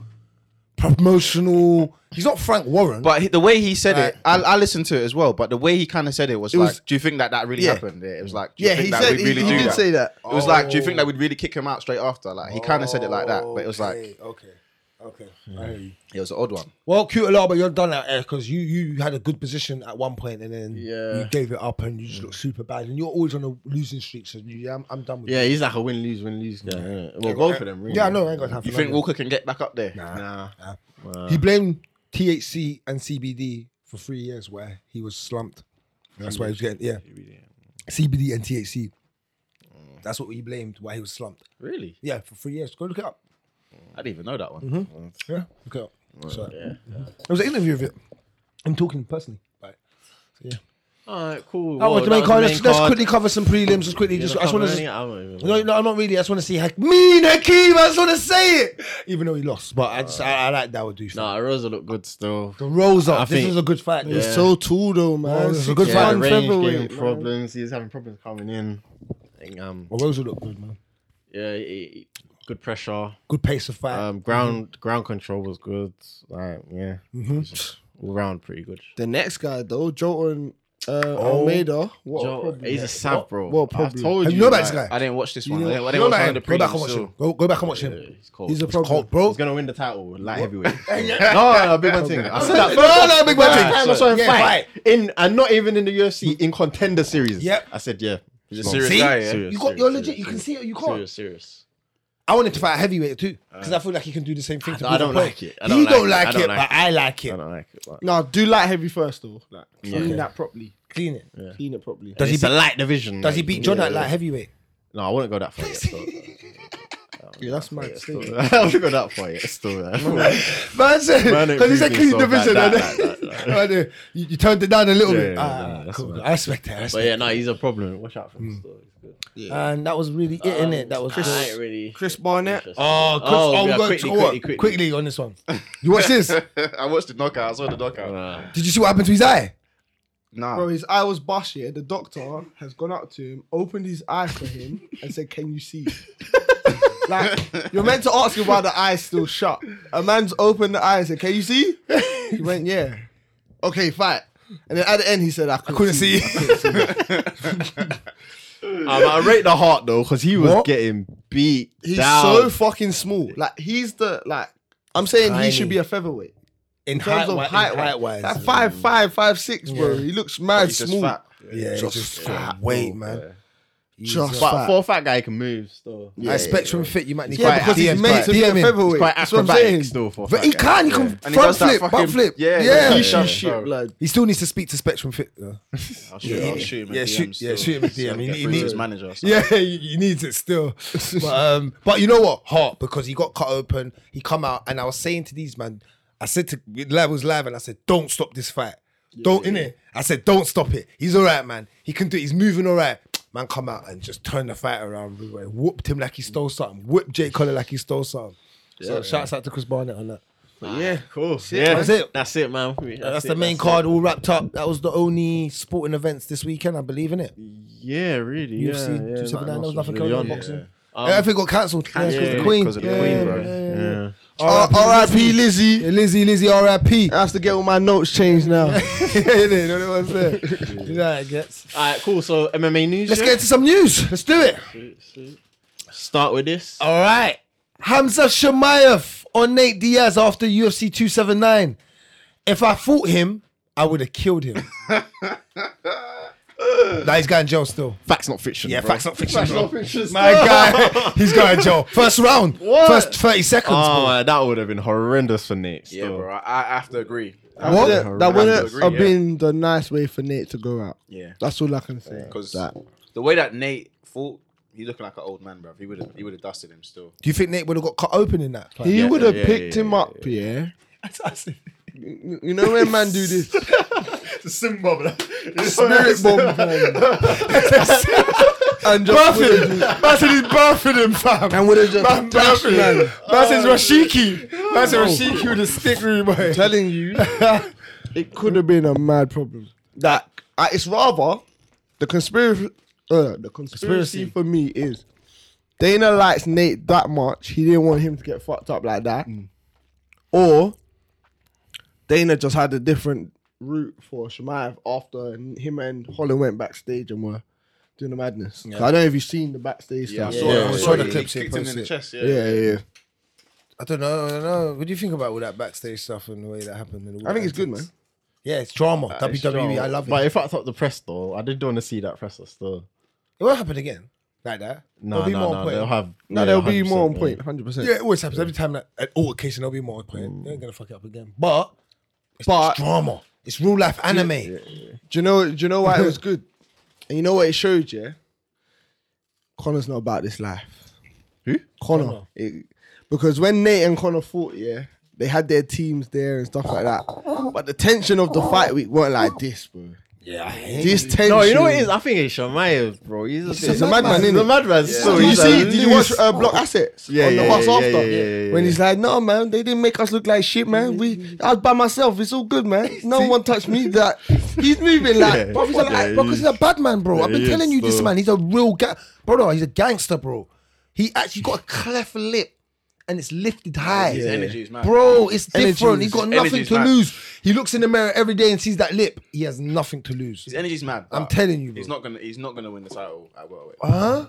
Speaker 4: promotional. He's not Frank Warren.
Speaker 5: But he, the way he said
Speaker 4: Right.
Speaker 5: it, I, I listened to it as well. But the way he kind of said it was like,
Speaker 2: was-
Speaker 5: "Do you think that that really
Speaker 2: Yeah.
Speaker 5: happened?" Yeah, it was like, do you
Speaker 2: yeah,
Speaker 5: think
Speaker 2: he
Speaker 5: that
Speaker 2: said
Speaker 5: we'd
Speaker 2: he,
Speaker 5: really
Speaker 2: he
Speaker 5: do
Speaker 2: did
Speaker 5: that? Oh,
Speaker 2: say that.
Speaker 5: It was like, "Do you think
Speaker 4: Oh.
Speaker 5: that we'd really kick him out straight after?" Like he kind of said it like that, but it was like
Speaker 4: okay, okay, okay. I hear you.
Speaker 5: it was an odd one.
Speaker 4: Hmm. Well, cute alarm, but you're done out there because you you had a good position at one point and then
Speaker 6: Yeah.
Speaker 4: you gave it up and you just look
Speaker 5: Hmm.
Speaker 4: super bad and you're always on a losing streak. So you, yeah, I'm, I'm done with
Speaker 6: Yeah, he's like a win lose win lose guy. innit? Well, both of them.
Speaker 4: that.
Speaker 6: Really.
Speaker 4: Yeah, I know. I ain't got time for
Speaker 5: You
Speaker 4: that,
Speaker 5: think
Speaker 4: yeah.
Speaker 5: Walker can get back up there?
Speaker 6: Nah.
Speaker 4: he blamed THC and CBD for three years where he was slumped. That's why he was getting yeah CBD and THC.
Speaker 5: Mm.
Speaker 4: That's what he blamed why he was slumped.
Speaker 6: Really?
Speaker 4: Yeah, for three years. Go look it up.
Speaker 5: I didn't even know that one.
Speaker 4: Yeah, look it up. So, It was an interview of it. I'm talking personally. Right.
Speaker 6: All right, cool.
Speaker 4: That
Speaker 6: Well,
Speaker 4: was Oh, the main
Speaker 6: Oh, that
Speaker 4: card.
Speaker 6: was
Speaker 4: Let's, let's quickly cover some prelims. Just quickly,
Speaker 6: You're
Speaker 4: just
Speaker 6: not
Speaker 4: I just want
Speaker 6: covering
Speaker 4: to.
Speaker 6: it? I don't even
Speaker 4: No,
Speaker 6: know.
Speaker 4: no, I'm not really. I just want to see Hak- mean Hakeem. I just want to say it, even though he lost. But I just, I, I like that would do.
Speaker 6: Nah, Rosa looked good still.
Speaker 4: The rolls up.
Speaker 6: I
Speaker 4: this
Speaker 6: think-
Speaker 4: was a good fight.
Speaker 6: Yeah.
Speaker 2: So tall though,
Speaker 4: Oh,
Speaker 2: man.
Speaker 4: this is a good
Speaker 6: Yeah,
Speaker 4: fight.
Speaker 2: Six-one
Speaker 6: range
Speaker 2: featherweight,
Speaker 6: gave him
Speaker 2: man.
Speaker 6: problems. He's having problems coming in. I think, um,
Speaker 4: Well, Rosa looked good, man.
Speaker 6: yeah, he- he- good pressure.
Speaker 4: Good pace of fight.
Speaker 6: Um, ground ground control was good. Like, yeah, It's just all round pretty good.
Speaker 2: The next guy though, Jolton uh, Almeida. What a
Speaker 6: Joe,
Speaker 2: problem.
Speaker 6: Oh, he's a sav, bro.
Speaker 2: what
Speaker 6: I
Speaker 2: problem?
Speaker 6: told you.
Speaker 4: Have you know about this
Speaker 6: like,
Speaker 4: guy?
Speaker 5: I didn't watch this
Speaker 4: You
Speaker 5: one.
Speaker 4: know-
Speaker 5: I didn't, I
Speaker 4: you
Speaker 5: didn't
Speaker 4: know
Speaker 5: watch
Speaker 4: about him.
Speaker 5: one of the
Speaker 4: Go back
Speaker 5: prelims,
Speaker 4: and watch
Speaker 5: so-
Speaker 4: him. Go, go back and watch him.
Speaker 6: Yeah, he's cold.
Speaker 4: He's a problem,
Speaker 6: cold.
Speaker 4: bro.
Speaker 6: He's gonna win the title, light heavyweight. no, no, big man thing. I said that.
Speaker 4: No, no, big man
Speaker 6: First
Speaker 4: thing.
Speaker 6: time I saw him
Speaker 4: Yeah,
Speaker 6: fight in, and not even in the UFC in contender series.
Speaker 4: Yep.
Speaker 6: I said yeah.
Speaker 5: He's a
Speaker 6: Small.
Speaker 5: serious
Speaker 4: See?
Speaker 5: guy. Yeah?
Speaker 6: Serious,
Speaker 4: You got,
Speaker 6: serious,
Speaker 4: you're
Speaker 6: serious,
Speaker 4: legit. You can
Speaker 6: serious.
Speaker 4: see it. You can't.
Speaker 6: Serious, serious.
Speaker 4: I want him to fight a heavyweight too because I feel like he can do the same thing. to
Speaker 6: I
Speaker 4: Walker
Speaker 6: don't
Speaker 4: Boy.
Speaker 6: like it. I don't
Speaker 4: he
Speaker 6: like
Speaker 4: don't
Speaker 6: it.
Speaker 4: like
Speaker 6: I
Speaker 4: it,
Speaker 6: don't like
Speaker 4: but I like
Speaker 6: I
Speaker 4: it.
Speaker 6: don't like it. But
Speaker 2: No, do light heavy first though. Like, clean
Speaker 6: Yeah.
Speaker 2: that properly.
Speaker 4: Clean it.
Speaker 2: Clean it properly.
Speaker 4: Does he
Speaker 6: it's a
Speaker 4: beat?
Speaker 6: light division.
Speaker 4: Does he
Speaker 6: like,
Speaker 4: beat John
Speaker 6: yeah,
Speaker 4: at
Speaker 6: yeah.
Speaker 4: light heavyweight?
Speaker 6: No, I wouldn't go that far. Yet, so.
Speaker 2: Yeah, that's my mistake.
Speaker 6: I haven't got that far yet. Still, man.
Speaker 4: Man said,
Speaker 6: Man ain't
Speaker 4: because he said
Speaker 6: moving
Speaker 4: clean
Speaker 6: so
Speaker 4: division.
Speaker 6: bad,
Speaker 4: and
Speaker 6: that-
Speaker 4: then-
Speaker 6: that-
Speaker 4: Man, uh, you, you turned it down a little
Speaker 6: Yeah,
Speaker 4: bit.
Speaker 6: yeah,
Speaker 4: ah,
Speaker 6: yeah, that's
Speaker 4: cool.
Speaker 6: all right.
Speaker 4: I respect that. I respect
Speaker 6: but yeah, no, he's a problem. Watch out for
Speaker 4: Hmm.
Speaker 6: him. Still.
Speaker 7: And that was really it, innit? That was
Speaker 6: I ain't
Speaker 7: good.
Speaker 6: really.
Speaker 3: Chris Barnett.
Speaker 6: interested.
Speaker 4: Oh, Chris,
Speaker 6: Uh, Oh,
Speaker 4: oh, we're
Speaker 6: yeah,
Speaker 4: going
Speaker 6: quickly,
Speaker 4: to- oh,
Speaker 6: quickly, quickly.
Speaker 4: on this one. You watch this.
Speaker 5: I watched the knockout. I saw the knockout.
Speaker 6: Nah.
Speaker 4: Did you see what happened to his eye?
Speaker 5: Nah.
Speaker 2: Bro, his eye was bushed. Yeah, the doctor has gone up to him, opened his eye for him, and said, "Can you see?" like you're meant to ask him why the eye's still shut. A man's opened the eye and said, "Can you see?" He went, "Yeah." Okay, fight. And then at the end, he said, "I couldn't,
Speaker 4: Couldn't see.
Speaker 6: Um, I rate the heart though, because he was
Speaker 2: What?
Speaker 6: getting beat
Speaker 2: He's
Speaker 6: down.
Speaker 2: so fucking small. Like he's the like. I'm saying
Speaker 4: Tiny.
Speaker 2: he should be a featherweight
Speaker 4: In
Speaker 2: in terms of height, wise. Like five five, five six, bro. He looks mad
Speaker 5: He's just
Speaker 2: small.
Speaker 5: fat.
Speaker 4: Yeah, he's
Speaker 2: Just
Speaker 4: just
Speaker 2: fat,
Speaker 4: weight, man.
Speaker 2: Just
Speaker 6: but
Speaker 2: fat.
Speaker 6: for a fat guy, he can move still.
Speaker 4: Like, spectrum fit, you might need
Speaker 2: yeah,
Speaker 4: quite
Speaker 2: because he's
Speaker 4: DMs,
Speaker 2: made to
Speaker 4: but
Speaker 2: be a
Speaker 4: DMing.
Speaker 2: featherweight.
Speaker 6: He's quite
Speaker 2: That's what I'm saying.
Speaker 6: acrobatic still for a
Speaker 4: But
Speaker 6: fat
Speaker 4: he
Speaker 6: guy.
Speaker 4: can, he can
Speaker 5: And he
Speaker 4: front
Speaker 5: does that
Speaker 4: flip, back
Speaker 5: fucking-
Speaker 4: flip.
Speaker 5: Yeah, he
Speaker 4: yeah.
Speaker 5: does
Speaker 2: He should
Speaker 5: that shove,
Speaker 2: shit,
Speaker 5: bro.
Speaker 2: blood.
Speaker 4: He still needs to speak to Spectrum Fit. Though.
Speaker 5: I'll shoot, I'll shoot him.
Speaker 4: Yeah,
Speaker 5: in
Speaker 4: shoot-
Speaker 5: DM
Speaker 4: yeah,
Speaker 5: still.
Speaker 4: shoot him in DM. He
Speaker 5: Get
Speaker 4: need-
Speaker 5: through
Speaker 4: he
Speaker 5: to his
Speaker 4: need-
Speaker 5: manager. or something.
Speaker 4: Yeah, he, he needs it still. but, um, but you know what? Hot because he got cut open. He come out, and I was saying to these man, I said to I was live, and I said, "Don't stop this fight. don't in it." I said, "Don't stop it. He's all right, man. He can do. it. He's moving all right." Man, come out and just turn the fight around. We were- Whooped him like he stole something. Whooped Jake Collar like he stole something. so shouts out to Chris Barnett on that.
Speaker 6: Yeah, cool. Yeah,
Speaker 4: That's it.
Speaker 6: That's it, man.
Speaker 4: That's
Speaker 6: it,
Speaker 4: the main
Speaker 6: that's
Speaker 4: card all wrapped up. That was the only sporting events this weekend, I believe, in it.
Speaker 6: it. Yeah, really. Yeah,
Speaker 4: UFC
Speaker 6: yeah,
Speaker 4: 279. There was
Speaker 6: else
Speaker 4: nothing
Speaker 6: really
Speaker 4: going on
Speaker 6: on.
Speaker 4: boxing.
Speaker 6: Um,
Speaker 4: Everything got cancelled. Yeah,
Speaker 5: Yeah,
Speaker 4: because
Speaker 5: yeah,
Speaker 4: the Queen.
Speaker 5: Because of the
Speaker 4: Yeah,
Speaker 5: Queen, bro.
Speaker 6: Yeah.
Speaker 2: R.I.P. Lizzie.
Speaker 4: Yeah, Lizzie, Lizzie, R.I.P.
Speaker 2: I have to get all my notes changed now.
Speaker 4: you know what I'm saying? Yeah, it gets.
Speaker 6: All right, cool. So MMA news.
Speaker 4: Let's
Speaker 6: yeah?
Speaker 4: get into some news. Let's do it.
Speaker 6: Sweet, sweet. Start with this.
Speaker 4: All right. Hamza Shemaev on Nate Diaz after UFC 279. If I fought him, I would have killed him. now he's going in jail still.
Speaker 6: Facts not fiction.
Speaker 4: Yeah,
Speaker 6: bro.
Speaker 4: facts not fiction. bro. My guy, he's going in jail. First round. First 30 seconds.
Speaker 6: Oh,
Speaker 4: bro.
Speaker 6: man, that would have been horrendous for Nate.
Speaker 5: Yeah,
Speaker 6: still.
Speaker 5: bro. I, I have to agree.
Speaker 2: What?
Speaker 6: Yeah,
Speaker 2: that
Speaker 6: horrendous.
Speaker 2: would
Speaker 5: I
Speaker 2: have
Speaker 5: agree, yeah.
Speaker 2: been the nice way for Nate to go out.
Speaker 5: Yeah.
Speaker 2: That's all I can say.
Speaker 5: Because
Speaker 2: That.
Speaker 5: the way that Nate fought, he looking like an old man, bro. He would have he would have dusted him still.
Speaker 4: Do you think Nate would have got cut open in that? fight?
Speaker 2: He
Speaker 6: Yeah,
Speaker 2: would have
Speaker 6: yeah,
Speaker 2: picked
Speaker 6: yeah,
Speaker 2: him
Speaker 6: yeah,
Speaker 2: up, yeah. You know when man do this? Spirit bomb bomb. and just would have
Speaker 4: That's in his birthing him, fam.
Speaker 2: and would have just
Speaker 4: Man,
Speaker 2: dashed,
Speaker 4: birthing.
Speaker 2: man. Oh.
Speaker 4: That's his Rashiki. That's a Rashiki with a stick room, boy.
Speaker 2: telling you, it could have been a mad problem. That uh, it's rather the conspiracy. Uh, the conspiracy,
Speaker 4: Conspiracy.
Speaker 2: for me is Dana likes Nate that much. He didn't want him to get fucked up like that, or Dana just had a different route for Shemaev after him and Holland went backstage and were doing the madness. 'Cause I don't know if you've seen the backstage stuff.
Speaker 5: saw it,
Speaker 4: yeah,
Speaker 5: I
Speaker 4: we
Speaker 5: saw
Speaker 4: saw
Speaker 5: it.
Speaker 4: the
Speaker 5: He
Speaker 4: clips, yeah,
Speaker 5: kicked him in the
Speaker 4: posted.
Speaker 5: chest.
Speaker 2: Yeah, yeah, yeah.
Speaker 4: I don't know. I don't know. What do you think about all that backstage stuff and the way that happened? And all
Speaker 2: I think
Speaker 4: that
Speaker 2: it's good, man. Uh,
Speaker 4: antics? Yeah, it's drama. WWE.
Speaker 6: It's strong.
Speaker 4: E, I love it.
Speaker 6: But it fucked up the press though. I did want to see that presser still.
Speaker 4: it won't happen again like that.
Speaker 6: No,
Speaker 4: There'll be
Speaker 6: no,
Speaker 4: more
Speaker 6: no.
Speaker 4: on point.
Speaker 6: They'll have.
Speaker 2: No,
Speaker 6: yeah,
Speaker 2: there'll be more on
Speaker 6: 100%,
Speaker 2: point, hundred percent.
Speaker 4: Yeah, it always happens every time that at all occasion there'll be more on point. They ain't gonna fuck it up again. But it's,
Speaker 2: But-
Speaker 4: it's drama. It's real life anime.
Speaker 2: Do you know? Do you know why it was good? And you know what it showed you? Connor's not about this life.
Speaker 6: Who?
Speaker 2: Connor.
Speaker 4: Connor.
Speaker 2: It- because when Nate and Connor fought, yeah, they had their teams there and stuff like that. But the tension of the fight week weren't like this, bro.
Speaker 4: Yeah, I hate
Speaker 2: This tension.
Speaker 6: No, you know what it is? I think it's Shamayev, bro. He's, just,
Speaker 2: He's a madman,
Speaker 6: He's
Speaker 2: innit?
Speaker 6: a madman. So
Speaker 2: So you
Speaker 6: he's
Speaker 2: see,
Speaker 6: a
Speaker 2: did you watch
Speaker 6: loose-
Speaker 2: uh, Block Assets
Speaker 6: Yeah,
Speaker 2: on the
Speaker 6: yeah,
Speaker 2: bus
Speaker 6: yeah,
Speaker 2: after?
Speaker 6: yeah, yeah, yeah,
Speaker 2: when
Speaker 6: yeah.
Speaker 2: he's like, "No, man, they didn't make us look like shit, man. We, I was by myself. It's all good, man. No one touched me." That he's moving like
Speaker 6: Yeah.
Speaker 4: Bro, he's a,
Speaker 6: Yeah,
Speaker 4: because he's a bad man, bro. I've
Speaker 6: Yeah,
Speaker 4: been
Speaker 6: he
Speaker 4: telling
Speaker 6: is,
Speaker 4: you this
Speaker 6: bro.
Speaker 4: man. He's a real guy, bro. No, he's a gangster, bro. He actually got a cleft lip, and it's lifted high.
Speaker 5: His energy is mad.
Speaker 4: Bro, it's different.
Speaker 2: Energy
Speaker 4: He's
Speaker 2: is-
Speaker 4: got
Speaker 5: energy
Speaker 4: nothing
Speaker 5: is
Speaker 4: to
Speaker 5: mad.
Speaker 4: lose. He looks in the mirror every day and sees that lip. He has nothing to lose.
Speaker 5: His energy's mad.
Speaker 4: I'm
Speaker 5: but
Speaker 4: telling you, bro.
Speaker 5: He's not gonna he's not gonna win the title at welterweight.
Speaker 4: Huh?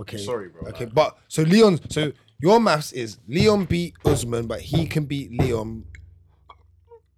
Speaker 4: Okay.
Speaker 5: Sorry, bro.
Speaker 4: Okay, but so Leon, so your maths is Leon beat Usman, but he can beat Leon,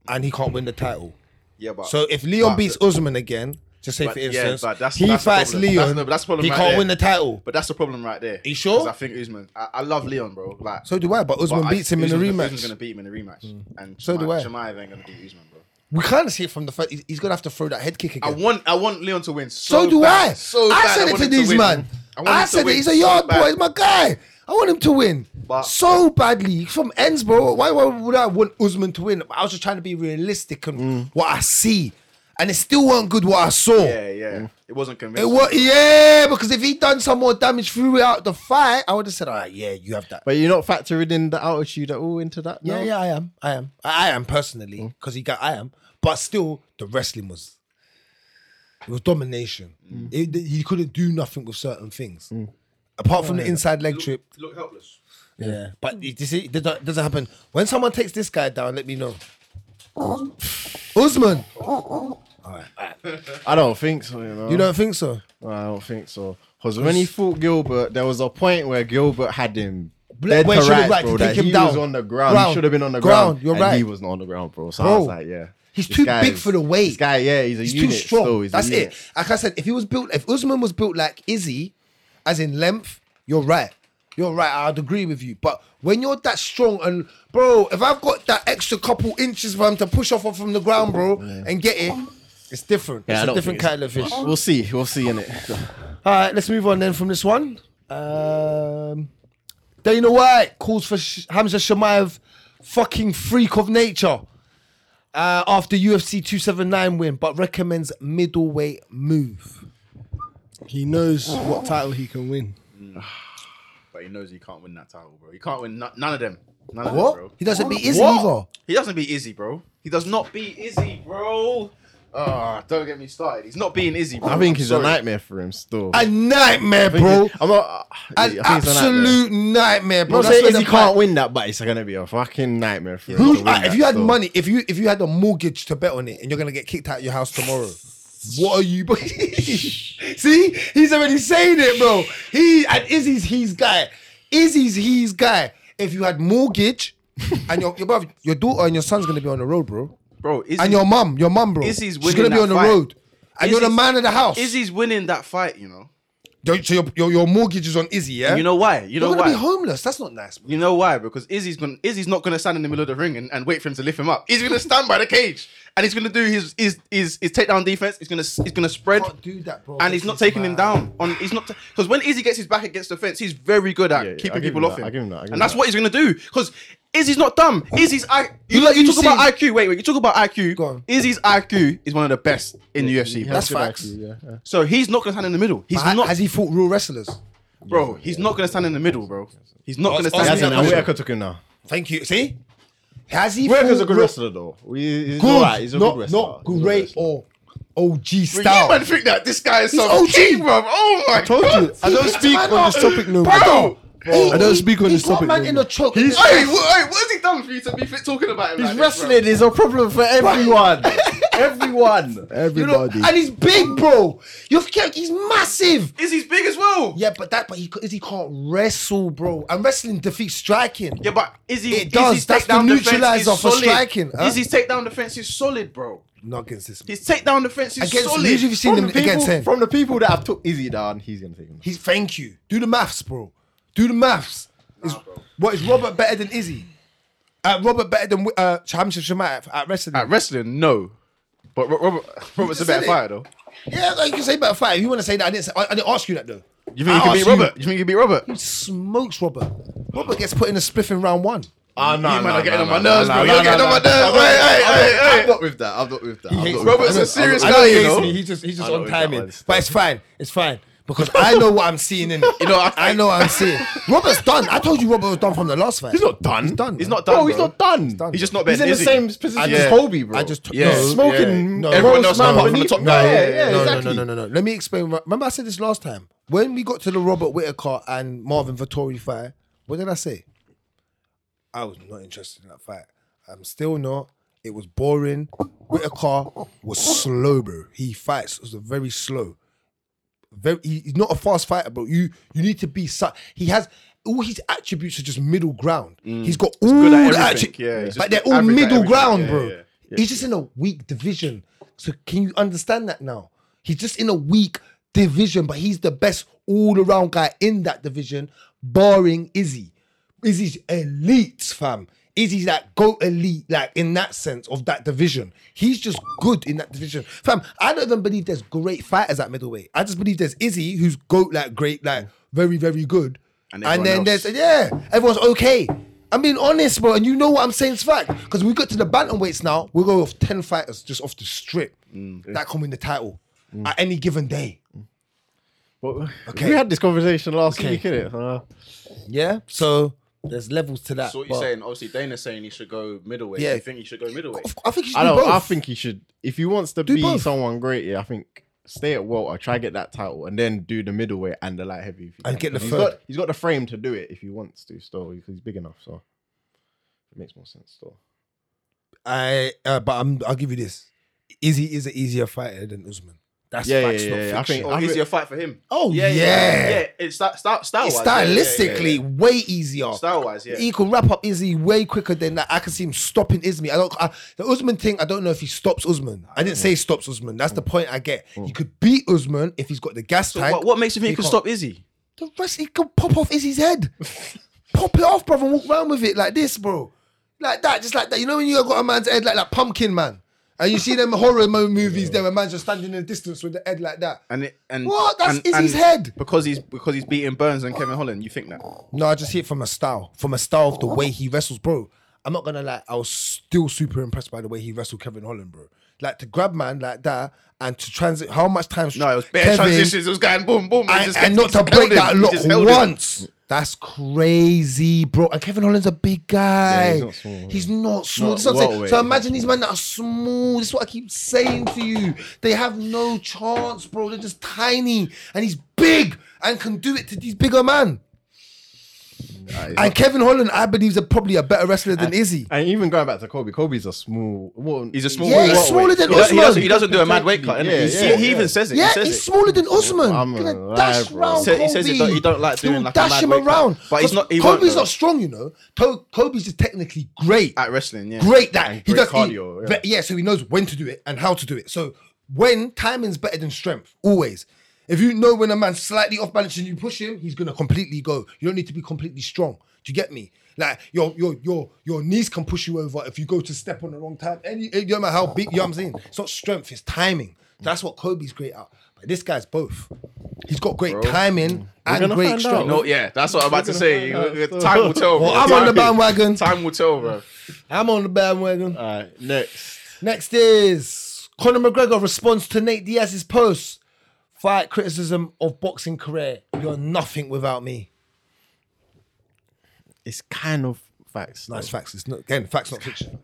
Speaker 4: and he can't win the title.
Speaker 5: Yeah, but
Speaker 4: So if Leon
Speaker 5: but-
Speaker 4: beats Usman again, just say
Speaker 5: But-
Speaker 4: for
Speaker 5: yeah,
Speaker 4: instance,
Speaker 5: but that's-
Speaker 4: he
Speaker 5: that's the
Speaker 4: fights
Speaker 5: problem. That's
Speaker 4: Leon,
Speaker 5: the- that's the problem
Speaker 4: he
Speaker 5: right
Speaker 4: can't
Speaker 5: there.
Speaker 4: win the title.
Speaker 5: But that's the problem right there.
Speaker 4: You sure?
Speaker 5: 'Cause I think Usman. I, I love Leon, bro. Like
Speaker 4: So do I, but Usman
Speaker 5: I-
Speaker 4: beats him in the rematch.
Speaker 5: Usman's-
Speaker 4: Mm.
Speaker 5: Usman's gonna beat him in the rematch, and
Speaker 4: So do
Speaker 5: Shamaev-
Speaker 4: I.
Speaker 5: Shamaev ain't gonna beat Usman, bro.
Speaker 4: We kind of see it from the fact he's, he's gonna have to throw that head kick
Speaker 5: I
Speaker 4: again.
Speaker 5: want I want Leon to win.
Speaker 4: so,
Speaker 5: So,
Speaker 4: do
Speaker 5: bad,
Speaker 4: I.
Speaker 5: So
Speaker 4: I
Speaker 5: bad.
Speaker 4: said it
Speaker 5: want
Speaker 4: to
Speaker 5: him
Speaker 4: these
Speaker 5: win.
Speaker 4: man.
Speaker 5: want
Speaker 4: I,
Speaker 5: him to
Speaker 4: said it.
Speaker 5: win
Speaker 4: He's a
Speaker 5: so
Speaker 4: yard boy.
Speaker 5: bad.
Speaker 4: He's my guy. I want him to win
Speaker 5: But-
Speaker 4: so badly from ends, bro. Why, why would I want Usman to win? I was just trying to be realistic and what I see, and it still weren't good what I saw.
Speaker 5: Mm. Yeah, yeah. It wasn't
Speaker 4: Mm. It
Speaker 5: convincing.
Speaker 4: wa- yeah, because if he done some more damage throughout the fight, I would have said, "All right, yeah, you have that."
Speaker 6: But you're not factoring in the altitude at all into that.
Speaker 4: yeah,
Speaker 6: now?
Speaker 4: yeah, I am, I am, Mm. I, I am personally because he got, I am, but still, the wrestling was, it was domination. It- he couldn't do nothing with certain things, apart from the inside leg trip.
Speaker 5: Look helpless.
Speaker 4: Yeah, but you see, it doesn't doesn't happen. When someone takes this guy down, let me know. Usman,
Speaker 6: I don't think so. You know,
Speaker 4: you don't think so?
Speaker 6: I don't think so. Because when he fought Gilbert, there was a point where Gilbert had him.
Speaker 4: Bla-
Speaker 6: dead
Speaker 4: where
Speaker 6: to
Speaker 4: he should have
Speaker 6: rights,
Speaker 4: right to
Speaker 6: bro,
Speaker 4: take
Speaker 6: that
Speaker 4: him
Speaker 6: he
Speaker 4: down.
Speaker 6: was on the ground.
Speaker 4: Ground.
Speaker 6: He should have been on the
Speaker 4: Ground,
Speaker 6: ground.
Speaker 4: you're
Speaker 6: and
Speaker 4: right.
Speaker 6: He was not on the ground, bro. So I
Speaker 4: Bro,
Speaker 6: was like, yeah,
Speaker 4: he's
Speaker 6: This
Speaker 4: too
Speaker 6: guy
Speaker 4: big
Speaker 6: is-
Speaker 4: for the weight.
Speaker 6: This guy, yeah, he's a
Speaker 4: He's
Speaker 6: unit.
Speaker 4: too strong.
Speaker 6: still, he's a
Speaker 4: That's
Speaker 6: unit.
Speaker 4: it. Like I said, if he was built, if Usman was built like Izzy, as in length, you're right. You're right. I'd agree with you. But when you're that strong and bro, if I've got that extra couple inches for him to push off from the ground, bro, and get it, it's different.
Speaker 6: Yeah, I
Speaker 4: it's a
Speaker 6: don't
Speaker 4: different
Speaker 6: think it's-
Speaker 4: kind of fish.
Speaker 6: We'll see. We'll see in it.
Speaker 4: All right, let's move on then from this one. Um, Dana White calls for Sh- Hamza Shamayev fucking freak of nature uh, after UFC 279 win, but recommends middleweight move.
Speaker 2: He knows what title he can win.
Speaker 5: But he knows he can't win that title, bro. He can't win no- none of them. None of them,
Speaker 4: What?
Speaker 5: bro.
Speaker 4: He doesn't beat Izzy
Speaker 5: What?
Speaker 4: either.
Speaker 5: He doesn't beat Izzy, bro. He does not beat Izzy, bro. Ah, don't get me started. He's not beating Izzy, bro.
Speaker 6: I think he's a
Speaker 5: Sorry.
Speaker 6: nightmare for him still.
Speaker 4: A nightmare, bro.
Speaker 6: I'm not, I
Speaker 4: An
Speaker 6: think he's a nightmare.
Speaker 4: absolute nightmare,
Speaker 6: I'm
Speaker 4: bro.
Speaker 6: not
Speaker 4: That's
Speaker 6: saying
Speaker 4: where
Speaker 6: Izzy
Speaker 4: the
Speaker 6: can't
Speaker 4: fight-
Speaker 6: win that, but it's gonna be a fucking nightmare for him.
Speaker 4: Who-
Speaker 6: to win
Speaker 4: uh, if
Speaker 6: that
Speaker 4: you had
Speaker 6: still.
Speaker 4: money, if you if you had a mortgage to bet on it, and you're gonna get kicked out of your house tomorrow, what are you? See, he's already saying it, bro. He and Izzy's he's guy. Izzy's he's guy. If you had mortgage, and your your, bruv- your daughter and your son's gonna be on the road, bro,
Speaker 5: bro. Izzy,
Speaker 4: and your mum, your mum, bro,
Speaker 5: Izzy's
Speaker 4: she's
Speaker 5: winning
Speaker 4: gonna be
Speaker 5: that
Speaker 4: on the
Speaker 5: fight.
Speaker 4: road, and you're the
Speaker 5: Izzy's-
Speaker 4: man of the house.
Speaker 5: Izzy's winning that fight, you know.
Speaker 4: Don't- so your, your your mortgage is on Izzy, yeah.
Speaker 5: And you know why? You
Speaker 4: you're
Speaker 5: know
Speaker 4: gonna
Speaker 5: why?
Speaker 4: be homeless. That's not nice. Bro.
Speaker 5: You know why? Because Izzy's gonna Izzy's not gonna stand in the middle of the ring and, and wait for him to lift him up. He's gonna stand by the cage and he's gonna do his his his, his takedown defense. He's gonna he's gonna spread.
Speaker 4: Can't do that, bro.
Speaker 5: And he's not taking him down. On he's not because when Izzy gets his back against the fence, he's very good at
Speaker 6: Yeah, yeah, I
Speaker 5: keeping
Speaker 6: give
Speaker 5: people
Speaker 6: him
Speaker 5: off
Speaker 6: that,
Speaker 5: him.
Speaker 6: I give him that, I give
Speaker 5: and
Speaker 6: him
Speaker 5: that's
Speaker 6: that.
Speaker 5: what he's gonna do because Izzy's not dumb. Izzy's I you, you,
Speaker 4: you
Speaker 5: talk about
Speaker 4: seen-
Speaker 5: IQ. Wait, wait, you talk about IQ.
Speaker 4: Go on.
Speaker 5: Izzy's IQ is one of the best in the UFC. bro.
Speaker 6: That's
Speaker 4: That's facts.
Speaker 5: so he's not gonna stand in the middle. He's
Speaker 4: Ha-
Speaker 5: not,
Speaker 4: Has he fought real wrestlers?
Speaker 5: bro. He's not gonna stand in the middle, bro. He's not gonna
Speaker 6: He
Speaker 5: stand in
Speaker 6: hasn't.
Speaker 5: the
Speaker 6: And
Speaker 5: middle.
Speaker 6: Whitaker took him now.
Speaker 4: Thank you. See, has he?
Speaker 6: Whitaker's a
Speaker 4: fought
Speaker 6: good
Speaker 4: real-
Speaker 6: wrestler though. He- He's
Speaker 4: Good,
Speaker 6: alright. He's a
Speaker 4: not,
Speaker 6: good wrestler.
Speaker 4: not
Speaker 6: He's a good
Speaker 4: great
Speaker 6: wrestler.
Speaker 4: or OG
Speaker 5: Bro, You
Speaker 4: style.
Speaker 5: might think that this guy is
Speaker 4: He's
Speaker 5: so
Speaker 4: OG.
Speaker 5: king, bro. Oh my
Speaker 2: Told
Speaker 5: god.
Speaker 2: you, I don't speak on this topic no more.
Speaker 5: Bro!
Speaker 2: I don't speak on
Speaker 4: He's
Speaker 2: this topic.
Speaker 4: got man
Speaker 2: no
Speaker 4: in
Speaker 2: more.
Speaker 4: a choke.
Speaker 5: Hey, wait, what has he done for you to be fit talking about him?
Speaker 6: His
Speaker 5: like
Speaker 6: wrestling
Speaker 5: This,
Speaker 6: is a problem for everyone. everyone.
Speaker 4: You know,
Speaker 2: Everybody.
Speaker 4: and he's big, bro. You've kept, he's massive.
Speaker 5: bro. Is he's big as well?
Speaker 4: Yeah, but that, but he, is he can't wrestle, bro. And wrestling defeats striking.
Speaker 5: Yeah, but is he?
Speaker 4: It does. That's the neutralizer for striking, huh?
Speaker 5: Is his takedown defense is solid, bro?
Speaker 4: Not against this.
Speaker 5: His takedown defense is
Speaker 4: Against
Speaker 5: solid.
Speaker 4: usually you've seen
Speaker 6: From the,
Speaker 4: him against
Speaker 6: people,
Speaker 4: him.
Speaker 6: from the people that have took Izzy down, he's gonna take him.
Speaker 4: He's thank you. Do the maths, bro. Do the maths. is, what is Robert better than Izzy? Uh, Robert better than uh, Hamza Shamayev at wrestling.
Speaker 5: At wrestling, no. But Ro- Robert, Robert's a better
Speaker 4: said it.
Speaker 5: fighter, though.
Speaker 4: Yeah, like you can say better fight. If you want to say that, I didn't. Say, I, I didn't ask you that though.
Speaker 5: You think
Speaker 4: I
Speaker 5: he can
Speaker 4: asked
Speaker 5: beat Robert? You think he can beat Robert?
Speaker 4: He smokes Robert. Robert gets put in a spliff in round one.
Speaker 6: Ah, no,
Speaker 5: you man are getting on my nerves, bro. You're getting on my nerves. Hey, hey, hey, hey.
Speaker 6: I'm not with that. I'm not with that. I'm not with
Speaker 5: Robert's
Speaker 6: that.
Speaker 5: a serious
Speaker 4: I know
Speaker 5: guy,
Speaker 4: he
Speaker 5: you
Speaker 4: hates
Speaker 5: know.
Speaker 4: me. He's just he's just
Speaker 6: I know
Speaker 4: on
Speaker 6: that
Speaker 4: timing.
Speaker 6: one's-
Speaker 4: But it's fine. It's fine. Because I know what I'm seeing in it. You
Speaker 5: know,
Speaker 4: I,
Speaker 5: I-
Speaker 4: know what I'm seeing. Robert's done. I told you Robert was done from the last fight.
Speaker 6: He's not done.
Speaker 4: He's done.
Speaker 5: He's
Speaker 4: man.
Speaker 5: not done.
Speaker 6: Bro, he's
Speaker 5: bro.
Speaker 6: not done.
Speaker 5: He's just not
Speaker 6: He's
Speaker 5: better than
Speaker 6: in the
Speaker 5: Izzy.
Speaker 6: same position
Speaker 5: Yeah.
Speaker 6: as Kobe, bro.
Speaker 4: I just took-
Speaker 5: Yeah.
Speaker 4: no,
Speaker 5: He's
Speaker 6: smoking.
Speaker 4: yeah, no.
Speaker 5: Everyone
Speaker 6: Rose
Speaker 5: else
Speaker 6: man
Speaker 5: apart
Speaker 6: when
Speaker 5: from
Speaker 6: he-
Speaker 5: the top
Speaker 6: No,
Speaker 5: guy.
Speaker 6: Yeah,
Speaker 4: no,
Speaker 6: yeah,
Speaker 4: no,
Speaker 6: exactly.
Speaker 4: no, no, no, no. Let me explain. Remember, I said this last time when we got to the Robert Whitaker and Marvin Vittori fight. What did I say? I was not interested in that fight. I'm still not. It was boring. Whitaker was slow, bro. He fights was very slow. Very, he- he's not a fast fighter, bro. You you need to be. su- He has all his attributes are just middle ground. He's got all
Speaker 5: Mm. good at
Speaker 4: the
Speaker 5: everything,
Speaker 4: attri-
Speaker 5: yeah. He's
Speaker 4: but
Speaker 5: just
Speaker 4: they're all
Speaker 5: average at
Speaker 4: middle
Speaker 5: everything,
Speaker 4: ground,
Speaker 5: yeah,
Speaker 4: bro.
Speaker 5: yeah, yeah.
Speaker 4: He's just in a weak division. So can you understand that now? He's just in a weak division, but he's the best all-around guy in that division, barring Izzy. Izzy's elite, fam. Izzy's that goat elite, like in that sense of that division. He's just good in that division, fam. I don't even believe there's great fighters at middleweight. I just believe there's Izzy, who's goat, like great, like very, very good.
Speaker 5: And,
Speaker 4: and then
Speaker 5: everyone else-
Speaker 4: there's yeah, everyone's okay. I'm being honest, bro, and you know what I'm saying is fact. Because we got to the bantamweights now, we go off ten fighters just off the strip
Speaker 5: Mm.
Speaker 4: that can win the title at any given day.
Speaker 6: okay. We had this conversation last week, innit? Uh,
Speaker 4: Yeah, so
Speaker 7: There's levels to that.
Speaker 5: So what
Speaker 7: but-
Speaker 5: you're saying, obviously Dana's saying he should go middleweight.
Speaker 4: Yeah.
Speaker 5: You think he should go middleweight?
Speaker 4: of- I think you should
Speaker 6: I
Speaker 4: do
Speaker 6: don't.
Speaker 4: both.
Speaker 6: I think he should. If he wants to be
Speaker 4: both.
Speaker 6: someone great, yeah, I think stay at welter, try get that title, and then do the middleweight and the light heavy. if he
Speaker 4: And get
Speaker 6: can,
Speaker 4: the
Speaker 6: 'cause he's
Speaker 4: third.
Speaker 6: got- he's got the frame to do it if he wants to. Still, because he's big enough, so it makes more sense. Still,
Speaker 4: I uh, but I'm, I'll give you this: Izzy is an easier fighter than Usman. That's
Speaker 6: Yeah,
Speaker 4: facts,
Speaker 6: yeah,
Speaker 4: not
Speaker 6: yeah, yeah. I
Speaker 4: fiction.
Speaker 6: think-
Speaker 5: Or
Speaker 6: I'm-
Speaker 5: easier fight for him.
Speaker 4: oh yeah,
Speaker 5: yeah. yeah. It's that style, style
Speaker 4: It's
Speaker 5: wise, yeah, yeah, yeah, yeah.
Speaker 4: stylistically way easier.
Speaker 5: Style wise, yeah.
Speaker 4: He could wrap up Izzy way quicker than that. I can see him stopping Izzy. I don't. I, the Usman thing, I don't know if he stops Usman. I didn't say he stops Usman. That's the point I get. He could beat Usman if he's got the gas
Speaker 5: Mm. So
Speaker 4: tank.
Speaker 5: what, what makes you think he can
Speaker 4: can't-
Speaker 5: stop Izzy?
Speaker 4: The rest, he could pop off Izzy's head. pop it off, brother, and walk around with it like this, bro. Like that, just like that. You know when you got a man's head like that pumpkin man, and you see them horror mo- movies there where man's just standing in the distance with the head like that.
Speaker 5: And it, and
Speaker 4: What? That's
Speaker 5: and,
Speaker 4: Izzy's
Speaker 5: and
Speaker 4: head.
Speaker 5: because he's because he's beating Burns and Kevin Holland. You think that?
Speaker 4: No, I just see it from a style, from a style of the way he wrestles, bro. I'm not gonna lie, I was still super impressed by the way he wrestled Kevin Holland, bro. Like to grab man like that and to transit, how much time?
Speaker 5: No, it was bare transitions. It was going boom, boom, man,
Speaker 4: and,
Speaker 5: just
Speaker 4: and
Speaker 5: kept-
Speaker 4: not to
Speaker 5: just
Speaker 4: break
Speaker 5: held him.
Speaker 4: that
Speaker 5: He
Speaker 4: lock
Speaker 5: just held him.
Speaker 4: once. That's crazy, bro. And Kevin Holland's a big guy.
Speaker 6: he's not small, yeah.
Speaker 4: He's not small.
Speaker 6: Not
Speaker 4: That's what I'm saying.
Speaker 6: welterweight,
Speaker 4: So
Speaker 6: he's
Speaker 4: imagine these men that are small. This is what I keep saying to you. They have no chance, bro. They're just tiny. And he's big and can do it to these bigger man. and Kevin Holland, I believe, is probably a better wrestler than Izzy.
Speaker 6: and even going back to Kobe, Kobe's a small. Well,
Speaker 5: He's a small.
Speaker 4: Yeah,
Speaker 5: welterweight.
Speaker 4: he's smaller than
Speaker 5: he does- he
Speaker 4: Usman.
Speaker 5: doesn't, he doesn't do a mad weight cut. innit?
Speaker 6: Yeah,
Speaker 5: He-
Speaker 6: yeah,
Speaker 5: he
Speaker 6: yeah.
Speaker 5: even says it.
Speaker 4: Yeah,
Speaker 5: he says
Speaker 4: he's
Speaker 5: it.
Speaker 4: smaller than Usman.
Speaker 6: I'm
Speaker 4: He's gonna
Speaker 6: alive,
Speaker 4: dash
Speaker 6: bro.
Speaker 4: round
Speaker 5: He said- he says he
Speaker 4: Kobe.
Speaker 5: don't- he don't like doing
Speaker 4: He'll
Speaker 5: like a
Speaker 4: dash
Speaker 5: mad
Speaker 4: him
Speaker 5: weight cut.
Speaker 4: around.
Speaker 5: But he's
Speaker 4: 'Cause
Speaker 5: not- he won't,
Speaker 4: Kobe's
Speaker 5: though.
Speaker 4: not strong, you know. To- Kobe's just technically great.
Speaker 5: at wrestling. Yeah,
Speaker 4: great that
Speaker 6: And
Speaker 4: he
Speaker 6: great
Speaker 4: does
Speaker 6: cardio,
Speaker 4: He,
Speaker 6: yeah.
Speaker 4: ve- yeah, so he knows when to do it and how to do it. So when timing's better than strength, always. If you know when a man's slightly off balance and you push him, he's gonna completely go. You don't need to be completely strong. Do you get me? Like your your your your knees can push you over if you go to step on the wrong time. Any it don't matter how big you know what I'm saying. It's not strength, it's timing. That's what Kobe's great at. But this guy's both. He's got great timing and
Speaker 6: gonna
Speaker 4: great
Speaker 6: find
Speaker 4: strength.
Speaker 6: out.
Speaker 5: No, yeah, that's what I'm about to say.
Speaker 6: gonna find out.
Speaker 5: Time will tell.
Speaker 4: Well,
Speaker 5: bro.
Speaker 4: I'm on the
Speaker 5: Time-
Speaker 4: bandwagon.
Speaker 5: Time will tell, bro.
Speaker 4: I'm on the bandwagon.
Speaker 6: All right, next.
Speaker 4: Next is Conor McGregor responds to Nate Diaz's post. Fight criticism of boxing career. You're nothing without me.
Speaker 6: It's kind of facts.
Speaker 4: Nice facts. It's not again facts, not fiction.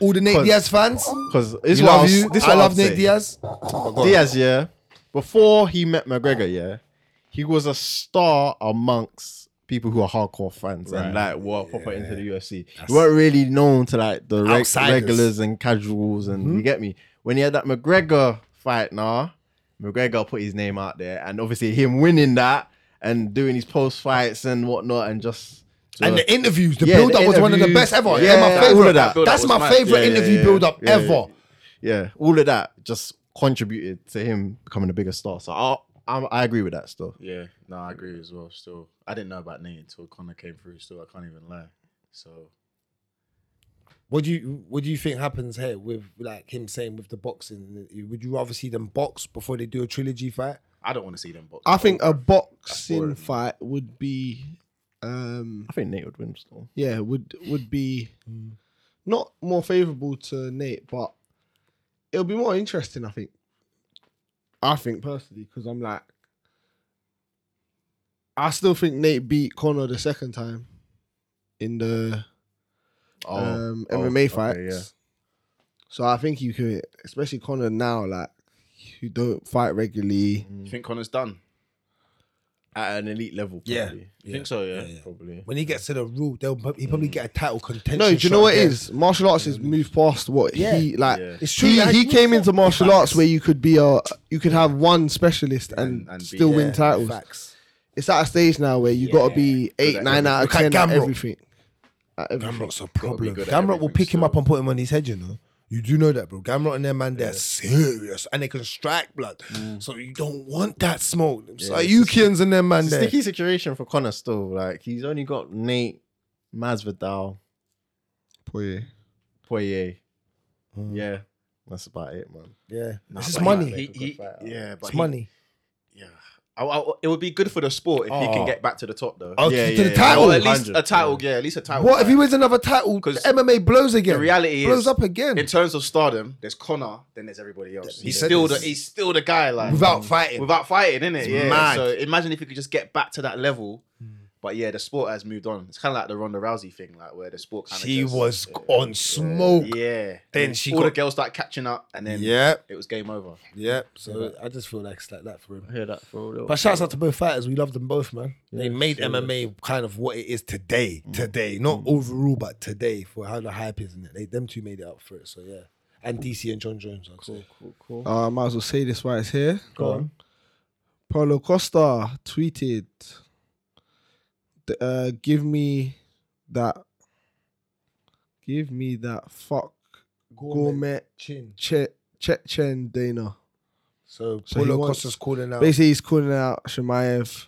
Speaker 4: All the Nate
Speaker 6: Cause-
Speaker 4: Diaz fans,
Speaker 6: because this
Speaker 4: we
Speaker 6: is what I
Speaker 4: love
Speaker 6: was-
Speaker 4: you.
Speaker 6: This is
Speaker 4: I
Speaker 6: what
Speaker 4: love
Speaker 6: I'd
Speaker 4: Nate
Speaker 6: say.
Speaker 4: Diaz.
Speaker 6: Diaz, yeah. Before he met McGregor, yeah, he was a star amongst people who are hardcore fans and like were proper into the UFC. He weren't really known to like the reg-
Speaker 4: Outsiders. Mm-hmm.
Speaker 6: regulars and casuals, and you get me. When he had that McGregor fight, nah, McGregor put his name out there, and obviously him winning that and doing his post fights and whatnot, and just
Speaker 4: And the interviews, the
Speaker 6: Yeah, the
Speaker 4: build up was one of the
Speaker 6: interviews.
Speaker 4: best ever. Yeah,
Speaker 6: Yeah,
Speaker 4: my
Speaker 6: all of
Speaker 4: favorite.
Speaker 6: that.
Speaker 5: Build-up
Speaker 4: That's
Speaker 5: was
Speaker 4: my
Speaker 5: mad.
Speaker 4: favorite
Speaker 6: Yeah, yeah,
Speaker 4: interview
Speaker 6: yeah.
Speaker 4: build up
Speaker 6: Yeah,
Speaker 4: ever.
Speaker 6: yeah, all of that just contributed to him becoming a bigger star. So I, I, I agree with that stuff.
Speaker 5: Yeah, no, I agree as well. Still, I didn't know about Nate until Connor came through. Still, I can't even lie. So
Speaker 4: What do you what do you think happens here with like him saying with the boxing? Would you rather see them box before they do a trilogy fight?
Speaker 5: I don't want to see them box.
Speaker 2: I think a
Speaker 5: boring,
Speaker 2: boxing
Speaker 5: man.
Speaker 2: fight would be, um,
Speaker 6: I think Nate would win still.
Speaker 2: yeah, would would be not more favorable to Nate, but it'll be more interesting. I think. I think personally, because I'm like, I still think Nate beat Connor the second time in the um, MMA fights.
Speaker 6: Oh, yeah.
Speaker 2: So I think you could, especially Connor now, like who don't fight regularly.
Speaker 5: You think Connor's done?
Speaker 6: at an elite level.
Speaker 4: Yeah.
Speaker 6: Probably.
Speaker 5: You think so? Yeah.
Speaker 6: probably.
Speaker 4: When he gets to the rule, they'll prob- he'll probably get a title contention.
Speaker 2: No, do you know
Speaker 4: shot
Speaker 2: what it
Speaker 4: again.
Speaker 2: is? Martial arts has moved past what he like.
Speaker 5: Yeah.
Speaker 4: It's true.
Speaker 2: He,
Speaker 4: like,
Speaker 2: he came into martial arts where you could be a you could have one specialist and,
Speaker 5: And- and be-
Speaker 2: still win
Speaker 4: yeah,
Speaker 2: titles.
Speaker 4: Facts.
Speaker 2: It's at a stage now where you gotta be eight,
Speaker 5: at
Speaker 2: nine out of
Speaker 4: Look
Speaker 2: ten
Speaker 4: at
Speaker 2: at
Speaker 4: Gamrot.
Speaker 2: everything. At everything.
Speaker 4: Gamrot's a problem.
Speaker 5: good at
Speaker 4: Gamrot will
Speaker 5: everything
Speaker 4: pick him
Speaker 5: still.
Speaker 4: up and put him on his head. You know, you do know that, bro. Gamrot and their man, they're serious and they can strike blood. So you don't want that smoke. So Sayukians and their man,
Speaker 6: It's a
Speaker 4: there.
Speaker 6: sticky situation for Connor still. Like he's only got Nate, Masvidal,
Speaker 2: Poirier.
Speaker 6: Poirier. Yeah, that's about it, man.
Speaker 4: Yeah, this is
Speaker 5: But
Speaker 4: money.
Speaker 5: He, he,
Speaker 6: Good fight,
Speaker 5: yeah, but
Speaker 4: It's
Speaker 5: he-
Speaker 4: money.
Speaker 5: Yeah, I, I- it would be good for the sport if he can
Speaker 4: Oh.
Speaker 5: get back to the top though.
Speaker 4: Oh,
Speaker 6: Yeah,
Speaker 4: to
Speaker 6: yeah,
Speaker 4: the
Speaker 6: yeah.
Speaker 4: title.
Speaker 5: Or at least a
Speaker 6: 100,
Speaker 5: title, yeah, at least a title.
Speaker 4: What if
Speaker 5: fight.
Speaker 4: he wins another title?
Speaker 5: 'Cause
Speaker 4: MMA blows again.
Speaker 5: The reality
Speaker 4: blows
Speaker 5: is,
Speaker 4: up again
Speaker 5: in terms of stardom, there's Connor, then there's everybody else. He's
Speaker 4: said
Speaker 5: still the
Speaker 4: this.
Speaker 5: he's still the guy like
Speaker 4: without fighting.
Speaker 5: without fighting, innit? Yeah.
Speaker 4: mad. Hmm.
Speaker 5: So imagine if you could just get back to that level. But yeah, the sport has moved on. It's kind of like the Ronda Rousey thing, like where the sport kind of
Speaker 4: she was on smoke.
Speaker 5: Yeah.
Speaker 4: Then she
Speaker 5: all the
Speaker 4: got-
Speaker 5: girls start catching up, and then
Speaker 4: Yeah,
Speaker 5: it was game over.
Speaker 4: yeah. So
Speaker 7: So I just feel like it's like that for him.
Speaker 6: I hear that for a little.
Speaker 7: But shouts out to both fighters. We love them both, man.
Speaker 4: they made MMA kind of what it is today. Today, not overall, but today for how the hype is. And they them two made it up for it. So yeah, and DC and John Jones. I'd say.
Speaker 2: Uh, I might as well say this while it's here.
Speaker 7: Go on.
Speaker 2: Paulo Costa tweeted, th- uh, "Give me that, give me that fuck gourmet,
Speaker 4: Chin.
Speaker 2: che- Chechen Dana."
Speaker 4: So,
Speaker 2: So he
Speaker 4: Paulo
Speaker 2: wants-
Speaker 4: Costa's calling out.
Speaker 2: Basically, he's calling out Shemaev.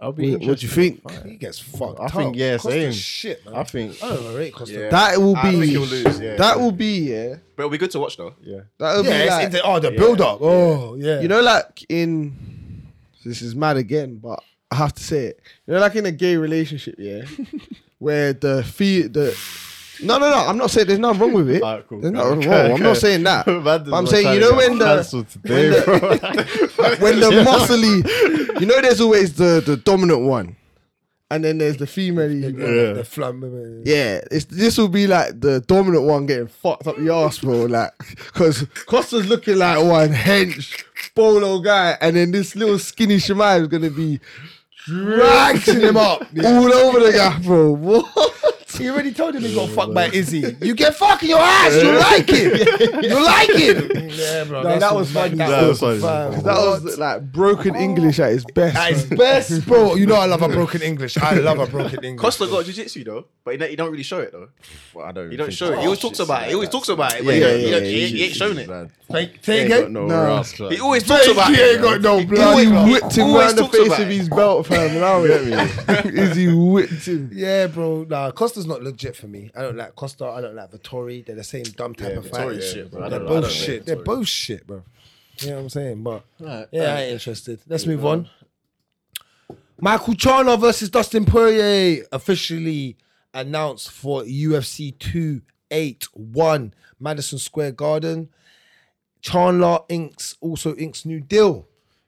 Speaker 6: I'll
Speaker 2: What, what do you think?
Speaker 4: He gets fucked.
Speaker 6: I
Speaker 4: up.
Speaker 6: think, yeah,
Speaker 4: Costa
Speaker 6: same.
Speaker 4: Shit, man.
Speaker 6: I think
Speaker 5: Oh.
Speaker 4: I don't rate Costa.
Speaker 5: Yeah.
Speaker 2: That will be.
Speaker 5: I think he'll lose, yeah.
Speaker 2: That will be. Yeah.
Speaker 5: But it'll be good to watch though.
Speaker 2: That will
Speaker 4: Yeah,
Speaker 2: be
Speaker 4: it's
Speaker 2: like,
Speaker 4: in the, oh, the build up. Oh, yeah.
Speaker 2: you know, like in this is mad again, but I have to say it. You know, like in a gay relationship, yeah, where the fee the no, no, no. I'm not saying there's nothing wrong with it.
Speaker 6: Alright, cool,
Speaker 2: there's
Speaker 6: cool,
Speaker 2: nothing
Speaker 6: okay,
Speaker 2: wrong. I'm
Speaker 6: okay.
Speaker 2: not saying that.
Speaker 6: Man,
Speaker 2: But I'm saying, you know, when the
Speaker 6: today, bro.
Speaker 2: when the muscly, you know, there's always the the dominant one, and then there's the female.
Speaker 4: yeah. the flam.
Speaker 2: Yeah, it's this will be like the dominant one getting fucked up the ass, bro. Like, cause Costa's looking like one hench bolo guy, and then this little skinny Shemai is gonna be dragging him up all over the guy, bro. What?
Speaker 4: You already told him he got fucked by Izzy. You get fucked in your ass. You like it. You like it. Yeah, bro.
Speaker 2: that was funny.
Speaker 6: That was funny.
Speaker 2: That was like broken English at its best.
Speaker 4: At his
Speaker 2: bro.
Speaker 4: best, bro. You know I love a broken English. I love a broken English.
Speaker 5: Costa got jiu-jitsu though, but he don't- he don't really show it though.
Speaker 6: Well, I don't.
Speaker 5: He don't
Speaker 6: think
Speaker 5: show
Speaker 6: so.
Speaker 5: it. He always talks about it. He always talks about it. but
Speaker 6: Yeah,
Speaker 5: he,
Speaker 6: yeah,
Speaker 5: don't- he ain't- he ain't shown it.
Speaker 4: Like, say
Speaker 6: Ain't got
Speaker 4: again.
Speaker 6: nowhere else.
Speaker 5: He always talks about
Speaker 4: He
Speaker 5: it.
Speaker 4: ain't got no
Speaker 2: He
Speaker 4: blood.
Speaker 2: whipped him
Speaker 5: Always
Speaker 2: round the
Speaker 5: talks
Speaker 2: face
Speaker 5: about
Speaker 2: of
Speaker 5: it.
Speaker 2: his belt, fam. Now Izzy whipped him.
Speaker 4: Yeah, bro. Nah, Costa's not legit for me. I don't like Costa. I don't like Vittori. They're the same dumb type of fighters.
Speaker 5: shit, bro. I
Speaker 4: They're
Speaker 5: don't- I
Speaker 4: both
Speaker 5: don't rate
Speaker 4: shit. They're both shit, bro. You know what I'm saying? But yeah, I ain't interested. Let's move on. Michael Chana versus Dustin Poirier officially announced for UFC 281 Madison Square Garden. Chandler inks also inks new deal.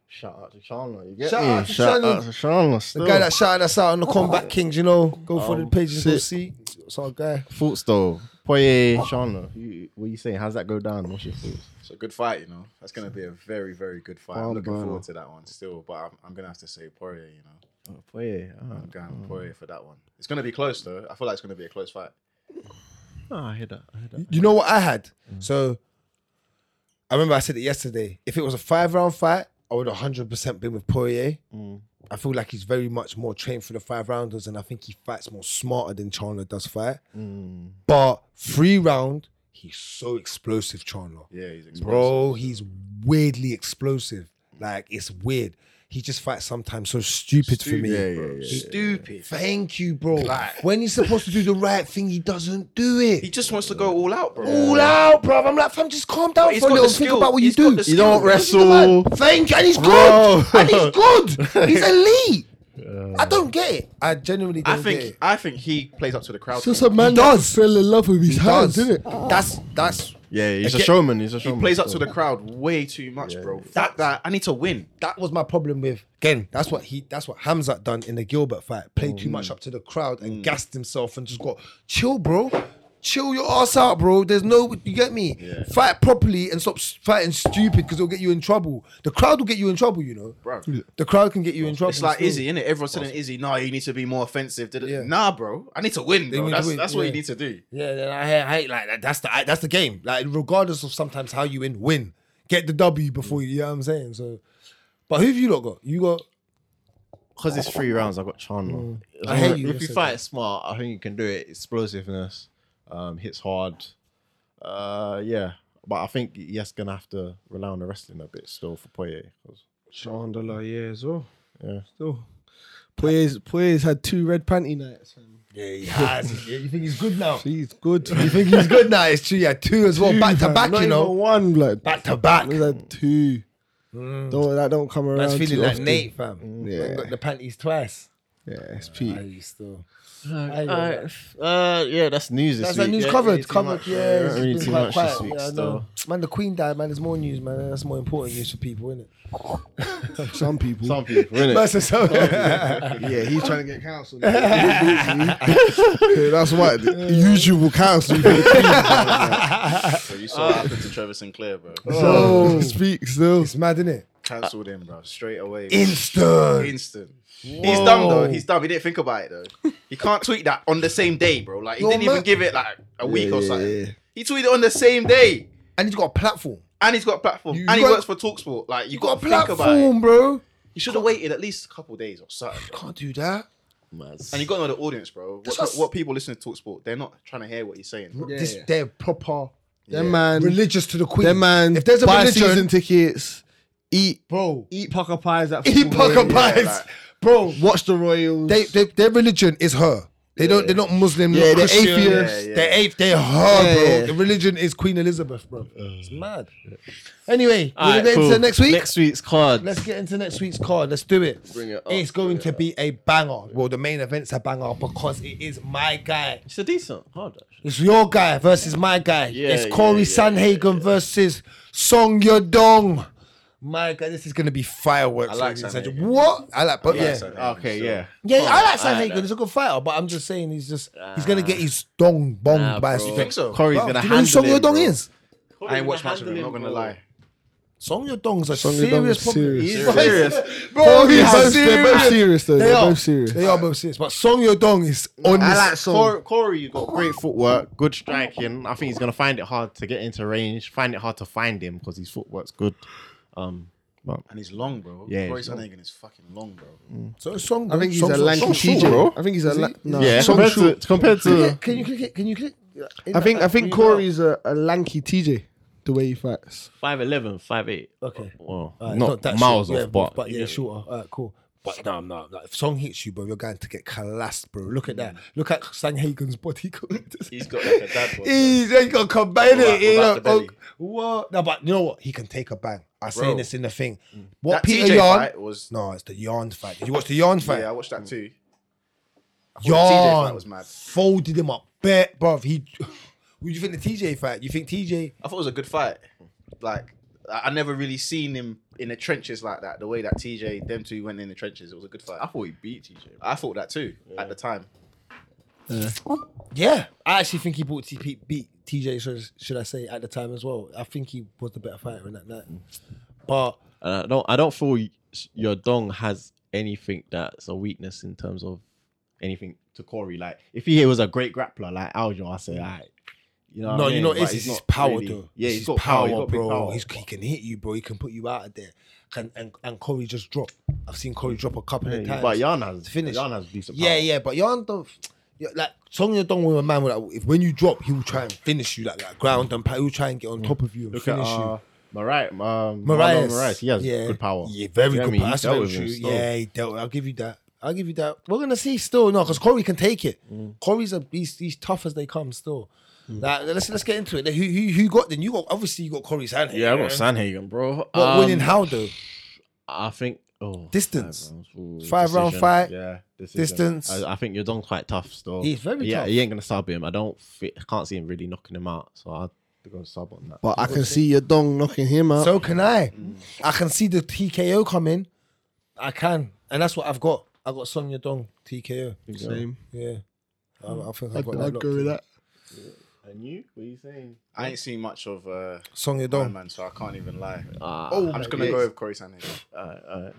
Speaker 6: Shout out to Chandler. You get
Speaker 4: Shout
Speaker 6: me?
Speaker 4: out to
Speaker 6: Shout
Speaker 4: Chandler.
Speaker 6: out to Chandler.
Speaker 4: The
Speaker 6: Still.
Speaker 4: guy that shouted us out on the
Speaker 5: Oh.
Speaker 4: Combat Kings, you know, go for the pages and go
Speaker 6: shit.
Speaker 4: see. It's our guy.
Speaker 6: thoughts though. Poirier, Chandler. You, what you saying? How's that go down? What's your thoughts?
Speaker 5: It's a good fight, you know. That's gonna be a very, very good fight. I'm
Speaker 4: Oh,
Speaker 6: Bomb
Speaker 5: looking
Speaker 6: burner.
Speaker 5: forward to that one still, but I'm, I'm gonna have to say Poirier, you know.
Speaker 6: Oh, Poirier. ah.
Speaker 5: I'm going Poirier for that one. It's gonna be close though. I feel like it's gonna be a close fight.
Speaker 6: Ah, I hear that. I hear that.
Speaker 4: You know what I had?
Speaker 5: Mm.
Speaker 4: So I remember I said it yesterday. If it was a five round fight, I would 100% been with Poirier. I feel like he's very much more trained for the five rounders, and I think he fights more smarter than Chandler does fight. Mm. But three round, he's so explosive, Chandler.
Speaker 5: Yeah, he's explosive.
Speaker 4: Bro, he's weirdly explosive. Like it's weird. He just fights sometimes so stupid, for me.
Speaker 5: Stupid.
Speaker 4: Thank you, bro. when he's supposed to do the right thing, he doesn't do it.
Speaker 5: He just wants to go all out, bro.
Speaker 4: all out, bro. I'm like, fam, just calm down
Speaker 5: he's
Speaker 4: for a
Speaker 5: got
Speaker 4: little.
Speaker 5: the
Speaker 4: Think
Speaker 5: skill.
Speaker 4: about what
Speaker 5: He's
Speaker 4: you
Speaker 5: got
Speaker 4: do.
Speaker 5: the He don't skill.
Speaker 6: wrestle.
Speaker 4: Thank you, and he's
Speaker 6: Bro.
Speaker 4: good. And he's good. He's elite. I don't get it. I genuinely don't
Speaker 5: I think
Speaker 4: get it.
Speaker 5: I think he plays up to the crowd.
Speaker 2: a man
Speaker 4: He does.
Speaker 2: fell in love with his
Speaker 4: Does. That's that's
Speaker 6: Yeah, he's
Speaker 4: Again,
Speaker 6: a showman. He's a
Speaker 5: he
Speaker 6: showman.
Speaker 5: plays up to
Speaker 6: still.
Speaker 5: the crowd way too much, bro. Fuck that. I need to win.
Speaker 4: that was my problem with again. That's what he. That's what Hamzat done in the Gilbert fight. Played
Speaker 5: Mm.
Speaker 4: too much up to the crowd and gassed himself and just got chill, bro. Chill your ass out, bro. There's no, you get me. Fight properly and stop s- fighting stupid because it'll get you in trouble. The crowd will get you in trouble, you know.
Speaker 5: Bro.
Speaker 4: The crowd can get you in trouble.
Speaker 5: It's like
Speaker 4: still.
Speaker 5: Izzy, innit? Everyone's telling Izzy, no, you need to be more offensive. Da- da-
Speaker 4: Yeah.
Speaker 5: Nah, bro. I need to
Speaker 4: need
Speaker 5: win, bro.
Speaker 4: to
Speaker 5: That's,
Speaker 4: win,
Speaker 5: that's what
Speaker 4: yeah.
Speaker 5: you need to do.
Speaker 4: Yeah, then I hate, I hate like that. That's the I, that's the game. Like regardless of sometimes how you win, win. Get the W before you. You know what I'm saying? So, but who've you lot got? You got
Speaker 6: because it's three rounds. I got Chandler.
Speaker 4: Mm. I hear you.
Speaker 6: If you fight smart, I think you can do it. Explosiveness, um, hits hard. Uh, yeah, but I think yes, gonna have to rely on the wrestling a bit still for Poirier. 'cause-
Speaker 2: Chandler, yeah, as well.
Speaker 6: Yeah.
Speaker 2: Still. Poirier's, Poirier's had two red panty nights. Man.
Speaker 4: yeah, he has. yeah, you think he's good now?
Speaker 2: He's good.
Speaker 4: You think he's good now? It's true. Yeah, two as well, back to back. You
Speaker 2: Not even
Speaker 4: know,
Speaker 2: one like
Speaker 4: back to back.
Speaker 2: He's had two. Don't, that don't come around.
Speaker 4: That's
Speaker 2: too
Speaker 4: feeling like
Speaker 2: often.
Speaker 4: Nate, fam.
Speaker 2: Yeah,
Speaker 4: Got the panties twice.
Speaker 2: yeah, it's peak.
Speaker 7: Are you still?
Speaker 6: Alright, Uh, yeah, that's news. This
Speaker 7: That's
Speaker 6: week.
Speaker 7: like news
Speaker 6: yeah,
Speaker 7: covered.
Speaker 6: really too
Speaker 7: covered,
Speaker 6: much,
Speaker 7: yeah. It's
Speaker 6: not really
Speaker 7: been
Speaker 6: too
Speaker 7: quite
Speaker 6: much
Speaker 7: quiet.
Speaker 6: this week
Speaker 7: yeah, I know.
Speaker 6: still.
Speaker 7: Man, the Queen died, man. There's more news, man. That's more important news for people, isn't it?
Speaker 2: Some people.
Speaker 6: Some people, innit?
Speaker 4: That's so.
Speaker 2: Yeah, he's trying to get cancelled. Yeah, that's why YouTube will cancel
Speaker 4: Oh.
Speaker 2: you.
Speaker 5: Bro, you saw what happened to Trevor Sinclair, bro.
Speaker 2: So speak still.
Speaker 4: it's mad, isn't it?
Speaker 5: Cancelled him, bro. Straight away.
Speaker 4: Instant.
Speaker 5: Instant. He's dumb though. He's dumb. He didn't think about it though. He can't tweet that on the same day, bro. Like he
Speaker 4: Yo,
Speaker 5: didn't
Speaker 4: man.
Speaker 5: even give it like a week or
Speaker 2: yeah,
Speaker 5: something.
Speaker 2: yeah.
Speaker 5: He tweeted on the same day,
Speaker 4: And he's got a platform.
Speaker 5: and he's got a platform,
Speaker 4: You
Speaker 5: and he
Speaker 4: got-
Speaker 5: works for Talksport. Like you,
Speaker 4: You
Speaker 5: got,
Speaker 4: got a
Speaker 5: to think about it.
Speaker 4: platform, bro.
Speaker 5: You should have waited at least a couple days or something. bro.
Speaker 4: Can't do that.
Speaker 5: And you got to know the audience, bro. What,
Speaker 4: That's-
Speaker 5: what people listening to Talksport, they're not trying to hear what he's saying. Bro.
Speaker 4: This, they're proper
Speaker 2: Them man,
Speaker 4: religious to the queen.
Speaker 2: them man.
Speaker 4: if there's a
Speaker 2: buy
Speaker 4: religion,
Speaker 2: season tickets, eat
Speaker 4: bro,
Speaker 2: eat pucker pies at
Speaker 4: eat
Speaker 2: football
Speaker 4: pucker
Speaker 2: games.
Speaker 4: pies, bro.
Speaker 2: Watch the Royals.
Speaker 4: They, they, their religion is her. They don't. They're not Muslim.
Speaker 2: Yeah,
Speaker 4: not
Speaker 2: they're
Speaker 4: Christian.
Speaker 2: atheists.
Speaker 5: Yeah, yeah.
Speaker 4: They're ape. They're her,
Speaker 2: Yeah,
Speaker 4: bro.
Speaker 2: yeah.
Speaker 4: The religion is Queen Elizabeth, bro. It's mad. Anyway,
Speaker 6: All
Speaker 4: we're
Speaker 6: right,
Speaker 4: going
Speaker 6: cool.
Speaker 4: to next week.
Speaker 6: Next week's card.
Speaker 4: Let's get into next week's card. Let's do it.
Speaker 6: Bring it up,
Speaker 4: It's going to be a banger. Well, the main event's a banger because it is my guy.
Speaker 6: It's a decent card. actually.
Speaker 4: It's your guy versus my guy.
Speaker 6: Yeah,
Speaker 4: it's
Speaker 6: yeah,
Speaker 4: Corey
Speaker 6: yeah,
Speaker 4: Sanhagen versus Song Yodong. My guy, this is going to be fireworks.
Speaker 5: I like
Speaker 4: ladies and
Speaker 5: Sanhagen.
Speaker 4: gentlemen. What? I like, but yeah.
Speaker 6: Okay, yeah.
Speaker 4: Yeah, I like
Speaker 6: Alright,
Speaker 4: Sanhagen.
Speaker 6: then.
Speaker 4: He's a good fighter, but I'm just saying he's just, he's going to get his dong bonged
Speaker 6: Nah,
Speaker 4: by a
Speaker 6: bro.
Speaker 4: straight-
Speaker 5: You think so?
Speaker 6: Corey's
Speaker 4: Bro,
Speaker 6: gonna
Speaker 4: Do you know who
Speaker 6: handle
Speaker 4: Song
Speaker 6: him,
Speaker 4: Yodong
Speaker 6: bro.
Speaker 4: is?
Speaker 5: I ain't watched much of him. I'm not gonna lie.
Speaker 4: Song Yodong's a
Speaker 2: Song
Speaker 4: serious
Speaker 2: Yodong is
Speaker 4: problem.
Speaker 2: serious.
Speaker 4: He's
Speaker 5: Serious.
Speaker 4: Bro,
Speaker 2: They're
Speaker 4: he's
Speaker 2: both-
Speaker 4: a
Speaker 2: they're both
Speaker 4: serious.
Speaker 2: serious though.
Speaker 4: They
Speaker 2: They're
Speaker 4: are.
Speaker 2: both serious.
Speaker 4: They are both serious. But Song Yodong is on this.
Speaker 6: Corey, Corey, you got great footwork, good striking. I think he's gonna find it hard to get into range. Find it hard to find him because his footwork's good. Um, but
Speaker 5: And he's long, bro.
Speaker 6: Yeah,
Speaker 5: Corey
Speaker 6: he's long.
Speaker 5: Sanhagen is fucking long, bro.
Speaker 4: So Song,
Speaker 2: I think he's
Speaker 4: Song-
Speaker 2: a
Speaker 4: Song-
Speaker 2: lanky
Speaker 4: Song
Speaker 2: TJ.
Speaker 4: short, bro.
Speaker 2: I think he's a la- no.
Speaker 6: yeah,
Speaker 2: Some
Speaker 6: compared
Speaker 2: short-
Speaker 6: to compared to
Speaker 4: Can you click it? Can you click?
Speaker 2: I think I think Corey's a, a lanky TJ. The way he fights.
Speaker 6: 5'11", 5'8".
Speaker 7: Okay.
Speaker 6: Well,
Speaker 4: Uh,
Speaker 7: Alright,
Speaker 6: not,
Speaker 7: that
Speaker 6: miles
Speaker 7: short,
Speaker 6: off,
Speaker 7: yeah,
Speaker 6: but,
Speaker 7: but yeah,
Speaker 6: yeah.
Speaker 7: shorter. All right, cool.
Speaker 4: But no, no, no. If Song hits you, bro, you're going to get collapsed, bro. Look at that. Look at Sanghagen's body.
Speaker 5: He's got like a dad bod. bro.
Speaker 4: he's ain't gonna come back in
Speaker 5: Without-
Speaker 4: it. you
Speaker 5: without
Speaker 4: know,
Speaker 5: the belly.
Speaker 4: oh, What? No, but you know what? He can take a bang. I saying
Speaker 5: Bro.
Speaker 4: this in the thing. What
Speaker 5: That
Speaker 4: Peter
Speaker 5: TJ
Speaker 4: Yarn?
Speaker 5: fight was.
Speaker 4: No, it's the Yarn fight. Did you watch the Yarn fight?
Speaker 5: Yeah, I watched that too. TJ
Speaker 4: Yarn
Speaker 5: fight was mad.
Speaker 4: folded him up, bet, bro. He. What do you think the TJ fight? You think TJ?
Speaker 5: I thought it was a good fight. Like I I never really seen him in the trenches like that. The way that TJ, them two went in the trenches, it was a good fight. I thought he beat TJ. I thought that too at the time.
Speaker 4: Yeah, I actually think he bought TP beat TJ. Should, should I say at the time as well? I think he was the better fighter in that night. But
Speaker 6: And I don't I don't feel y- your dong has anything that's a weakness in terms of anything to Corey. Like if he was a great grappler like Aljo, I say, all right. You know what
Speaker 4: no,
Speaker 6: I
Speaker 4: you
Speaker 6: mean?
Speaker 4: know
Speaker 6: Oh, But
Speaker 4: it's
Speaker 6: he's
Speaker 4: his
Speaker 6: not
Speaker 4: power,
Speaker 6: really-
Speaker 4: though.
Speaker 6: Yeah,
Speaker 4: It's
Speaker 6: he's
Speaker 4: his
Speaker 6: got
Speaker 4: power,
Speaker 6: power, he's got big
Speaker 4: bro.
Speaker 6: power.
Speaker 4: He's, he can hit you, bro. He can put you out of there. Can and, and Corey just drop? I've seen Corey drop a couple of
Speaker 6: Yeah,
Speaker 4: times.
Speaker 6: but Jan has
Speaker 4: Finish.
Speaker 6: finish. Jan has decent
Speaker 4: yeah,
Speaker 6: power.
Speaker 4: yeah, but Yarn don't. yeah, Like Song Yadong with a man, with like, if when you drop, he will try and finish you like, like ground and pound. He will try and get on top of you and
Speaker 6: Look at
Speaker 4: finish you.
Speaker 6: uh, Mariah, um,
Speaker 4: Marias.
Speaker 6: Mariah, Marias. He has
Speaker 4: yeah.
Speaker 6: good power.
Speaker 4: Yeah, very
Speaker 6: You know
Speaker 4: good
Speaker 6: what I mean?
Speaker 4: power.
Speaker 6: He
Speaker 4: That's
Speaker 6: dealt
Speaker 4: very
Speaker 6: with
Speaker 4: true.
Speaker 6: him still.
Speaker 4: Yeah, he dealt with- I'll give you that. I'll give you that. We're gonna see still, no, because Corey can take it.
Speaker 6: Mm.
Speaker 4: Corey's a he's, he's tough as they come still. Like, let's let's get into it. Who who, who got then? You got obviously you got Corey Sandhagen.
Speaker 6: Yeah, I got Sanhagen, bro.
Speaker 4: But
Speaker 6: Um,
Speaker 4: winning how though?
Speaker 6: I think oh,
Speaker 4: Distance.
Speaker 6: five, rounds. Ooh,
Speaker 4: Five round fight.
Speaker 6: Yeah, decision.
Speaker 4: Distance.
Speaker 6: I, I think you're done quite tough still.
Speaker 4: He's very
Speaker 6: yeah,
Speaker 4: tough.
Speaker 6: he ain't gonna sub him. I don't. Fi- I can't see him really knocking him out. So I'd go sub on that.
Speaker 2: But I can see your dong knocking him out.
Speaker 4: So can I.
Speaker 6: Mm.
Speaker 4: I can see the TKO coming. I can, and that's what I've got. I got Sonya Dong TKO.
Speaker 2: Same.
Speaker 4: Yeah, I, I think I've
Speaker 2: I'd,
Speaker 4: got that.
Speaker 2: I'd
Speaker 4: locked
Speaker 2: go with
Speaker 4: in.
Speaker 2: that.
Speaker 6: and you? What are you saying?
Speaker 5: I ain't seen much of uh,
Speaker 4: Sonya
Speaker 5: Iron
Speaker 4: Dong.
Speaker 5: Man, so I can't even lie.
Speaker 6: oh,
Speaker 5: I'm just gonna go with Corey Sanhagen.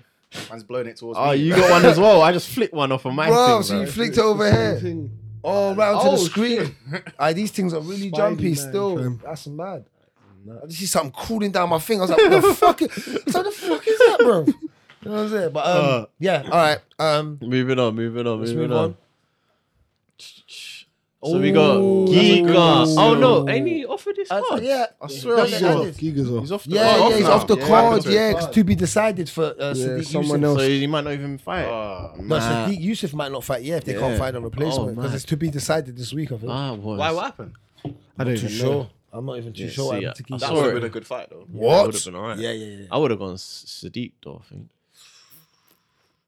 Speaker 5: Man's blowing it towards
Speaker 6: oh,
Speaker 5: me.
Speaker 6: you got one as well. I just flipped one off of my
Speaker 4: Bro,
Speaker 6: thing,
Speaker 4: so
Speaker 6: bro.
Speaker 4: you flicked it over here. Oh, round to
Speaker 2: Oh,
Speaker 4: the screen. Aye, these things are really jumpy
Speaker 2: man,
Speaker 4: still.
Speaker 2: fam.
Speaker 4: That's mad. I just see something crawling down my thing. I was like, what the fuck? Is, so the fuck is that, bro? You know what I'm saying? But um,
Speaker 6: Uh.
Speaker 4: yeah, all right. Um,
Speaker 6: moving on, moving on,
Speaker 4: Let's
Speaker 6: moving
Speaker 4: move
Speaker 6: on.
Speaker 4: on.
Speaker 6: So we got
Speaker 4: Ooh, that's a good
Speaker 6: Giga.
Speaker 4: one.
Speaker 6: Oh no, ain't he offered this
Speaker 4: I
Speaker 6: card?
Speaker 4: yeah,
Speaker 5: I swear,
Speaker 4: Yeah,
Speaker 5: I
Speaker 4: they
Speaker 5: saw-
Speaker 4: added-
Speaker 2: Giga's off.
Speaker 5: he's off the
Speaker 4: yeah,
Speaker 5: off
Speaker 4: yeah, he's
Speaker 5: now.
Speaker 4: off the
Speaker 5: Yeah,
Speaker 4: card.
Speaker 5: happened to
Speaker 4: Yeah,
Speaker 5: him.
Speaker 4: 'cause to be decided for uh, Sadiq
Speaker 2: someone
Speaker 4: Yusuf.
Speaker 6: So
Speaker 2: else.
Speaker 6: he might not even fight.
Speaker 5: Ah,
Speaker 4: No, Sadiq Yusuf might not fight. Yeah, if they can't
Speaker 6: Yeah.
Speaker 4: find a replacement,
Speaker 6: Oh,
Speaker 4: because
Speaker 6: man.
Speaker 4: it's to be decided this week. I think.
Speaker 6: ah, was.
Speaker 5: why? What happened?
Speaker 2: I don't even know.
Speaker 4: sure.
Speaker 7: I'm not even too
Speaker 6: Didn't
Speaker 7: sure what
Speaker 6: see
Speaker 7: happened to
Speaker 6: it. I
Speaker 7: Keisha.
Speaker 5: That
Speaker 6: saw Sorry.
Speaker 5: would have been a good fight though.
Speaker 6: What? Would have been alright.
Speaker 7: Yeah, yeah, yeah.
Speaker 6: I would have gone S- Sadiq though. I think.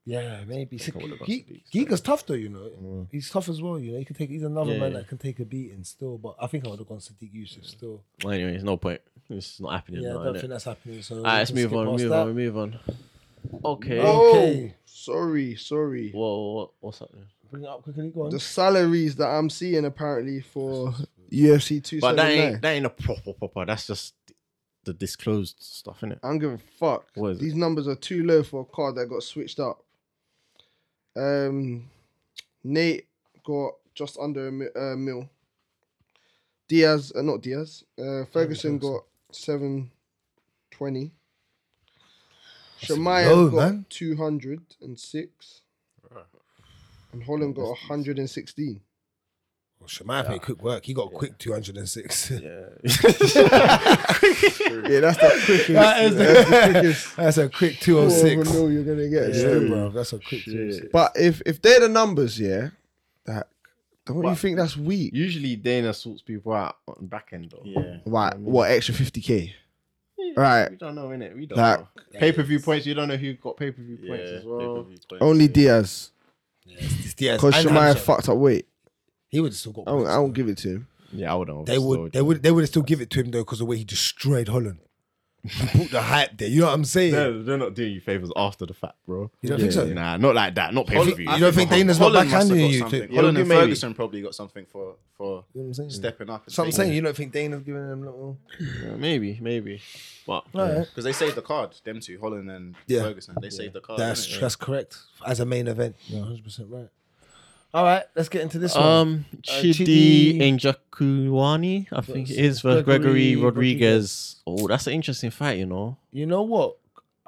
Speaker 7: Yeah, maybe.
Speaker 6: I would've got
Speaker 7: Ge-
Speaker 6: Sadiq.
Speaker 7: Giga's tough though, you know. He's tough as well, you know. He can take. He's another
Speaker 6: Yeah,
Speaker 7: man
Speaker 6: yeah.
Speaker 7: that can take a beating still. But I think I would have gone Sadiq Yusuf still.
Speaker 6: Well, anyways, no point. This is not happening.
Speaker 7: Yeah,
Speaker 6: now,
Speaker 7: I don't
Speaker 6: innit?
Speaker 7: think that's happening. So
Speaker 6: Alright, let's move on. Move on. Move on.
Speaker 2: Oh.
Speaker 6: Okay. Whoa,
Speaker 7: Okay,
Speaker 2: Sorry, sorry.
Speaker 6: whoa, whoa, what's happening?
Speaker 7: bring it up quickly. Go on.
Speaker 2: The salaries that I'm seeing apparently for UFC 279.
Speaker 6: But that ain't that ain't a proper proper. That's just the disclosed stuff, innit?
Speaker 2: I don't give a fuck.
Speaker 6: What is it?
Speaker 2: These numbers are too low for a card that got switched up. Um, Nate got just under a mi- uh, mil. Diaz, uh, not Diaz. Uh, Ferguson got seven twenty. Shamaya
Speaker 4: low,
Speaker 2: got
Speaker 4: man.
Speaker 2: two hundred and six. And Holland got hundred and sixteen.
Speaker 7: Oh,
Speaker 4: Well, Shamaya paid quick work. He got a quick 206.
Speaker 2: Yeah, that's the quickest.
Speaker 4: that is the quickest. That's a quick
Speaker 7: oh
Speaker 2: Over
Speaker 6: Oh,
Speaker 4: 206.
Speaker 2: mil you're gonna get.
Speaker 4: Yeah,
Speaker 2: still.
Speaker 4: bro. That's a quick 206.
Speaker 2: But if if they're the numbers, yeah, that don't you
Speaker 6: But-
Speaker 2: think that's weak?
Speaker 6: Usually Dana sorts people out on the back end though. Yeah.
Speaker 2: Right, what extra fifty k?
Speaker 6: We
Speaker 2: Right,
Speaker 6: don't know, innit? We don't
Speaker 2: That-
Speaker 6: know. Pay per view points, you don't know who got pay per view points as well.
Speaker 2: only Diaz
Speaker 4: It's Diaz
Speaker 2: because
Speaker 4: and
Speaker 2: Shamaya
Speaker 4: Hamza.
Speaker 2: fucked up weight.
Speaker 4: He would have still got
Speaker 2: I won't,
Speaker 4: points,
Speaker 2: I won't
Speaker 4: though.
Speaker 2: give it to him.
Speaker 6: Yeah, I would know.
Speaker 4: They would, they would, they would still give it to him though because the way he destroyed Holland, he brought the hype there. You know what I'm saying?
Speaker 6: they're, they're not doing you favors after the fact, bro.
Speaker 4: You don't think so?
Speaker 6: Nah, not like that. Not pay per view.
Speaker 4: you don't think Dana's not
Speaker 5: Holland must have
Speaker 4: backhanding you?
Speaker 5: got
Speaker 4: To,
Speaker 5: something.
Speaker 4: you know
Speaker 5: Holland
Speaker 6: Yeah,
Speaker 5: and
Speaker 6: maybe.
Speaker 5: Ferguson probably got something for for
Speaker 7: what I'm saying?
Speaker 5: stepping up.
Speaker 4: what I'm saying? You don't think Dana's giving them little?
Speaker 6: Yeah, maybe, maybe. But
Speaker 5: because they saved the card. Them two, Holland and
Speaker 4: Yeah.
Speaker 5: Ferguson, they saved the card.
Speaker 4: That's
Speaker 5: innit?
Speaker 4: that's correct as a main event.
Speaker 7: You're 100 percent right. All right, let's get into this one.
Speaker 6: um, Chidi
Speaker 4: Uh,
Speaker 7: Chidi-
Speaker 6: Njakuwani, I think it is versus Gregory,
Speaker 7: Gregory
Speaker 6: Rodriguez. Oh, that's an interesting fight, you know.
Speaker 7: You know what?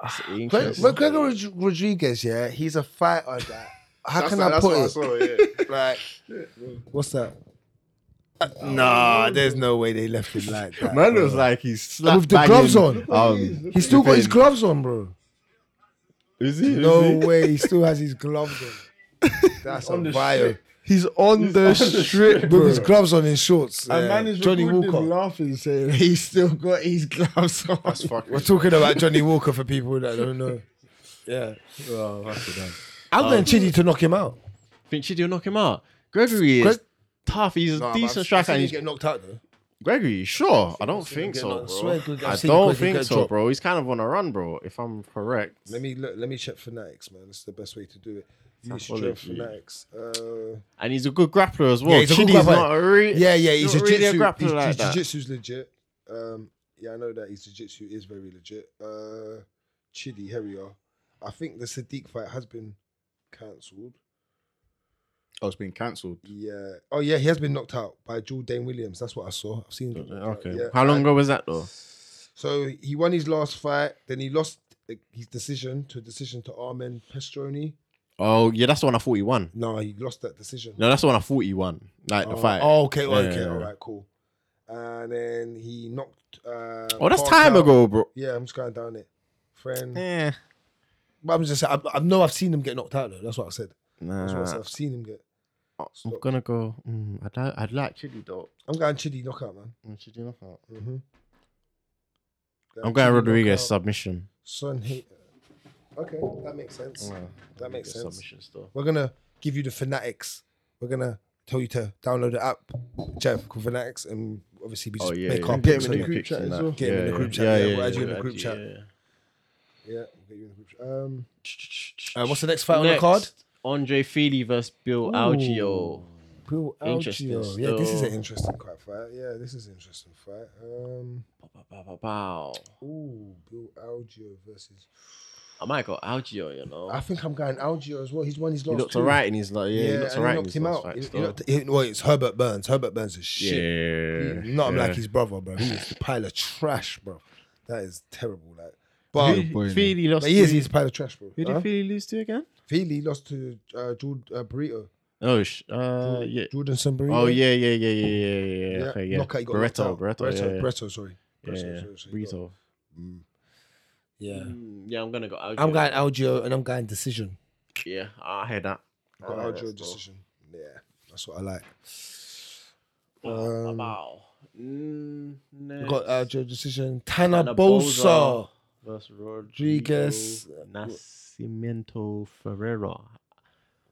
Speaker 6: That's
Speaker 4: Ah, Gre-
Speaker 6: interesting.
Speaker 4: Gre- Gregor Rod- Rodriguez, yeah, he's a fighter. That how
Speaker 5: That's
Speaker 4: can
Speaker 5: what-
Speaker 4: I
Speaker 5: that's
Speaker 4: put
Speaker 5: what
Speaker 4: it?
Speaker 5: I saw, yeah.
Speaker 4: Like, what's that? Nah, there's no way they left him like that.
Speaker 6: Man was like he's
Speaker 4: With the gloves on.
Speaker 6: Um,
Speaker 4: He's still got his gloves on, bro.
Speaker 6: is he?
Speaker 4: No way, he still has his gloves on. That's on a bio.
Speaker 2: He's on the strip,
Speaker 4: With
Speaker 2: bro.
Speaker 4: his gloves on in shorts. yeah. Johnny Walker.
Speaker 2: laughing, saying he's still got his gloves on.
Speaker 5: That's fucking.
Speaker 4: We're talking about Johnny Walker for people that don't know. Yeah. I'm
Speaker 6: Um,
Speaker 4: going Chidi to knock him out.
Speaker 6: Think Chidi will knock him out. Gregory is
Speaker 4: Greg-
Speaker 6: tough. He's a
Speaker 5: Nah, man,
Speaker 6: decent
Speaker 5: I've
Speaker 6: striker.
Speaker 4: Can
Speaker 6: and
Speaker 4: he
Speaker 6: He's
Speaker 4: get knocked out though?
Speaker 6: Gregory, sure. I don't think so,
Speaker 4: I swear,
Speaker 6: bro.
Speaker 4: Greg, I've
Speaker 6: I
Speaker 4: seen
Speaker 6: don't
Speaker 4: Greg
Speaker 6: think
Speaker 4: get
Speaker 6: so,
Speaker 4: dropped.
Speaker 6: bro. He's kind of on a run, bro. If I'm correct.
Speaker 4: Let me look, let me check Fanatics, man. That's the best way to do it. You should
Speaker 6: Psychology.
Speaker 4: check Fanatics. Uh,
Speaker 6: And he's a good grappler as well.
Speaker 4: he's a good
Speaker 6: Chidi's
Speaker 4: grappler.
Speaker 6: not a re-
Speaker 4: yeah, yeah, he's
Speaker 6: he's
Speaker 4: a
Speaker 6: not really a
Speaker 4: jiu-jitsu.
Speaker 6: grappler
Speaker 4: he's,
Speaker 6: like
Speaker 4: his
Speaker 6: that.
Speaker 4: jiu-jitsu's legit. Um, yeah, I know that his jiu-jitsu is very legit. Uh, Chidi, here we are. I think the Sadiq fight has been cancelled.
Speaker 5: Oh, it's been cancelled.
Speaker 4: Yeah. Oh yeah, he has been knocked out by Jordan Williams. That's what I saw. I've seen. him get knocked
Speaker 6: Okay.
Speaker 4: out, yeah.
Speaker 6: How long
Speaker 4: And-
Speaker 6: ago was that though?
Speaker 4: So he won his last fight. Then he lost uh, his decision to decision to Armen Pestroni.
Speaker 6: Oh yeah, that's the one I thought he won.
Speaker 4: No, he lost that decision.
Speaker 6: No, that's the one I thought he won. Like the
Speaker 4: Oh,
Speaker 6: fight.
Speaker 4: Oh, okay, oh,
Speaker 6: Yeah,
Speaker 4: okay,
Speaker 6: yeah,
Speaker 4: all
Speaker 6: yeah.
Speaker 4: right, cool. And then he knocked. Uh,
Speaker 6: Oh, that's
Speaker 4: Park
Speaker 6: time
Speaker 4: out.
Speaker 6: ago, bro.
Speaker 4: Yeah, I'm just going down it, friend.
Speaker 6: Yeah.
Speaker 4: But I'm just, I, I know I've seen him get knocked out though. That's what I said. That's what I
Speaker 6: Nah.
Speaker 4: said. I've seen him get.
Speaker 6: I'm gonna go. Mm, I'd, li- I'd like Chidi though.
Speaker 4: I'm going Chidi knockout, man.
Speaker 6: Mm, Chidi knockout.
Speaker 4: Mm-hmm.
Speaker 6: I'm going Rodriguez submission.
Speaker 4: Son, hate. Okay, that makes sense. that makes sense.
Speaker 6: Submission still.
Speaker 4: We're gonna give you the fanatics. We're gonna tell you to download the app, Jeff, called fanatics, and obviously we just
Speaker 6: Oh yeah.
Speaker 4: make
Speaker 6: yeah.
Speaker 4: our
Speaker 6: Get
Speaker 4: picks
Speaker 6: him
Speaker 4: on
Speaker 6: in
Speaker 4: it.
Speaker 6: the group chat as well.
Speaker 4: Get him in the group chat, yeah, we'll add you in the group chat. Yeah, we'll get you in the group chat. Um, uh, what's the next fight on the
Speaker 6: Next,
Speaker 4: card?
Speaker 6: Andre Feely versus Bill Algio.
Speaker 4: Bill
Speaker 6: Interesting
Speaker 4: Algeo. Yeah, this is an
Speaker 6: still.
Speaker 4: interesting quite fight. Yeah, this is an interesting fight. Um,
Speaker 6: Bow, bow, bow, bow.
Speaker 4: ooh, Bill Algeo versus.
Speaker 6: I might go Algio, you know.
Speaker 4: I think I'm going Algeo as well. He's won his
Speaker 6: he
Speaker 4: last.
Speaker 6: looked
Speaker 4: two.
Speaker 6: alright in his like yeah, he
Speaker 4: and
Speaker 6: looked alright in
Speaker 4: knocked
Speaker 6: his
Speaker 4: him
Speaker 6: last
Speaker 4: out.
Speaker 6: fight.
Speaker 4: He- he
Speaker 6: still.
Speaker 4: knocked- he- well, it's Herbert Burns. Herbert Burns is
Speaker 6: yeah,
Speaker 4: shit. He- Not him like his brother, bro. He is a pile of trash, bro. That is terrible. Like, but,
Speaker 6: Who- Feely lost.
Speaker 4: but he is.
Speaker 6: to-
Speaker 4: He's a pile of trash, bro.
Speaker 6: Who
Speaker 4: Huh?
Speaker 6: did Feely lose to again?
Speaker 4: Feely lost to uh, Jordan uh, Burrito.
Speaker 6: Oh, sh- uh, yeah.
Speaker 4: Jordan San Burrito.
Speaker 6: Oh yeah, yeah, yeah, yeah, yeah, yeah, yeah. Okay, yeah.
Speaker 4: Knockout, he got knocked
Speaker 6: Barreto,
Speaker 4: out.
Speaker 6: Barreto, yeah,
Speaker 4: Barreto,
Speaker 6: yeah.
Speaker 4: Barreto, sorry. Barreto,
Speaker 6: yeah,
Speaker 4: sorry, sorry, he got- mm,
Speaker 6: Barreto.
Speaker 7: Yeah,
Speaker 6: Mm, Yeah, I'm gonna go. Algio.
Speaker 7: I'm going Algio and I'm going decision.
Speaker 6: Yeah, I hear that.
Speaker 4: he Got out your decision. Yeah, that's what I like.
Speaker 6: Bow,
Speaker 4: Um,
Speaker 6: bow. Mm,
Speaker 4: got uh, Joe decision. Tana
Speaker 6: Tana
Speaker 4: Bosa.
Speaker 6: Bosa. versus
Speaker 4: Rodriguez.
Speaker 6: Nascimento Ferreira.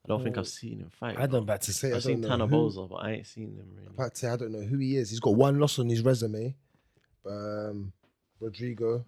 Speaker 6: I don't think I've seen him fight.
Speaker 4: I
Speaker 6: bro.
Speaker 4: don't about to say. I
Speaker 6: I've seen
Speaker 4: don't know
Speaker 6: Tana
Speaker 4: who-
Speaker 6: Boza, but I ain't seen him really.
Speaker 4: about to say I don't know who he is. He's got one loss on his resume. Um, Rodrigo,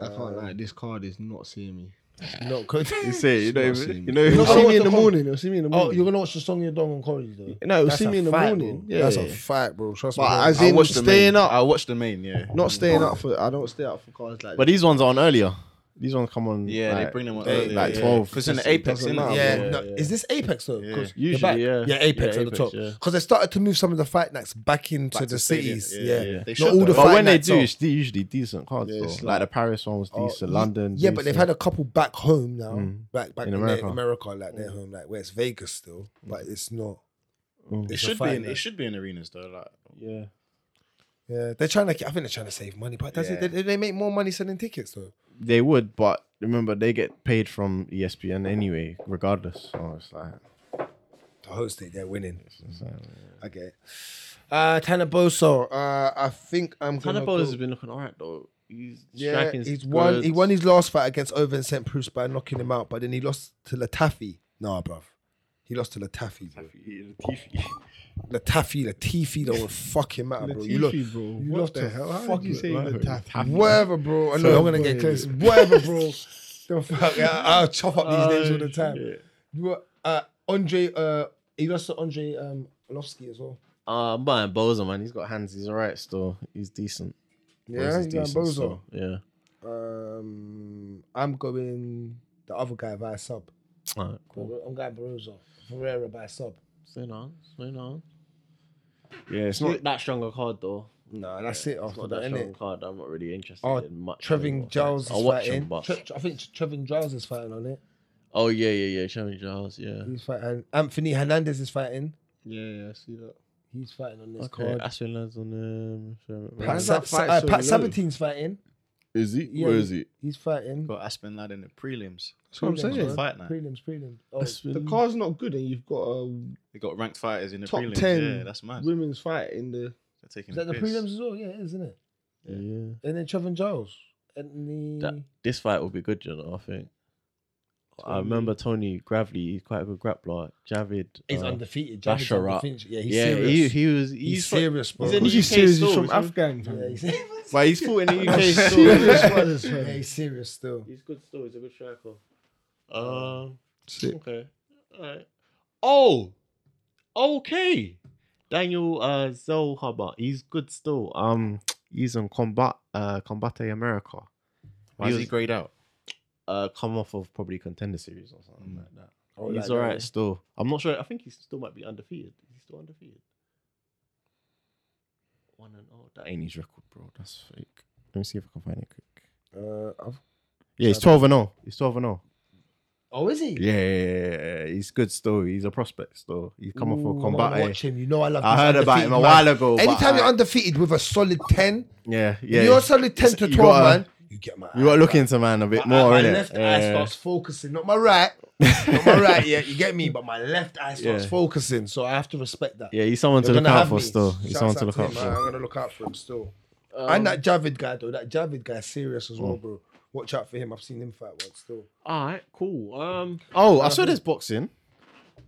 Speaker 4: Um,
Speaker 3: I can't lie. This card is not seeing me.
Speaker 4: not good.
Speaker 5: You say you know
Speaker 3: Not seen
Speaker 5: you know
Speaker 2: You'll
Speaker 4: I
Speaker 2: see
Speaker 4: want
Speaker 2: me in
Speaker 4: to
Speaker 2: the
Speaker 4: come-
Speaker 2: morning. You'll see me in the
Speaker 4: oh,
Speaker 2: morning.
Speaker 4: you're gonna watch the Song Dong and Corey though.
Speaker 2: No, you'll
Speaker 4: That's
Speaker 2: see
Speaker 4: a
Speaker 2: me in the
Speaker 4: fight,
Speaker 2: morning.
Speaker 4: bro.
Speaker 2: Yeah,
Speaker 4: that's
Speaker 2: yeah.
Speaker 4: a fight, bro. Trust me.
Speaker 2: But
Speaker 4: bro.
Speaker 2: as
Speaker 5: I
Speaker 2: in
Speaker 5: watched the
Speaker 2: staying
Speaker 5: main.
Speaker 2: up,
Speaker 5: I watched the main. Yeah,
Speaker 2: not staying up for. I don't stay up for cards like.
Speaker 6: But these ones are on earlier. These ones come on.
Speaker 5: yeah.
Speaker 6: like,
Speaker 5: they bring them up
Speaker 6: they-
Speaker 5: early,
Speaker 6: like
Speaker 5: yeah.
Speaker 6: 12.
Speaker 5: Because in the
Speaker 6: Doesn't
Speaker 5: apex, in
Speaker 2: matter.
Speaker 4: yeah,
Speaker 5: yeah.
Speaker 4: no, is this Apex though? 'Cause
Speaker 6: Yeah.
Speaker 4: they're back-
Speaker 6: Usually, yeah.
Speaker 4: yeah, Apex
Speaker 6: Yeah,
Speaker 4: at the
Speaker 6: Apex,
Speaker 4: top
Speaker 6: yeah.
Speaker 4: because they started to move some of the fight nights back into
Speaker 5: Back to
Speaker 4: the
Speaker 5: stadium,
Speaker 4: cities.
Speaker 5: yeah,
Speaker 4: Yeah,
Speaker 5: yeah. They
Speaker 4: not
Speaker 5: should,
Speaker 4: all the
Speaker 5: though.
Speaker 6: But
Speaker 4: fight
Speaker 6: when they
Speaker 4: nights
Speaker 6: do,
Speaker 4: are-
Speaker 6: it's usually decent cards. though. Like, the Paris one was decent.
Speaker 4: Oh,
Speaker 6: London.
Speaker 4: Yeah, but they've had
Speaker 6: decent.
Speaker 4: a couple back home now,
Speaker 6: Mm.
Speaker 4: back back
Speaker 6: In
Speaker 4: in America,
Speaker 6: America.
Speaker 4: America like
Speaker 3: Mm.
Speaker 4: their home, like where it's Vegas still, but it's not.
Speaker 6: Mm.
Speaker 5: It
Speaker 4: It's a
Speaker 5: should be
Speaker 4: fight
Speaker 5: in
Speaker 4: night.
Speaker 5: it should be in arenas though. Like
Speaker 6: Yeah.
Speaker 4: Yeah, they're trying to. I think they're trying to save money, but does
Speaker 5: Yeah.
Speaker 4: it, they, they make more money selling tickets though.
Speaker 6: They would, but remember, they get paid from E ESPN anyway, regardless. So it's like.
Speaker 4: To host it, they're winning.
Speaker 6: it's like-
Speaker 4: Okay. Uh, Tana Boso, uh, I think I'm
Speaker 6: Tanner
Speaker 4: gonna
Speaker 6: Bowles
Speaker 4: go-
Speaker 6: has been looking all right, though. He's
Speaker 4: Yeah,
Speaker 6: striking's
Speaker 4: he's won. He
Speaker 6: good.
Speaker 4: won his last fight against Over in St. Bruce by knocking him out, but then he lost to Latafi. Nah, bruv. He lost to Latafi. Bro. Latafi, Latifi, that would fuck him out, bro. You look,
Speaker 3: bro.
Speaker 4: you
Speaker 3: what
Speaker 4: lost
Speaker 3: the
Speaker 4: to-
Speaker 3: hell? How
Speaker 4: fuck
Speaker 3: did you
Speaker 4: it,
Speaker 3: say
Speaker 6: bro.
Speaker 3: Latafi?
Speaker 4: whatever, bro. I know I'm gonna get
Speaker 3: Sorry.
Speaker 4: close. Whatever, bro. the fuck, I, I'll chop up these names all the
Speaker 6: Oh,
Speaker 4: time. You were uh, Andre. Uh, he lost to Andre um, Olofsky as well.
Speaker 6: Uh, I'm buying Bozo, man. He's got hands. He's all right still. He's decent.
Speaker 4: Yeah,
Speaker 6: Bozo's
Speaker 4: he's going
Speaker 6: decent
Speaker 4: Bozo.
Speaker 6: still. Yeah.
Speaker 4: Um, I'm going the other guy by sub.
Speaker 6: All right, cool.
Speaker 4: I'm going Barroso. Ferreira by sub.
Speaker 6: Staying on. Staying on. Yeah, it's not that strong a card, though.
Speaker 4: No, that's it
Speaker 6: It's
Speaker 4: after
Speaker 6: not
Speaker 4: that,
Speaker 6: that strong a
Speaker 4: innit?
Speaker 6: card. I'm not really interested
Speaker 4: Oh,
Speaker 6: in much.
Speaker 4: Trevin
Speaker 6: anymore.
Speaker 4: Giles is
Speaker 6: I'll watch
Speaker 4: fighting.
Speaker 6: him, but...
Speaker 4: Tre- I think Trevin Giles is fighting on it.
Speaker 6: oh, yeah, yeah, yeah. Trevin Giles, yeah.
Speaker 4: He's fighting. Anthony Hernandez is fighting.
Speaker 3: Yeah, yeah, I see that.
Speaker 4: He's fighting on this
Speaker 6: Okay,
Speaker 4: card.
Speaker 6: Aspen lands on um, Trevin-
Speaker 4: Pat,
Speaker 3: Why is
Speaker 4: Sa-
Speaker 3: that fight
Speaker 4: uh,
Speaker 3: so
Speaker 4: Pat
Speaker 3: low?
Speaker 4: Sabatine's fighting.
Speaker 6: Is he?
Speaker 4: Yeah,
Speaker 6: Where
Speaker 4: he-
Speaker 6: is he?
Speaker 4: He's fighting.
Speaker 5: got Aspen lad in the prelims.
Speaker 3: That's what I'm
Speaker 4: Prelims,
Speaker 3: saying.
Speaker 4: bro.
Speaker 5: Fight night.
Speaker 4: Prelims, prelims. Oh,
Speaker 3: The card's not good, and you've got a
Speaker 5: They got ranked fighters in the
Speaker 3: Top
Speaker 5: prelims.
Speaker 3: 10
Speaker 5: Yeah, that's mad. They're
Speaker 3: women's fight in the.
Speaker 5: taking
Speaker 4: is that the
Speaker 5: piss.
Speaker 4: prelims as well? Yeah, it is, isn't it?
Speaker 6: Yeah.
Speaker 4: And then Trevin Giles. And the
Speaker 6: That- This fight will be good, you know, I think. I remember Tony Gravely, he's quite a good grappler. Javid.
Speaker 4: he's
Speaker 6: uh,
Speaker 4: undefeated.
Speaker 6: that's
Speaker 4: Javid's
Speaker 6: your rap.
Speaker 4: undefeated. Yeah, he's
Speaker 6: yeah,
Speaker 4: serious.
Speaker 6: he he was he's,
Speaker 4: he's,
Speaker 6: fought-
Speaker 4: serious, bro.
Speaker 6: he's in the
Speaker 3: He's
Speaker 6: UK
Speaker 3: serious.
Speaker 6: still,
Speaker 3: He's from
Speaker 6: he's from-
Speaker 3: Afghan.
Speaker 4: yeah,
Speaker 3: fam.
Speaker 4: he's serious.
Speaker 6: but he's fought in the UK still.
Speaker 3: Serious one is
Speaker 4: yeah,
Speaker 3: fam.
Speaker 4: he's serious still.
Speaker 6: he's good still. He's a good striker. Um.
Speaker 3: Sick.
Speaker 6: Okay. All right. Oh. Okay. Daniel uh Zellhaber. He's good still. Um. He's on combat. Uh, Combate America.
Speaker 5: Why is he grayed out?
Speaker 6: Uh, come off of probably contender series or something like that.
Speaker 4: Oh,
Speaker 6: he's
Speaker 4: like
Speaker 6: all
Speaker 4: that.
Speaker 6: right still. I'm not sure. I think he still might be undefeated. Is he still undefeated? One and oh, that ain't his record, bro. That's fake. Let me see if I can find it quick.
Speaker 4: Uh, I've-
Speaker 6: Yeah, he's 12 and 0. He's 12 and 0.
Speaker 4: oh, is he?
Speaker 6: Yeah, yeah, yeah, yeah, yeah. he's good still. He's a prospect still. He's come off
Speaker 4: Ooh,
Speaker 6: of
Speaker 4: I wanna
Speaker 6: combat. eh?
Speaker 4: Watch him. You know I love.
Speaker 6: I
Speaker 4: these
Speaker 6: heard about him a
Speaker 4: undefeated
Speaker 6: while
Speaker 4: man.
Speaker 6: ago. but
Speaker 4: Anytime
Speaker 6: I-
Speaker 4: you're undefeated with a solid ten,
Speaker 6: yeah, yeah,
Speaker 4: you're a
Speaker 6: you
Speaker 4: solid ten to
Speaker 6: you
Speaker 4: twelve,
Speaker 6: gotta-
Speaker 4: man. You get my.
Speaker 6: got to look into man a bit more,
Speaker 4: my
Speaker 6: innit?
Speaker 4: left eye
Speaker 6: yeah.
Speaker 4: starts focusing, not my right, not my right. Yeah, you get me. But my left eye starts
Speaker 6: Yeah.
Speaker 4: focusing, so I have to respect that.
Speaker 6: yeah, he's someone to
Speaker 4: You're
Speaker 6: look
Speaker 4: gonna
Speaker 6: out
Speaker 4: have
Speaker 6: for
Speaker 4: me.
Speaker 6: still. He's
Speaker 4: Shouts
Speaker 6: someone to
Speaker 4: out
Speaker 6: look
Speaker 4: him,
Speaker 6: out
Speaker 4: man.
Speaker 6: for.
Speaker 4: I'm gonna look out for him still. and that Javid guy though, that Javid guy, serious as well,
Speaker 6: Mm.
Speaker 4: bro. Watch out for him. I've seen him fight once still.
Speaker 6: All right, cool. Um, oh, I saw there's boxing.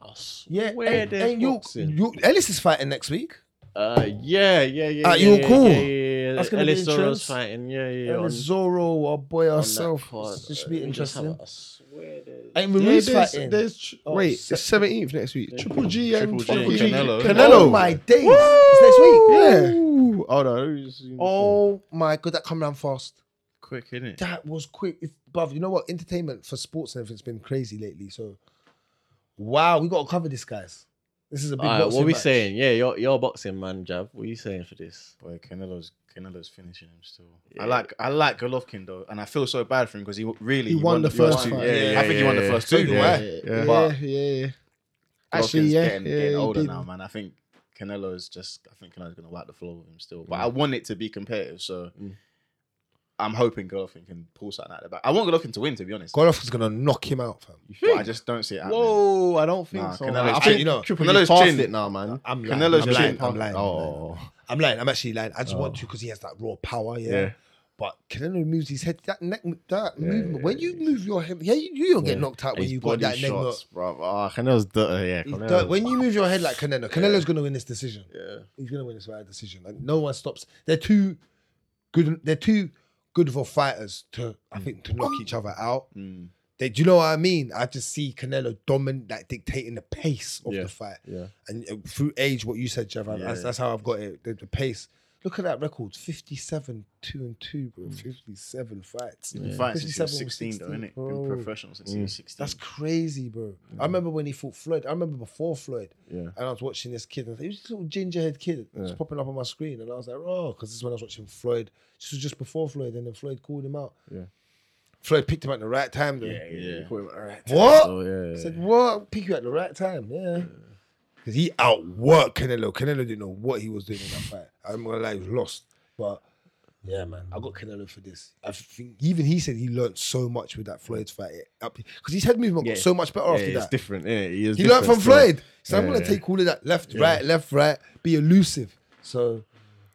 Speaker 6: I
Speaker 4: Yeah,
Speaker 6: swear
Speaker 4: and,
Speaker 6: there's
Speaker 4: and you,
Speaker 6: boxing.
Speaker 4: you, Ellis is fighting next week.
Speaker 6: Uh, yeah, yeah, yeah.
Speaker 4: Ah,
Speaker 6: yeah,
Speaker 4: you
Speaker 6: yeah,
Speaker 4: cool?
Speaker 6: Yeah, yeah, yeah.
Speaker 4: That's gonna be
Speaker 6: Ellis Soro's
Speaker 4: intense.
Speaker 6: fighting. Yeah, yeah. yeah.
Speaker 4: and
Speaker 6: on-
Speaker 4: it's Zorro, our boy
Speaker 6: on that
Speaker 4: ourselves.
Speaker 6: card.
Speaker 4: This should
Speaker 6: Uh,
Speaker 4: be
Speaker 6: let me just have
Speaker 4: interesting.
Speaker 6: a- I swear there's-
Speaker 4: And
Speaker 3: Yeah,
Speaker 4: Ruiz
Speaker 3: there's,
Speaker 4: fighting.
Speaker 3: there's tr-
Speaker 4: Oh,
Speaker 3: wait,
Speaker 4: sec-
Speaker 3: it's seventeenth next week. Triple G and
Speaker 5: Triple G and
Speaker 3: fucking
Speaker 5: Canelo.
Speaker 4: Oh my days! It's next week.
Speaker 3: Ooh. Hold on. let me just-
Speaker 4: Oh my god, that come round fast.
Speaker 5: Quick, innit?
Speaker 4: That was quick. It's bruv, you know what? Entertainment for sports and everything's been crazy lately. So wow, we gotta cover this, guys. This is a big
Speaker 6: All right, what
Speaker 4: boxing
Speaker 6: we
Speaker 4: match.
Speaker 6: saying? Yeah, you're, you're a boxing man, Jab. What are you saying for this?
Speaker 5: Boy, Canelo's Canelo's finishing him still.
Speaker 6: Yeah.
Speaker 5: I like I like Golovkin though, and I feel so bad for him because he w- really
Speaker 3: He won the first
Speaker 5: won-
Speaker 3: fight.
Speaker 5: Yeah,
Speaker 6: Yeah,
Speaker 5: I think he won the
Speaker 6: yeah,
Speaker 5: first
Speaker 4: yeah.
Speaker 5: two.
Speaker 4: So do
Speaker 5: yeah.
Speaker 4: I.
Speaker 3: Yeah,
Speaker 5: But-
Speaker 3: yeah, yeah. Actually,
Speaker 5: Actually,
Speaker 3: yeah,
Speaker 5: getting,
Speaker 3: yeah,
Speaker 5: getting
Speaker 3: he
Speaker 5: older
Speaker 3: did.
Speaker 5: now, man. I think Canelo's just. I think Canelo's gonna wipe the floor with him still. But I want it to be competitive, so
Speaker 6: Mm.
Speaker 5: I'm hoping Golovkin can pull something out of the back. I want Golovkin to win, to be honest.
Speaker 4: Golovkin's gonna knock him out, fam.
Speaker 5: But I just don't see it happening.
Speaker 6: Whoa, I don't think
Speaker 5: Nah,
Speaker 6: so.
Speaker 5: Canelo's
Speaker 6: man. I
Speaker 5: chin-
Speaker 6: think
Speaker 4: you know,
Speaker 6: Triple G
Speaker 5: Canelo's
Speaker 6: passed
Speaker 5: chin-
Speaker 6: it now, man.
Speaker 4: I'm lying.
Speaker 5: Canelo's
Speaker 4: I'm lying.
Speaker 5: chin-
Speaker 4: I'm lying. I'm lying.
Speaker 6: Oh,
Speaker 4: I'm lying. I'm actually lying. I just want to because he has that raw power. Yeah.
Speaker 5: Yeah.
Speaker 4: But Canelo moves his head. That neck, that movement. when you move your head, yeah, you, you don't get knocked out when you got that neck. lock.
Speaker 6: bro.
Speaker 5: Ah,
Speaker 6: Oh, Canelo's dirty. Yeah,
Speaker 4: He's
Speaker 6: Canelo.
Speaker 4: done- When you move your head like Canelo, Canelo's going to win this decision. Yeah, he's going to win this right decision. Like, no one stops. They're too good. They're too good for fighters to, I think, to knock each other out. They, do you know what I mean? I just see Canelo dominant, like dictating the pace of
Speaker 6: Yeah.
Speaker 4: the fight.
Speaker 6: Yeah.
Speaker 4: and uh, through age, what you said, Javan, that's, that's how I've got it. The, the pace. Look at that record: fifty-seven, two and two, bro. Fifty-seven fights.
Speaker 5: Fight since he
Speaker 4: 57
Speaker 5: was
Speaker 4: or
Speaker 5: 16, though, innit? Been
Speaker 4: bro.
Speaker 5: professional since he was 16.
Speaker 4: Oh. That's crazy, bro. I remember when he fought Floyd. I remember before Floyd.
Speaker 6: Yeah.
Speaker 4: And I was watching this kid. And he was this little gingerhead kid. Just popping up on my screen. And I was like, oh, because this is when I was watching Floyd. This was just before Floyd. And then Floyd called him out.
Speaker 6: Yeah.
Speaker 4: Floyd picked him at the right time, though.
Speaker 6: yeah.
Speaker 4: What?
Speaker 6: Oh yeah.
Speaker 4: I said, what? Pick you at the right time. Yeah. Because he outworked Canelo. Canelo didn't know what he was doing in that fight. I'm going to lie, he was lost. But yeah, man, I got Canelo for this. I think even he said he learned so much with that Floyd fight. Because his head movement got
Speaker 6: Yeah.
Speaker 4: so much better
Speaker 6: yeah,
Speaker 4: after
Speaker 6: it's
Speaker 4: that.
Speaker 6: different. Yeah, he is
Speaker 4: He learned from
Speaker 6: different, so-
Speaker 4: Floyd. So I'm
Speaker 6: Yeah,
Speaker 4: going to
Speaker 6: yeah.
Speaker 4: take all of that left, right, left, right, be elusive. So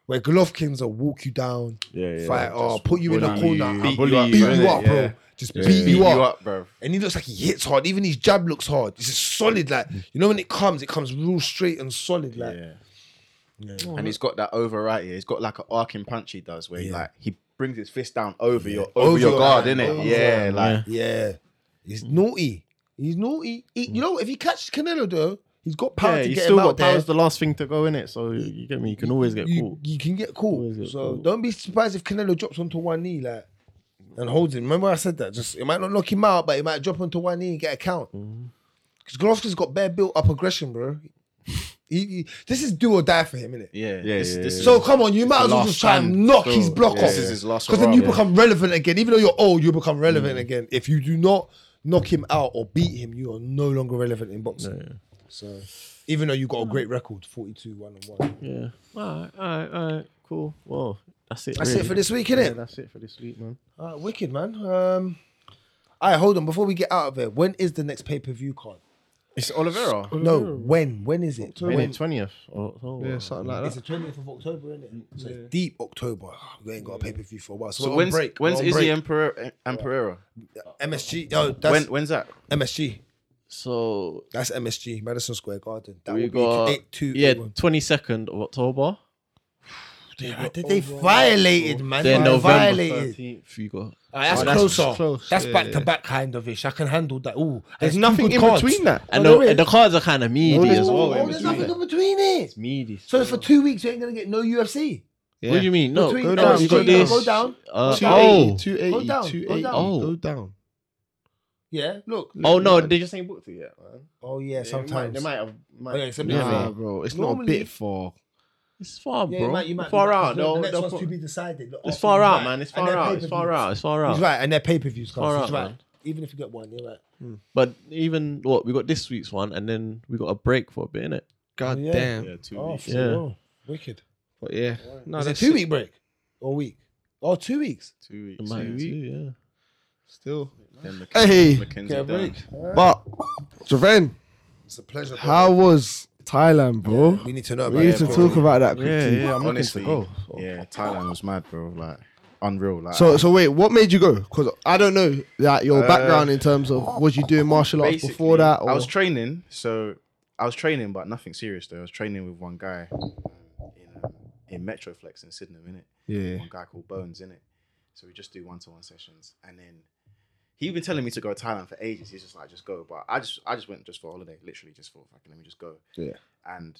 Speaker 4: where Golovkin's will walk you down,
Speaker 6: Yeah, yeah.
Speaker 4: fight, or put you in a
Speaker 5: bully
Speaker 4: corner,
Speaker 5: you,
Speaker 4: and
Speaker 5: beat
Speaker 4: beat,
Speaker 5: you up,
Speaker 4: you
Speaker 5: innit?
Speaker 4: up, bro.
Speaker 5: Yeah.
Speaker 4: Just
Speaker 6: Yeah.
Speaker 4: beat, you, up.
Speaker 5: bro.
Speaker 4: And he looks like he hits hard. Even his jab looks hard. It's just solid. Like, you know, when it comes, it comes real straight and solid. Like,
Speaker 6: Yeah.
Speaker 5: And he's got that over right here. He's got like an arcing punch he does where he like he brings his fist down over your over,
Speaker 4: Over
Speaker 5: your,
Speaker 4: your
Speaker 5: guard,
Speaker 4: hand,
Speaker 5: innit?
Speaker 4: over
Speaker 5: yeah,
Speaker 6: your
Speaker 5: like
Speaker 6: hand,
Speaker 4: yeah. He's naughty. He's naughty. He- You know, if he catches Canelo, though, he's got power
Speaker 6: Yeah,
Speaker 4: to
Speaker 6: you
Speaker 4: get him
Speaker 6: still
Speaker 4: out
Speaker 6: got
Speaker 4: there.
Speaker 6: power's the last thing to go in it, so you get me. You can always get
Speaker 4: you,
Speaker 6: caught.
Speaker 4: you can get
Speaker 6: Always
Speaker 4: caught.
Speaker 6: get
Speaker 4: So
Speaker 6: caught.
Speaker 4: don't be surprised if Canelo drops onto one knee, like, and holds him. Remember I said that? Just it might not knock him out, but it might drop onto one knee and get a count. Because Golovkin's got bare built up aggression, bro. He, he- this is do or die for him, innit?
Speaker 5: yeah,
Speaker 6: Yeah,
Speaker 5: this-
Speaker 6: yeah,
Speaker 5: this
Speaker 6: yeah.
Speaker 5: is-
Speaker 4: So come on, you might as well
Speaker 5: last
Speaker 4: just try and
Speaker 5: stand
Speaker 4: knock
Speaker 5: still.
Speaker 4: his block
Speaker 5: Yeah,
Speaker 4: off.
Speaker 5: this is his last
Speaker 4: Because then you
Speaker 5: hurrah.
Speaker 4: become relevant again. Even though you're old, you become relevant again. If you do not knock him out or beat him, you are no longer relevant in boxing. So even though you got a great record, 42 1 and 1.
Speaker 6: Yeah. All right. All right. All right. Cool. Well, that's it.
Speaker 4: That's
Speaker 6: really.
Speaker 4: it for this week,
Speaker 6: Yeah,
Speaker 4: innit?
Speaker 6: that's it for this week, man.
Speaker 4: All right, wicked, man. Um, all right, hold on. Before we get out of here, when is the next pay per view card?
Speaker 5: it's Oliveira.
Speaker 4: No, when? When is it?
Speaker 6: Minute twentieth. Oh, oh,
Speaker 3: Yeah, something like
Speaker 4: It's
Speaker 3: that.
Speaker 4: the 20th of October, isn't it? So it's deep October. Ah, We ain't got a pay per view for a while. So,
Speaker 5: So
Speaker 4: we're
Speaker 5: when's
Speaker 4: on break.
Speaker 5: when's
Speaker 4: we're on
Speaker 5: Izzy
Speaker 4: break.
Speaker 5: and Pereira? And Pereira?
Speaker 4: MSG. Oh,
Speaker 5: When
Speaker 4: that's
Speaker 5: when's that?
Speaker 4: MSG.
Speaker 6: So
Speaker 4: That's MSG, Madison Square Garden. That will
Speaker 6: we got
Speaker 4: be eight two.
Speaker 6: yeah, twenty second of October.
Speaker 4: they, they violated, man.
Speaker 6: Then
Speaker 4: they
Speaker 6: November
Speaker 4: violated.
Speaker 6: thirteenth, you got.
Speaker 4: All right, that's,
Speaker 6: Oh, that's
Speaker 4: closer.
Speaker 3: close,
Speaker 4: That's
Speaker 3: yeah,
Speaker 4: back to back kind of ish. I can handle that. Ooh,
Speaker 3: There's
Speaker 4: it's
Speaker 3: nothing
Speaker 4: two
Speaker 3: in
Speaker 4: good cards.
Speaker 3: between that.
Speaker 6: And
Speaker 4: there
Speaker 6: the, and the
Speaker 4: is.
Speaker 6: cards are kind of meaty as
Speaker 4: Oh,
Speaker 6: well. in
Speaker 4: there's
Speaker 6: between.
Speaker 4: nothing in between it.
Speaker 6: It's meaty.
Speaker 4: So for two weeks you ain't gonna get no UFC.
Speaker 6: What do you mean? No,
Speaker 4: Between-
Speaker 6: no,
Speaker 3: down,
Speaker 6: you
Speaker 3: go
Speaker 6: got
Speaker 3: down.
Speaker 6: this.
Speaker 4: Go down.
Speaker 6: Uh, oh,
Speaker 3: 280, 280,
Speaker 4: Go down, go
Speaker 3: 280,
Speaker 4: down.
Speaker 6: Oh.
Speaker 3: go down.
Speaker 4: Yeah. Look.
Speaker 6: oh no, they just ain't booked it yet. Man.
Speaker 4: Oh yeah.
Speaker 6: They might-
Speaker 4: Sometimes.
Speaker 6: they might have.
Speaker 4: Oh, yeah, it's a bit
Speaker 3: Nah,
Speaker 4: far.
Speaker 3: bro, it's not a
Speaker 4: Normally-
Speaker 3: bit far.
Speaker 6: It's far, bro.
Speaker 4: Yeah, you might, you might,
Speaker 6: far
Speaker 4: you might-
Speaker 6: out.
Speaker 4: the
Speaker 6: No,
Speaker 4: next
Speaker 6: no,
Speaker 4: one's
Speaker 6: far-
Speaker 4: to be decided. Look,
Speaker 6: It's
Speaker 4: after
Speaker 6: far
Speaker 4: he's
Speaker 6: out,
Speaker 4: back.
Speaker 6: man. It's
Speaker 4: And
Speaker 6: far
Speaker 4: their
Speaker 6: out. It's far
Speaker 4: pay-per-views.
Speaker 6: out. It's far out.
Speaker 4: He's right, and their pay per views. He's
Speaker 6: Far out,
Speaker 4: right.
Speaker 6: man.
Speaker 4: Even if you get one, you're right.
Speaker 6: But even what we got this week's one, and then we got a break for a bit, innit?
Speaker 3: God
Speaker 4: yeah.
Speaker 3: damn.
Speaker 5: two
Speaker 4: Oh, for
Speaker 6: Yeah.
Speaker 4: real. wicked.
Speaker 3: But yeah, no,
Speaker 4: Is it
Speaker 3: that's
Speaker 4: two week break or week? Oh, two weeks.
Speaker 5: two
Speaker 6: It
Speaker 5: weeks.
Speaker 6: might
Speaker 5: yeah.
Speaker 6: be, yeah.
Speaker 3: Still.
Speaker 5: Then Mc-
Speaker 2: Hey,
Speaker 5: McKenzie
Speaker 4: Get a
Speaker 5: down.
Speaker 4: break.
Speaker 2: but Javen,
Speaker 4: It's a pleasure. bro.
Speaker 2: how was Thailand, bro?
Speaker 4: We need to know about
Speaker 2: We need
Speaker 4: it.
Speaker 2: to
Speaker 4: bro.
Speaker 2: talk about that quickly.
Speaker 6: Yeah, yeah. I'm
Speaker 5: Honestly,
Speaker 6: looking to
Speaker 5: yeah, Thailand was mad, bro. Like unreal. Like
Speaker 2: So, so wait, what made you go? Because I don't know that your background in terms of was you doing martial arts
Speaker 5: Uh, Basically,
Speaker 2: before that? Or,
Speaker 5: I was training, so I was training, but nothing serious though. I was training with one guy um, in, um, in Metroflex in Sydney, innit?
Speaker 2: yeah,
Speaker 5: One guy called Bones, innit? So we just do one to one sessions, and then he'd been telling me to go to Thailand for ages. He's just like, just go, but I just I just went just for a holiday, literally just for fucking let me just go.
Speaker 2: Yeah.
Speaker 5: And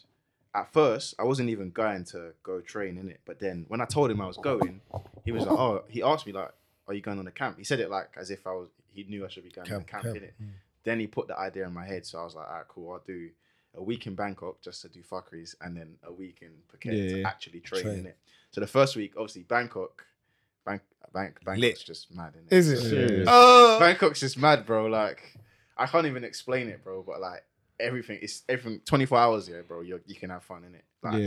Speaker 5: at first, I wasn't even going to go train in it, but then when I told him I was going, he was like, oh, he asked me like, are you going on a camp? He said it like as if I was, he knew I should be going on a
Speaker 4: Camp,
Speaker 5: camp,
Speaker 4: camp.
Speaker 5: in it. Then he put the idea in my head, so I was like, all right, cool, I'll do a week in Bangkok just to do fuckeries, and then a week in Phuket to
Speaker 3: Yeah.
Speaker 5: actually train,
Speaker 4: Train.
Speaker 5: in it. So the first week, obviously Bangkok, Bank, Bank, Bangkok's just mad in it.
Speaker 4: Is
Speaker 6: go.
Speaker 4: it?
Speaker 6: Serious.
Speaker 4: Uh,
Speaker 5: Bangkok's just mad, bro. Like, I can't even explain it, bro. But like, everything is everything. Twenty four hours here, bro. You you can have fun in it. Like,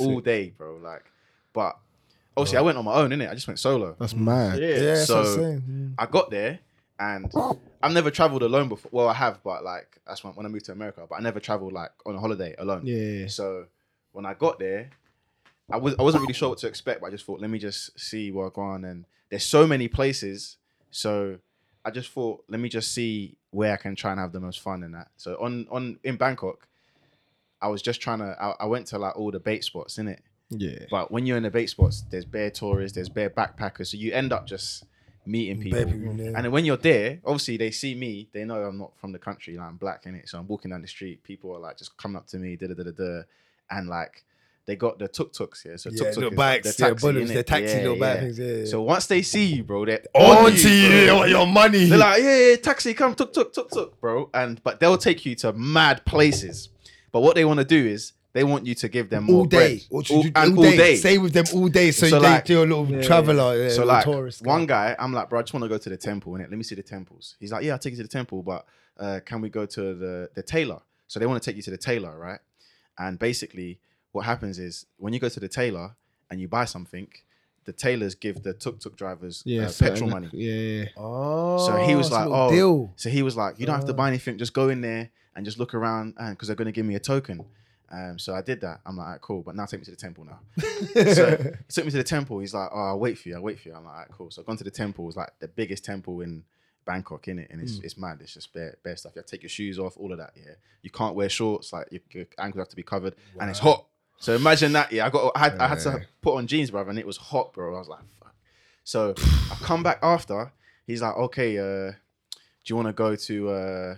Speaker 3: Yeah,
Speaker 5: all day, bro. Like, but obviously, I went on my own in it. I just went solo.
Speaker 2: that's mad.
Speaker 6: Yeah.
Speaker 4: yeah, that's what I'm
Speaker 5: So-
Speaker 4: saying. Mm.
Speaker 5: I got there, and I've never traveled alone before. Well, I have, but like that's when, when I moved to America. But I never traveled like on a holiday alone.
Speaker 2: Yeah.
Speaker 5: So when I got there, I was I wasn't really sure what to expect, but I just thought, let me just see what go on. And there's so many places, so I just thought, let me just see where I can try and have the most fun in that. So on on in Bangkok, I was just trying to. I, I went to like all the bait spots in it.
Speaker 6: Yeah.
Speaker 5: But when you're in the bait spots, there's bear tourists, there's bear backpackers, so you end up just meeting people.
Speaker 4: people, yeah.
Speaker 5: And then when you're there, obviously they see me, they know I'm not from the country, like I'm black in it. So I'm walking down the street, people are like just coming up to me, da da da da da, and like they got the tuk tuks, yeah. So
Speaker 4: Yeah,
Speaker 5: tuk
Speaker 4: the
Speaker 5: tuk
Speaker 4: bikes, yeah, bullets,
Speaker 5: innit?
Speaker 4: the taxi, little bike things, yeah, yeah.
Speaker 5: So once they see you, bro, they're
Speaker 4: On
Speaker 5: on
Speaker 4: to
Speaker 5: you.
Speaker 4: you, your- your money.
Speaker 5: They're like, yeah, yeah, taxi, come, tuk tuk tuk tuk, bro. And but they'll take you to mad places. But what they want to do is they want you to give them more
Speaker 4: all day,
Speaker 5: bread.
Speaker 4: all,
Speaker 5: All- and
Speaker 4: all day. stay with them all day. So,
Speaker 5: So
Speaker 4: they,
Speaker 5: like-
Speaker 4: are a little traveler, yeah,
Speaker 5: so
Speaker 4: little
Speaker 5: like
Speaker 4: tourist.
Speaker 5: one guy, I'm like, bro, I just want to go to the temple, and let me see the temples. He's like, yeah, I'll take you to the temple, but uh, can we go to the the tailor? So they want to take you to the tailor, right? And basically, what happens is when you go to the tailor and you buy something, the tailors give the tuk tuk drivers uh, petrol money.
Speaker 2: Yeah.
Speaker 4: Oh,
Speaker 5: So he was
Speaker 4: it's a
Speaker 5: like,
Speaker 4: little
Speaker 5: oh,
Speaker 4: deal. Uh.
Speaker 5: so he was like, you don't have to buy anything. Just go in there and just look around because they're going to give me a token. Um, so I did that. I'm like, all right, cool. But now take me to the temple now. so he took me to the temple. He's like, oh, I'll wait for you. I'll wait for you. I'm like, all right, cool. So I've gone to the temple. It's like the biggest temple in Bangkok, innit? And
Speaker 4: Hmm.
Speaker 5: it's, it's mad. It's just bare, bare stuff. You have to take your shoes off, all of that. Yeah. You can't wear shorts. Like your, your ankles have to be covered. And it's hot. So imagine that. Yeah. I got, I had, I had to put on jeans, brother, and it was hot, bro. I was like, fuck. So I come back after. He's like, okay, uh, do you want to go to uh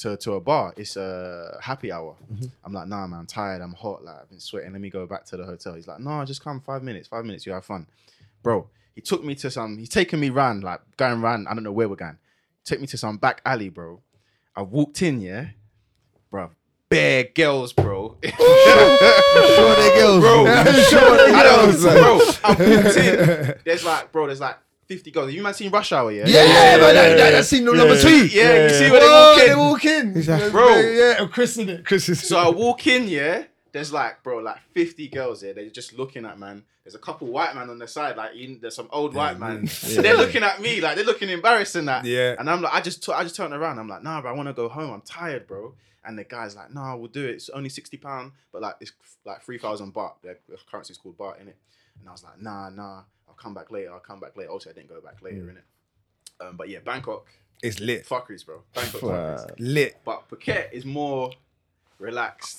Speaker 5: to to a bar? It's a happy hour. I'm like, nah, man, I'm tired. I'm hot. Like I've been sweating. Let me go back to the hotel. He's like, no, just come five minutes. Five minutes. You have fun, bro. He took me to some. He's taking me round, like going round. I don't know where we're going. Took me to some back alley, bro. I walked in, yeah, bro. Bare girls, bro.
Speaker 4: Sure they girls,
Speaker 5: bro.
Speaker 4: sure they
Speaker 5: I don't,
Speaker 4: girls, man.
Speaker 5: bro. I walked in. There's like, bro. There's like 50 girls. You might seen Rush Hour, yeah?
Speaker 4: Yeah, man, that, that, that scene no number two.
Speaker 5: Yeah, you see where
Speaker 4: Oh,
Speaker 5: they
Speaker 4: they
Speaker 5: walk in.
Speaker 4: walk in,
Speaker 5: Bro.
Speaker 4: Yeah, Chris in it. Chris is
Speaker 5: So I walk in, yeah. There's like, bro, like 50 girls there. They're just looking at man. There's a couple white man on the side. Like, you, there's some old white man. They're looking at me like they're looking embarrassed and that.
Speaker 4: Yeah.
Speaker 5: And I'm like, I just, t- I just turned around. I'm like, nah, bro, I want to go home. I'm tired, bro. And the guy's like, nah, we'll do it. It's only sixty pound, but like it's like three thousand baht. Their currency's called baht, innit? And I was like, nah, nah, I'll come back later. I'll come back later. Obviously, I didn't go back later, innit? Um, but yeah, Bangkok,
Speaker 4: it's lit,
Speaker 5: fuckeries, bro. Bangkok, fuckeries.
Speaker 4: lit.
Speaker 5: But Phuket is more relaxed.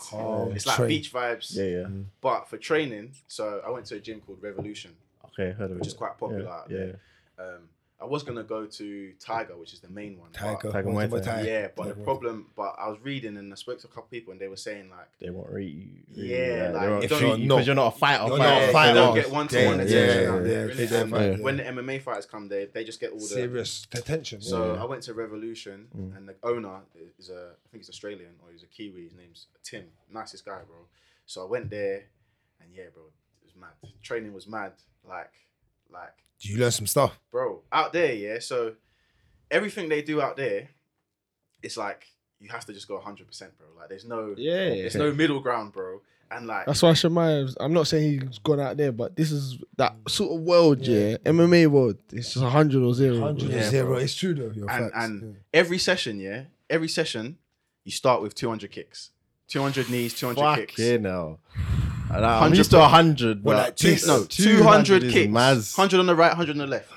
Speaker 5: it's like
Speaker 4: Oh, train.
Speaker 5: beach vibes.
Speaker 6: Yeah, yeah.
Speaker 5: But for training, so I went to a gym called Revolution,
Speaker 6: Okay, heard of it.
Speaker 5: which is quite popular out
Speaker 6: yeah.
Speaker 5: there. Um, I was gonna go to Tiger, which is the main one. but-
Speaker 4: Tiger,
Speaker 6: Tiger
Speaker 4: Once
Speaker 6: Muay
Speaker 4: upon a
Speaker 6: Thai.
Speaker 4: time.
Speaker 5: Yeah, but
Speaker 4: Tiger
Speaker 5: the
Speaker 4: Muay
Speaker 5: problem, but I was reading and I spoke to a couple people and they were saying like,
Speaker 6: They won't rate you.
Speaker 5: Yeah, like, if
Speaker 6: because
Speaker 5: you're
Speaker 4: not-
Speaker 6: you're not a fighter.
Speaker 4: You're
Speaker 5: yeah,
Speaker 4: not
Speaker 5: they
Speaker 4: a fighter.
Speaker 5: don't get one to one
Speaker 4: Yeah,
Speaker 5: attention
Speaker 4: yeah,
Speaker 5: out there.
Speaker 4: yeah,
Speaker 5: innit?
Speaker 4: they don't
Speaker 5: And
Speaker 4: fight.
Speaker 5: When the MMA fighters come, they they just get all the
Speaker 4: serious attention.
Speaker 5: So I went to Revolution,
Speaker 2: Mm.
Speaker 5: and the owner is a, I think he's Australian or he's a Kiwi. His name's Tim, nicest guy, bro. So I went there, and yeah, bro, it was mad. Training was mad, like, like,
Speaker 4: Do you learn some stuff?
Speaker 5: bro, out there, yeah. So everything they do out there, it's like you have to just go hundred percent, bro. Like, there's no,
Speaker 2: Yeah.
Speaker 5: there's no middle ground, bro. And like,
Speaker 2: That's why Shamaya, I'm not saying he's gone out there, but this is that sort of world, yeah. MMA world. It's just 100 or zero. bro.
Speaker 4: Hundred
Speaker 5: Yeah,
Speaker 4: to zero. It's true though. Your
Speaker 5: and
Speaker 4: facts.
Speaker 5: and every session, yeah, every session, you start with two hundred kicks. 200 knees, 200 kicks.
Speaker 6: Fucking hell. And I'm
Speaker 5: 100
Speaker 6: used to 100.
Speaker 4: Well,
Speaker 6: but
Speaker 4: like two-
Speaker 6: this-
Speaker 5: No, 200 kicks. 100 on the right, 100 on the left.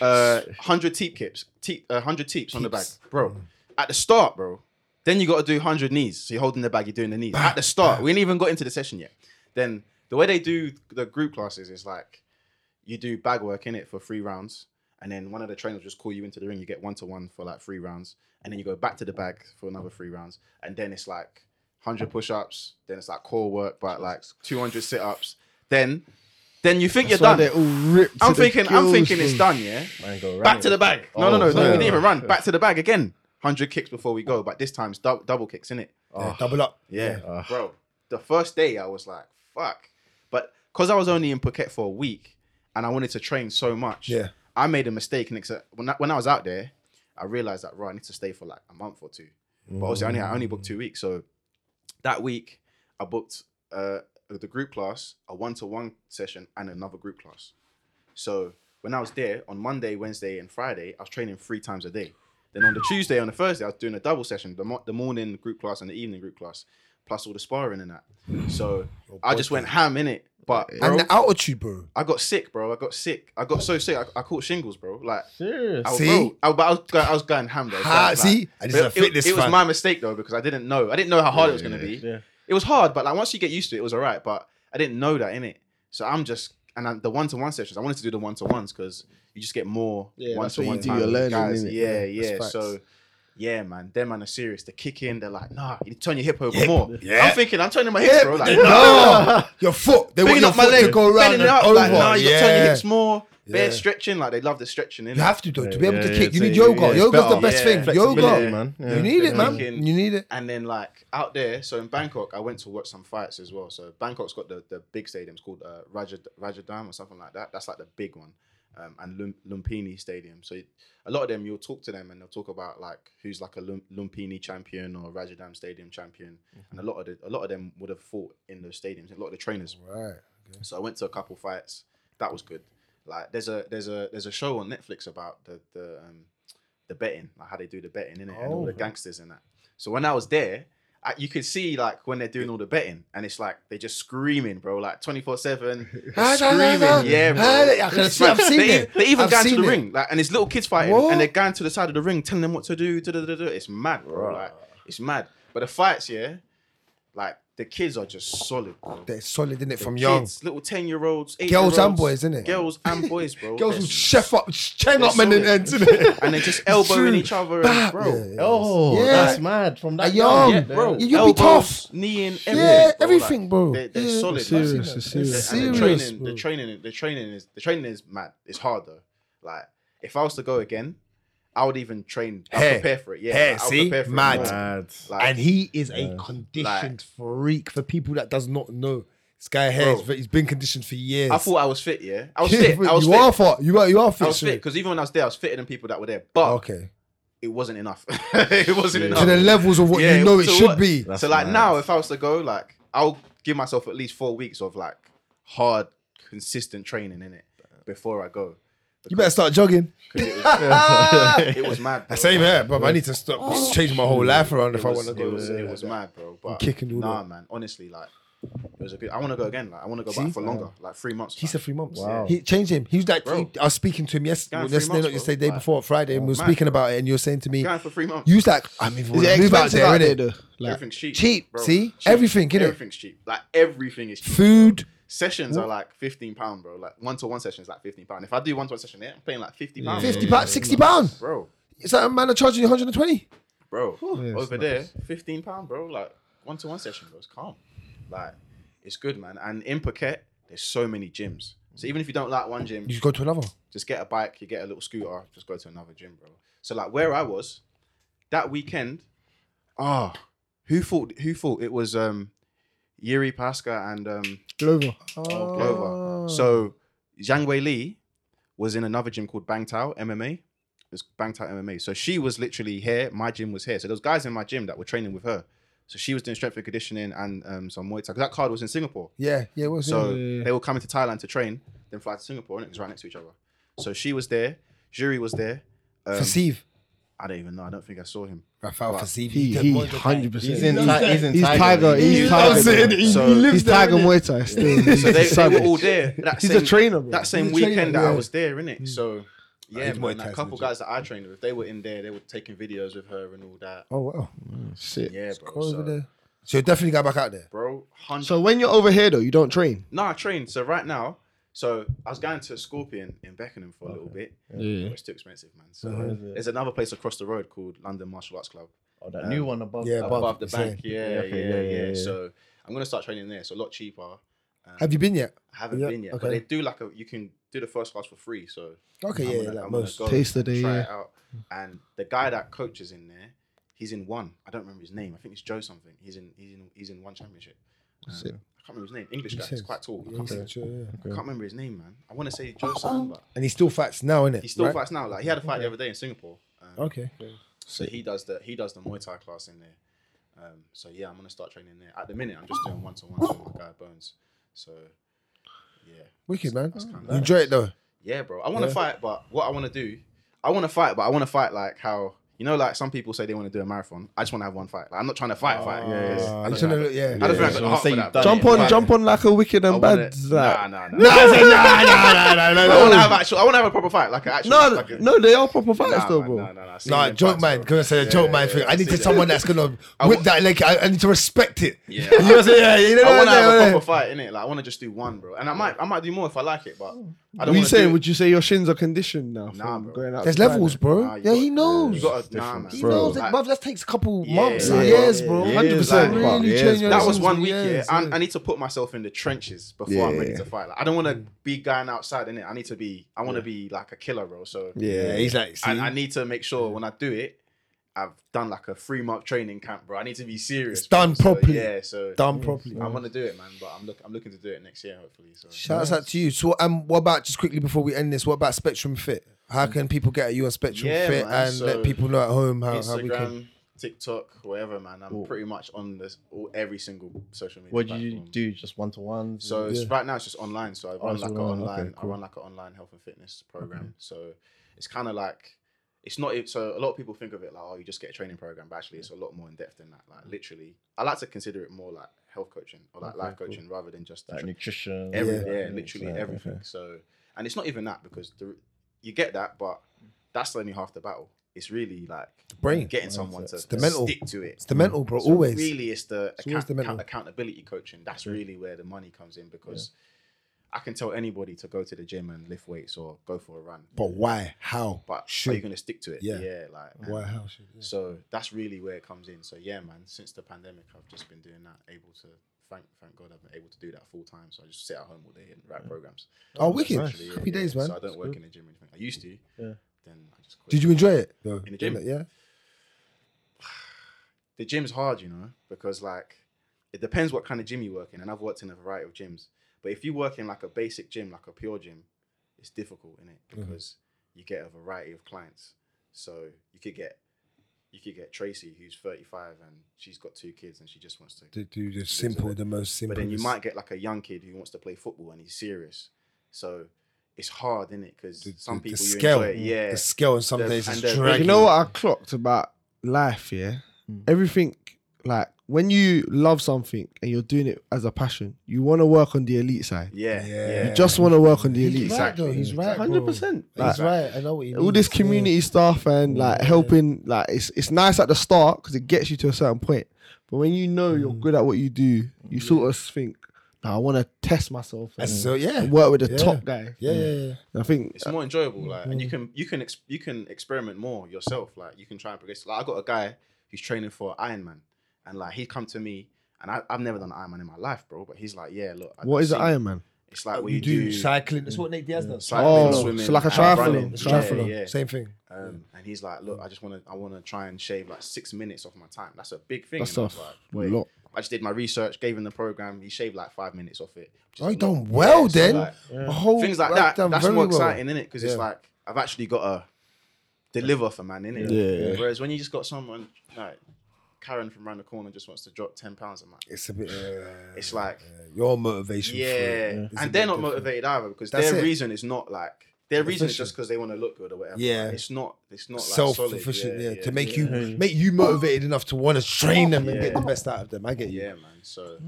Speaker 5: Uh, 100 teep kips. Teep, uh, 100 teeps on the bag. Bro, at the start, bro, then you got to do 100 knees. So you're holding the bag, you're doing the knees. At the start, we ain't even got into the session yet. Then the way they do the group classes is like you do bag work in it for three rounds. And then one of the trainers just call you into the ring. You get one to one for like three rounds, and then you go back to the bag for another three rounds. And then it's like hundred push ups. Then it's like core work, but like two hundred sit ups. Then, then you think
Speaker 2: That's
Speaker 5: you're
Speaker 2: why
Speaker 5: done.
Speaker 2: they're all ripped. to
Speaker 5: I'm
Speaker 2: the
Speaker 5: thinking, I'm
Speaker 2: gills,
Speaker 5: thinking it's
Speaker 2: bro.
Speaker 5: done. Yeah,
Speaker 6: Man, go
Speaker 5: back
Speaker 6: round
Speaker 5: to
Speaker 6: it.
Speaker 5: the bag. No, no,
Speaker 6: Oh,
Speaker 5: no, no.
Speaker 6: sorry.
Speaker 5: You didn't even run. Back to the bag again. Hundred kicks before we go, but this time's dou- double kicks in it.
Speaker 4: Yeah, double up.
Speaker 5: Yeah, bro. The first day I was like, fuck. But because I was only in Phuket for a week and I wanted to train so much,
Speaker 4: Yeah.
Speaker 5: I made a mistake. And it's a- when I, when I was out there, I realized that, right, I need to stay for like a month or two. But obviously, I only, I only booked two weeks. So that week, I booked uh, the group class, a one to one session, and another group class. So when I was there on Monday, Wednesday, and Friday, I was training three times a day. Then on the Tuesday, on the Thursday, I was doing a double session: the, mo- the morning group class and the evening group class. plus all the sparring and that. So I just went ham in it. But bro,
Speaker 4: And the altitude, bro.
Speaker 5: I got sick, bro. I got sick. I got so sick. I, I caught shingles, bro. Like,
Speaker 6: Serious.
Speaker 5: I, was-
Speaker 4: See?
Speaker 5: bro, I, but I was going, I was going ham though.
Speaker 4: Ah,
Speaker 5: Like,
Speaker 4: see? And this is a
Speaker 5: but it,
Speaker 4: fitness
Speaker 5: it was
Speaker 4: fan.
Speaker 5: my mistake though because I didn't know. I didn't know how hard it was going to be.
Speaker 6: yeah.
Speaker 5: It was hard, but like once you get used to it, it was alright. But I didn't know that in it. So I'm just and I, the one to one sessions. I wanted to do the one to ones because you just get more
Speaker 2: Yeah,
Speaker 5: one
Speaker 2: that's what
Speaker 5: to
Speaker 2: you
Speaker 5: one
Speaker 2: do, you're learning,
Speaker 5: guys.
Speaker 2: innit?
Speaker 5: Yeah,
Speaker 4: Yeah,
Speaker 5: yeah.
Speaker 4: that's facts.
Speaker 5: So. Yeah, man, them man are serious. They kick in. They're like, nah, you turn your hip over more.
Speaker 4: Yeah.
Speaker 5: I'm thinking, I'm turning my hips, bro. Like,
Speaker 4: No, your foot. They want
Speaker 5: Picking
Speaker 4: your
Speaker 5: up my
Speaker 4: foot
Speaker 5: leg,
Speaker 4: to go around
Speaker 5: bending
Speaker 4: and
Speaker 5: it up,
Speaker 4: over.
Speaker 5: like, nah, you gotta turn your
Speaker 4: Yeah.
Speaker 5: hips more. Bare
Speaker 4: Yeah.
Speaker 5: stretching, like they love the stretching. Innit?
Speaker 4: You have to though to be able
Speaker 6: Yeah,
Speaker 4: to
Speaker 6: yeah,
Speaker 4: kick.
Speaker 6: so
Speaker 4: you need
Speaker 6: yeah,
Speaker 4: yoga.
Speaker 6: it's
Speaker 4: Yoga's the
Speaker 6: better.
Speaker 4: best
Speaker 5: Yeah.
Speaker 4: thing.
Speaker 6: Flexibility,
Speaker 4: Yoga.
Speaker 6: man. Yeah.
Speaker 4: You need it,
Speaker 5: Yeah.
Speaker 4: man.
Speaker 5: Kicking.
Speaker 4: You need it.
Speaker 5: And then like out there, so in Bangkok, I went to watch some fights as well. So Bangkok's got the, the big stadiums called uh, Raja Rajadam or something like that. That's like the big one, um, and Lum, Lumpini Stadium. So a lot of them, you'll talk to them and they'll talk about like who's like a Lum, Lumpini champion or Rajadam Stadium champion,
Speaker 4: Mm-hmm.
Speaker 5: and a lot of the, a lot of them would have fought in those stadiums. A lot of the trainers.
Speaker 4: Right.
Speaker 5: So I went to a couple fights. That was good. Like there's a there's a there's a show on Netflix about the the um, the betting, like how they do the betting in it, and
Speaker 4: Oh,
Speaker 5: all the gangsters and that. So when I was there, I, you could see like when they're doing all the betting, and it's like they're just screaming, bro, like twenty four seven screaming, yeah, bro.
Speaker 4: I can see, I've seen
Speaker 5: They,
Speaker 4: it.
Speaker 5: they even
Speaker 4: I've
Speaker 5: going to
Speaker 4: seen
Speaker 5: the
Speaker 4: it.
Speaker 5: ring, like, and it's little kids fighting,
Speaker 4: What?
Speaker 5: and they're going to the side of the ring, telling them what to do. Da, da, da, da. It's mad, bro. Like, it's mad. But the fights, yeah, like the kids are just solid, bro
Speaker 4: They're solid in it from young.
Speaker 5: kids, little ten year olds,
Speaker 4: Girls and boys, innit?
Speaker 5: Girls and boys, bro.
Speaker 4: Girls
Speaker 5: They're
Speaker 4: will
Speaker 5: s-
Speaker 4: chef up, chang
Speaker 5: they're
Speaker 4: up, men and
Speaker 5: solid.
Speaker 4: ends in it.
Speaker 5: and they're just elbowing
Speaker 4: True.
Speaker 5: each other,
Speaker 4: Bah.
Speaker 5: and, bro.
Speaker 4: Yeah, yeah.
Speaker 6: Oh,
Speaker 4: Yeah.
Speaker 6: that's mad. From
Speaker 4: Are
Speaker 6: that
Speaker 4: young,
Speaker 6: young,
Speaker 5: Yeah, bro.
Speaker 4: You- you'll be
Speaker 5: Elbows,
Speaker 4: tough.
Speaker 5: kneeing, everything.
Speaker 4: Yeah,
Speaker 5: bro.
Speaker 4: everything,
Speaker 5: Like,
Speaker 4: bro.
Speaker 5: They're, they're
Speaker 4: Yeah.
Speaker 5: solid.
Speaker 2: Serious,
Speaker 5: like,
Speaker 2: it's serious.
Speaker 5: And the
Speaker 4: Serious,
Speaker 5: training, the training, the training is the training is mad. It's hard though. Like if I was to go again, I would even train. I'd
Speaker 4: Hair.
Speaker 5: prepare for it. Yeah,
Speaker 4: Hair,
Speaker 5: like, I'll
Speaker 4: see?
Speaker 5: prepare for
Speaker 4: Mad.
Speaker 5: It more.
Speaker 6: Mad.
Speaker 5: Like,
Speaker 4: and he is a conditioned freak for people that does not know. This guy here,
Speaker 5: Bro.
Speaker 4: is- he's been conditioned for years.
Speaker 5: I thought I was fit. Yeah, I was
Speaker 4: Yeah,
Speaker 5: fit.
Speaker 4: but
Speaker 5: I was
Speaker 4: you
Speaker 5: fit.
Speaker 4: are fit. You are, you are fit.
Speaker 5: I was
Speaker 4: sir.
Speaker 5: fit because even when I was there, I was fitter than people that were there. But
Speaker 4: Okay.
Speaker 5: it wasn't enough. it wasn't enough.
Speaker 4: To the levels of what
Speaker 5: Oh. Yeah,
Speaker 4: you know it
Speaker 5: so
Speaker 4: should
Speaker 5: what-
Speaker 4: be.
Speaker 6: That's
Speaker 5: so like
Speaker 6: mad.
Speaker 5: now, if I was to go, like I'll give myself at least four weeks of like hard, consistent training in it before I go.
Speaker 4: You better start jogging.
Speaker 5: 'Cause It was, it was mad. Bro.
Speaker 4: Same here, bro. I need to stop change my whole life around if
Speaker 5: It
Speaker 4: I
Speaker 5: was,
Speaker 4: want to
Speaker 5: it
Speaker 4: go.
Speaker 5: was, it was mad, bro. But
Speaker 4: kicking all
Speaker 5: nah, man. Honestly, like it was a good. I want to go again. Like I want to go back for longer, like three months.
Speaker 4: He
Speaker 5: man.
Speaker 4: said three months.
Speaker 5: Wow.
Speaker 4: He changed him. He was like,
Speaker 5: Bro.
Speaker 4: I was speaking to him yesterday,
Speaker 5: Going three
Speaker 4: yesterday,
Speaker 5: months,
Speaker 4: not yesterday,
Speaker 5: bro.
Speaker 4: day before, Friday, and we were
Speaker 5: Man.
Speaker 4: speaking about it, and you were saying to me,
Speaker 5: going for three months.
Speaker 4: you was like, I'm even
Speaker 2: Is
Speaker 4: want to
Speaker 2: it
Speaker 4: move out
Speaker 2: expensive
Speaker 4: there,
Speaker 2: out there,
Speaker 4: innit?
Speaker 2: though? Like,
Speaker 5: everything's cheap.
Speaker 4: cheap,
Speaker 5: bro.
Speaker 4: see? Everything, innit?
Speaker 5: Everything's cheap. Like everything is cheap.
Speaker 4: Food.
Speaker 5: Sessions are like fifteen pound, bro. Like one to one sessions, like fifteen pound. If I do one to one session, yeah, I'm paying like fifty pound,
Speaker 4: 50 pounds, 60 pounds.
Speaker 5: bro.
Speaker 4: Is that a man that charging you 120?
Speaker 5: bro. over there, fifteen pound, bro. Like one to one session, bro. It's calm. Like it's good, man. And in Phuket, there's so many gyms. So even if you don't like one gym,
Speaker 4: You should go to another.
Speaker 5: just get a bike. You get a little scooter. Just go to another gym, bro. So like where I was that weekend, ah, who thought? Who thought it was? Um, Yuri Pasca and um,
Speaker 2: Glover.
Speaker 5: Glover. So Zhang Wei Li was in another gym called Bang Tao MMA. It's Bang Tao MMA. So she was literally here. My gym was here. So there was guys in my gym that were training with her. So she was doing strength and conditioning and um, some Muay Thai. 'Cause That card was in Singapore.
Speaker 4: Yeah, yeah, what's
Speaker 5: So
Speaker 4: it?
Speaker 5: they were coming to Thailand to train, then fly to Singapore, and it was right next to each other. So she was there. Jury was there. Um,
Speaker 4: Fasif.
Speaker 5: I don't even know. I don't think I saw him.
Speaker 4: Rafael Fasif.
Speaker 2: He, he, 100%.
Speaker 6: He's in. Ti- he's in.
Speaker 2: He's Tiger. He's Tiger. bro.
Speaker 5: So-
Speaker 2: He's Tiger Muay Thai still.
Speaker 5: So they,
Speaker 2: He's
Speaker 5: they were all
Speaker 2: savage.
Speaker 5: there. That
Speaker 2: He's
Speaker 5: same,
Speaker 2: a trainer, bro.
Speaker 5: That same
Speaker 4: He's a
Speaker 5: weekend
Speaker 4: trainer,
Speaker 5: that I
Speaker 4: yeah.
Speaker 5: was there, innit? So, yeah,
Speaker 4: Oh, he's Muay
Speaker 5: man,
Speaker 4: Thai,
Speaker 5: a couple
Speaker 4: isn't he?
Speaker 5: guys that I trained with, they were in there. They were taking videos with her and all that.
Speaker 4: Oh, wow.
Speaker 2: Shit.
Speaker 5: Yeah, bro.
Speaker 4: Go over
Speaker 5: So,
Speaker 4: there. So you're definitely going back out there.
Speaker 5: bro, hundred.
Speaker 2: So when you're over here though, you don't train.
Speaker 5: no, I trained. So right now, so I was going to Scorpion in Beckenham for a little bit.
Speaker 2: Yeah.
Speaker 5: But it's too expensive, man. So there's another place across the road called London Martial Arts Club.
Speaker 6: Oh, that new one above.
Speaker 4: Yeah,
Speaker 6: that.
Speaker 5: above,
Speaker 4: above,
Speaker 5: the
Speaker 4: it's
Speaker 5: bank.
Speaker 6: there.
Speaker 5: Yeah yeah,
Speaker 6: Yeah, okay, yeah,
Speaker 5: yeah,
Speaker 6: yeah, yeah.
Speaker 5: So I'm gonna start training there. So a lot cheaper. Um,
Speaker 4: Have you been yet?
Speaker 5: I haven't
Speaker 4: yeah,
Speaker 5: been yet, but
Speaker 4: okay.
Speaker 5: they do like a. You can do the first class for free. So
Speaker 4: Okay,
Speaker 5: I'm
Speaker 4: yeah,
Speaker 5: gonna-
Speaker 4: yeah, like
Speaker 5: I'm gonna
Speaker 4: most.
Speaker 5: go
Speaker 2: Taste of the
Speaker 5: try
Speaker 2: year.
Speaker 5: it out. And the guy that coaches in there, he's in one. I don't remember his name. I think it's Joe something. He's in. He's in. He's in one championship. Um, I can't remember his name. English guy. He's quite tall. I can't, remember, I can't remember his name, man. I want to say Joe something, but
Speaker 4: And he still fights now, innit?
Speaker 5: he still
Speaker 4: Right?
Speaker 5: fights now. Like he had a fight the other day in Singapore. Um,
Speaker 4: Okay.
Speaker 5: so he does the he does the Muay Thai class in there. Um, so yeah, I'm gonna start training there. At the minute, I'm just doing one to ones with my guy Bones. So yeah,
Speaker 4: Wicked, man.
Speaker 5: kinda
Speaker 4: You enjoy
Speaker 5: nice.
Speaker 4: it, though.
Speaker 5: yeah, bro. I want to fight, but what I want to do, I want to fight, but I want to fight like how You know, like some people say they want to do a marathon. I just want to have one fight. Like, I'm not trying to fight, fight.
Speaker 2: Ah,
Speaker 5: Yeah,
Speaker 4: I just wanna look- yeah.
Speaker 5: I
Speaker 4: yeah.
Speaker 5: don't think I got the heart for that.
Speaker 2: Jump on,
Speaker 5: Like,
Speaker 2: jump on like a wicked
Speaker 5: I
Speaker 2: and
Speaker 5: wanna-
Speaker 2: bad.
Speaker 5: Nah,
Speaker 2: like-
Speaker 5: nah, nah. No,
Speaker 6: no, no, no,
Speaker 5: I want to have actual. I want to have a proper fight, like an actual.
Speaker 2: No,
Speaker 5: like a,
Speaker 2: no, they are proper fighters
Speaker 5: nah,
Speaker 2: though,
Speaker 5: man,
Speaker 2: bro.
Speaker 5: Nah, nah, nah. I've seen
Speaker 4: Nah,
Speaker 5: them
Speaker 4: joke
Speaker 5: fights,
Speaker 4: man.
Speaker 5: bro.
Speaker 4: Can I say a joke man thing? I need to someone that's gonna whip that leg. I, I need to respect it. you
Speaker 5: Yeah.
Speaker 4: know what I'm saying? Yeah, you know
Speaker 5: I
Speaker 4: what
Speaker 5: want to
Speaker 4: I'm
Speaker 5: have a
Speaker 4: saying?
Speaker 5: proper fight in it. Like I want to just do one, bro. And I might, I might do more if I like it, but I don't.
Speaker 2: What are you
Speaker 5: wanna
Speaker 2: saying?
Speaker 5: do it.
Speaker 2: Would you say your shins are conditioned now?
Speaker 5: Nah,
Speaker 2: from
Speaker 5: bro.
Speaker 2: going out
Speaker 4: There's
Speaker 2: to China?
Speaker 4: levels, bro.
Speaker 5: Nah, you
Speaker 4: yeah,
Speaker 5: got-
Speaker 4: he
Speaker 5: You
Speaker 4: knows.
Speaker 5: got to, nah, man.
Speaker 4: He
Speaker 6: Bro,
Speaker 4: knows it,
Speaker 5: like-
Speaker 4: bruv. That takes a couple
Speaker 5: Yeah,
Speaker 4: months,
Speaker 5: yeah,
Speaker 4: and years,
Speaker 6: yeah,
Speaker 4: bro.
Speaker 6: yeah.
Speaker 4: Hundred percent.
Speaker 6: Years, like,
Speaker 4: Really
Speaker 6: years,
Speaker 4: change your
Speaker 6: bro.
Speaker 5: That was
Speaker 4: lessons
Speaker 5: one
Speaker 4: with
Speaker 5: week, yeah.
Speaker 4: years,
Speaker 5: I, I need to put myself in the trenches before I'm ready to fight. Like, I don't want
Speaker 4: Mm.
Speaker 5: to be guying outside in it. I need to be. I want to be like a killer, bro. So
Speaker 4: Yeah, he's like, see,
Speaker 5: I, I need to make sure when I do it, I've done like a three month training camp, bro. I need to be serious.
Speaker 4: It's done
Speaker 5: bro. So,
Speaker 4: properly.
Speaker 5: yeah, so
Speaker 4: done properly.
Speaker 5: I want to do it, man. But I'm look, I'm looking to do it next year, hopefully. So
Speaker 4: Shouts out to you. So, um, what about just quickly before we end this? What about Spectrum Fit? How can people get at you on Spectrum
Speaker 5: Yeah,
Speaker 4: Fit
Speaker 5: man,
Speaker 4: and
Speaker 5: so-
Speaker 4: let people know at home how, how we can?
Speaker 5: Instagram, TikTok, whatever, man. I'm pretty much on this all every single social media.
Speaker 6: What do you
Speaker 5: platform.
Speaker 6: do? Just one to ones?
Speaker 5: So it's, right now it's just online. So I run
Speaker 6: it's
Speaker 5: like an
Speaker 6: online,
Speaker 5: online,
Speaker 6: okay, cool.
Speaker 5: I run like an online health and fitness program. So it's kind of like it's not. it- So a lot of people think of it like, oh, you just get a training program, but actually it's a lot more in depth than that. Like literally, I like to consider it more like health coaching or like life coaching rather than just the
Speaker 6: like
Speaker 5: tra-
Speaker 6: nutrition.
Speaker 5: every,
Speaker 6: like,
Speaker 5: yeah,
Speaker 6: it's
Speaker 5: literally
Speaker 6: like,
Speaker 5: everything.
Speaker 6: okay.
Speaker 5: So and it's not even that because the, you get that, but that's only half the battle. It's really like
Speaker 4: brain.
Speaker 5: getting someone to
Speaker 4: the mental.
Speaker 5: stick to it.
Speaker 4: It's the mental, bro.
Speaker 5: So
Speaker 4: always.
Speaker 5: Really, it's the,
Speaker 4: always
Speaker 5: account-
Speaker 4: the mental.
Speaker 5: account- accountability coaching. That's really where the money comes in because I can tell anybody to go to the gym and lift weights or go for a run.
Speaker 4: But why? How?
Speaker 5: But are you
Speaker 4: should?
Speaker 5: going to stick to it?
Speaker 4: Yeah.
Speaker 5: like and
Speaker 4: Why? How should? yeah.
Speaker 5: So that's really where it comes in. So yeah, man. Since the pandemic, I've just been doing that. Able to thank thank God, I've been able to do that full time. So I just sit at home all day and write programs.
Speaker 4: Oh, wicked!
Speaker 5: Literally, yeah,
Speaker 4: Happy
Speaker 5: yeah.
Speaker 4: days, man.
Speaker 5: So I don't work in the gym or anything. I used to. Yeah. Then I just quit.
Speaker 4: Did you enjoy it? though?
Speaker 5: In the gym?
Speaker 4: yeah.
Speaker 5: the gym's hard, you know, because like it depends what kind of gym you work in. And I've worked in a variety of gyms, but if you work in like a basic gym, like a pure gym, it's difficult in it
Speaker 4: Mm-hmm.
Speaker 5: because you get a variety of clients. So you could get you could get Tracy, who's thirty five and she's got two kids and she just wants to.
Speaker 4: To do the simple, the most simple.
Speaker 5: But then you might get like a young kid who wants to play football and he's serious. So it's hard in it because some people
Speaker 4: the
Speaker 5: you
Speaker 4: scale,
Speaker 5: enjoy it, yeah,
Speaker 4: the scale, and some
Speaker 5: The-
Speaker 4: days
Speaker 5: and
Speaker 4: it's
Speaker 5: the-
Speaker 2: But
Speaker 4: dragging.
Speaker 2: You know what I clocked about life, yeah? Everything, like, when you love something and you're doing it as a passion, you want to work on the elite side.
Speaker 5: yeah,
Speaker 4: Yeah.
Speaker 5: yeah.
Speaker 2: You just want to work on the elite
Speaker 4: He's right,
Speaker 2: side.
Speaker 4: though. He's right. bro.
Speaker 2: 100%. Like,
Speaker 4: He's right. I know what you mean.
Speaker 2: all this community stuff and like helping, like it's it's nice at the start because it gets you to a certain point. But when you know you're good at what you do, you sort of think, "Nah, I want to test myself
Speaker 4: And
Speaker 2: and
Speaker 4: so yeah,
Speaker 2: work with the
Speaker 4: yeah.
Speaker 2: top guy."
Speaker 4: yeah, yeah, yeah.
Speaker 2: And I think uh,
Speaker 5: it's more enjoyable like and you can you can ex- you can experiment more yourself like you can try and progress like i got a guy who's training for ironman and like he come to me and I, i've never done ironman in my life bro but he's like yeah look I
Speaker 2: what is
Speaker 5: see-
Speaker 2: an Iron Man?
Speaker 5: it's like what
Speaker 4: Oh, You do cycling. That's what Nate Diaz does.
Speaker 5: cycling,
Speaker 2: Oh,
Speaker 5: swimming,
Speaker 2: so like a
Speaker 5: and
Speaker 2: triathlon.
Speaker 5: running.
Speaker 4: It's
Speaker 5: Yeah,
Speaker 4: triathlon.
Speaker 5: yeah.
Speaker 4: Same thing.
Speaker 5: Um, and he's like look i just want to i want to try and shave like six minutes off my time that's a big thing
Speaker 2: That's
Speaker 5: And I was
Speaker 2: tough.
Speaker 5: like,
Speaker 2: A lot.
Speaker 5: i just did my research gave him the program he shaved like five minutes off it which is
Speaker 4: Oh,
Speaker 5: a
Speaker 4: you
Speaker 5: lot.
Speaker 4: done well
Speaker 5: Yeah, so,
Speaker 4: then.
Speaker 5: like,
Speaker 4: A whole-
Speaker 5: things like
Speaker 4: I've
Speaker 5: that.
Speaker 4: done
Speaker 5: That's
Speaker 4: very
Speaker 5: more
Speaker 4: well.
Speaker 5: exciting, innit? Because
Speaker 4: Yeah.
Speaker 5: it's like I've actually got to deliver for man, innit?
Speaker 6: Yeah.
Speaker 5: Whereas when you just got someone like Karen from round the corner just wants to drop ten pounds, I'm like,
Speaker 4: It's a bit. Uh,
Speaker 5: it's like,
Speaker 4: your motivation. for
Speaker 5: yeah,
Speaker 4: it. It's a
Speaker 5: and
Speaker 4: bit
Speaker 5: they're not
Speaker 4: different.
Speaker 5: motivated either because
Speaker 4: That's
Speaker 5: their
Speaker 4: it.
Speaker 5: reason is not like their reason is
Speaker 4: Efficient.
Speaker 5: just because they want to look good or whatever.
Speaker 4: Yeah.
Speaker 5: Like, it's not. It's not like
Speaker 4: Self
Speaker 5: solid.
Speaker 4: efficient, yeah, to make you make you motivated enough to want to train them and get the best out of them. I get you.
Speaker 5: Yeah, man. So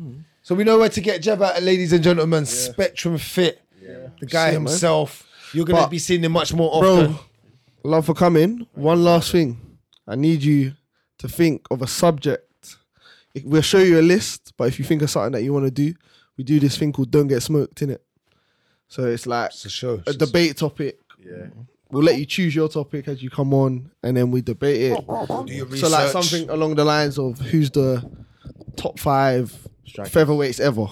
Speaker 4: So we know where to get Jeb at, ladies and gentlemen. Spectrum Fit, the guy
Speaker 2: Shit, man.
Speaker 4: himself. You're gonna
Speaker 2: But-
Speaker 4: be seeing him much more
Speaker 2: Bro,
Speaker 4: often.
Speaker 2: love for coming. One last thing. I need you to think of a subject. It- We'll show you a list, but if you think of something that you want to do, we do this thing called Don't Get Smoked, innit? So it's like
Speaker 4: It's a show.
Speaker 2: a debate topic.
Speaker 5: yeah,
Speaker 4: Hmm.
Speaker 2: We'll let you choose your topic as you come on, and then we debate it.
Speaker 4: Do your
Speaker 2: So, like
Speaker 4: research.
Speaker 2: something along the lines of who's the top five featherweights ever.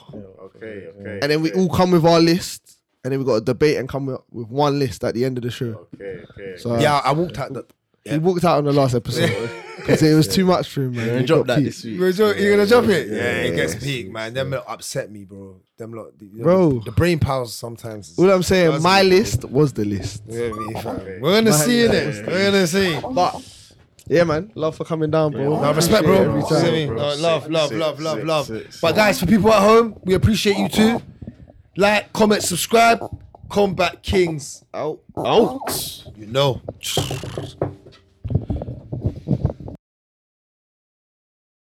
Speaker 5: okay, okay.
Speaker 2: And then we all come with our list, and then we got to debate and come with- with one list at the end of the show.
Speaker 5: Okay, okay.
Speaker 2: So,
Speaker 4: Yeah, I walked out. The,
Speaker 2: he walked out on the last episode because it was too much for him, man. He
Speaker 6: drop
Speaker 2: got
Speaker 6: that
Speaker 2: peaked.
Speaker 6: this week.
Speaker 4: You're jo- you're gonna drop it. Yeah, it gets peak, man. Them lot upset me, bro. Them lot, the,
Speaker 2: Bro.
Speaker 4: The brain pals sometimes.
Speaker 2: All I'm saying, my list was the list.
Speaker 4: You know what I mean, fam? We're gonna see it. We're gonna see.
Speaker 2: Yeah, man. Love for coming down, bro.
Speaker 4: No, respect, bro. You
Speaker 2: Appreciate it
Speaker 4: know
Speaker 2: every
Speaker 4: what I
Speaker 2: time.
Speaker 4: mean? No, love, love, love, love, love. But guys, for people at home, we appreciate you too. Like, comment, subscribe. Combat Kings. Out. Out. You know.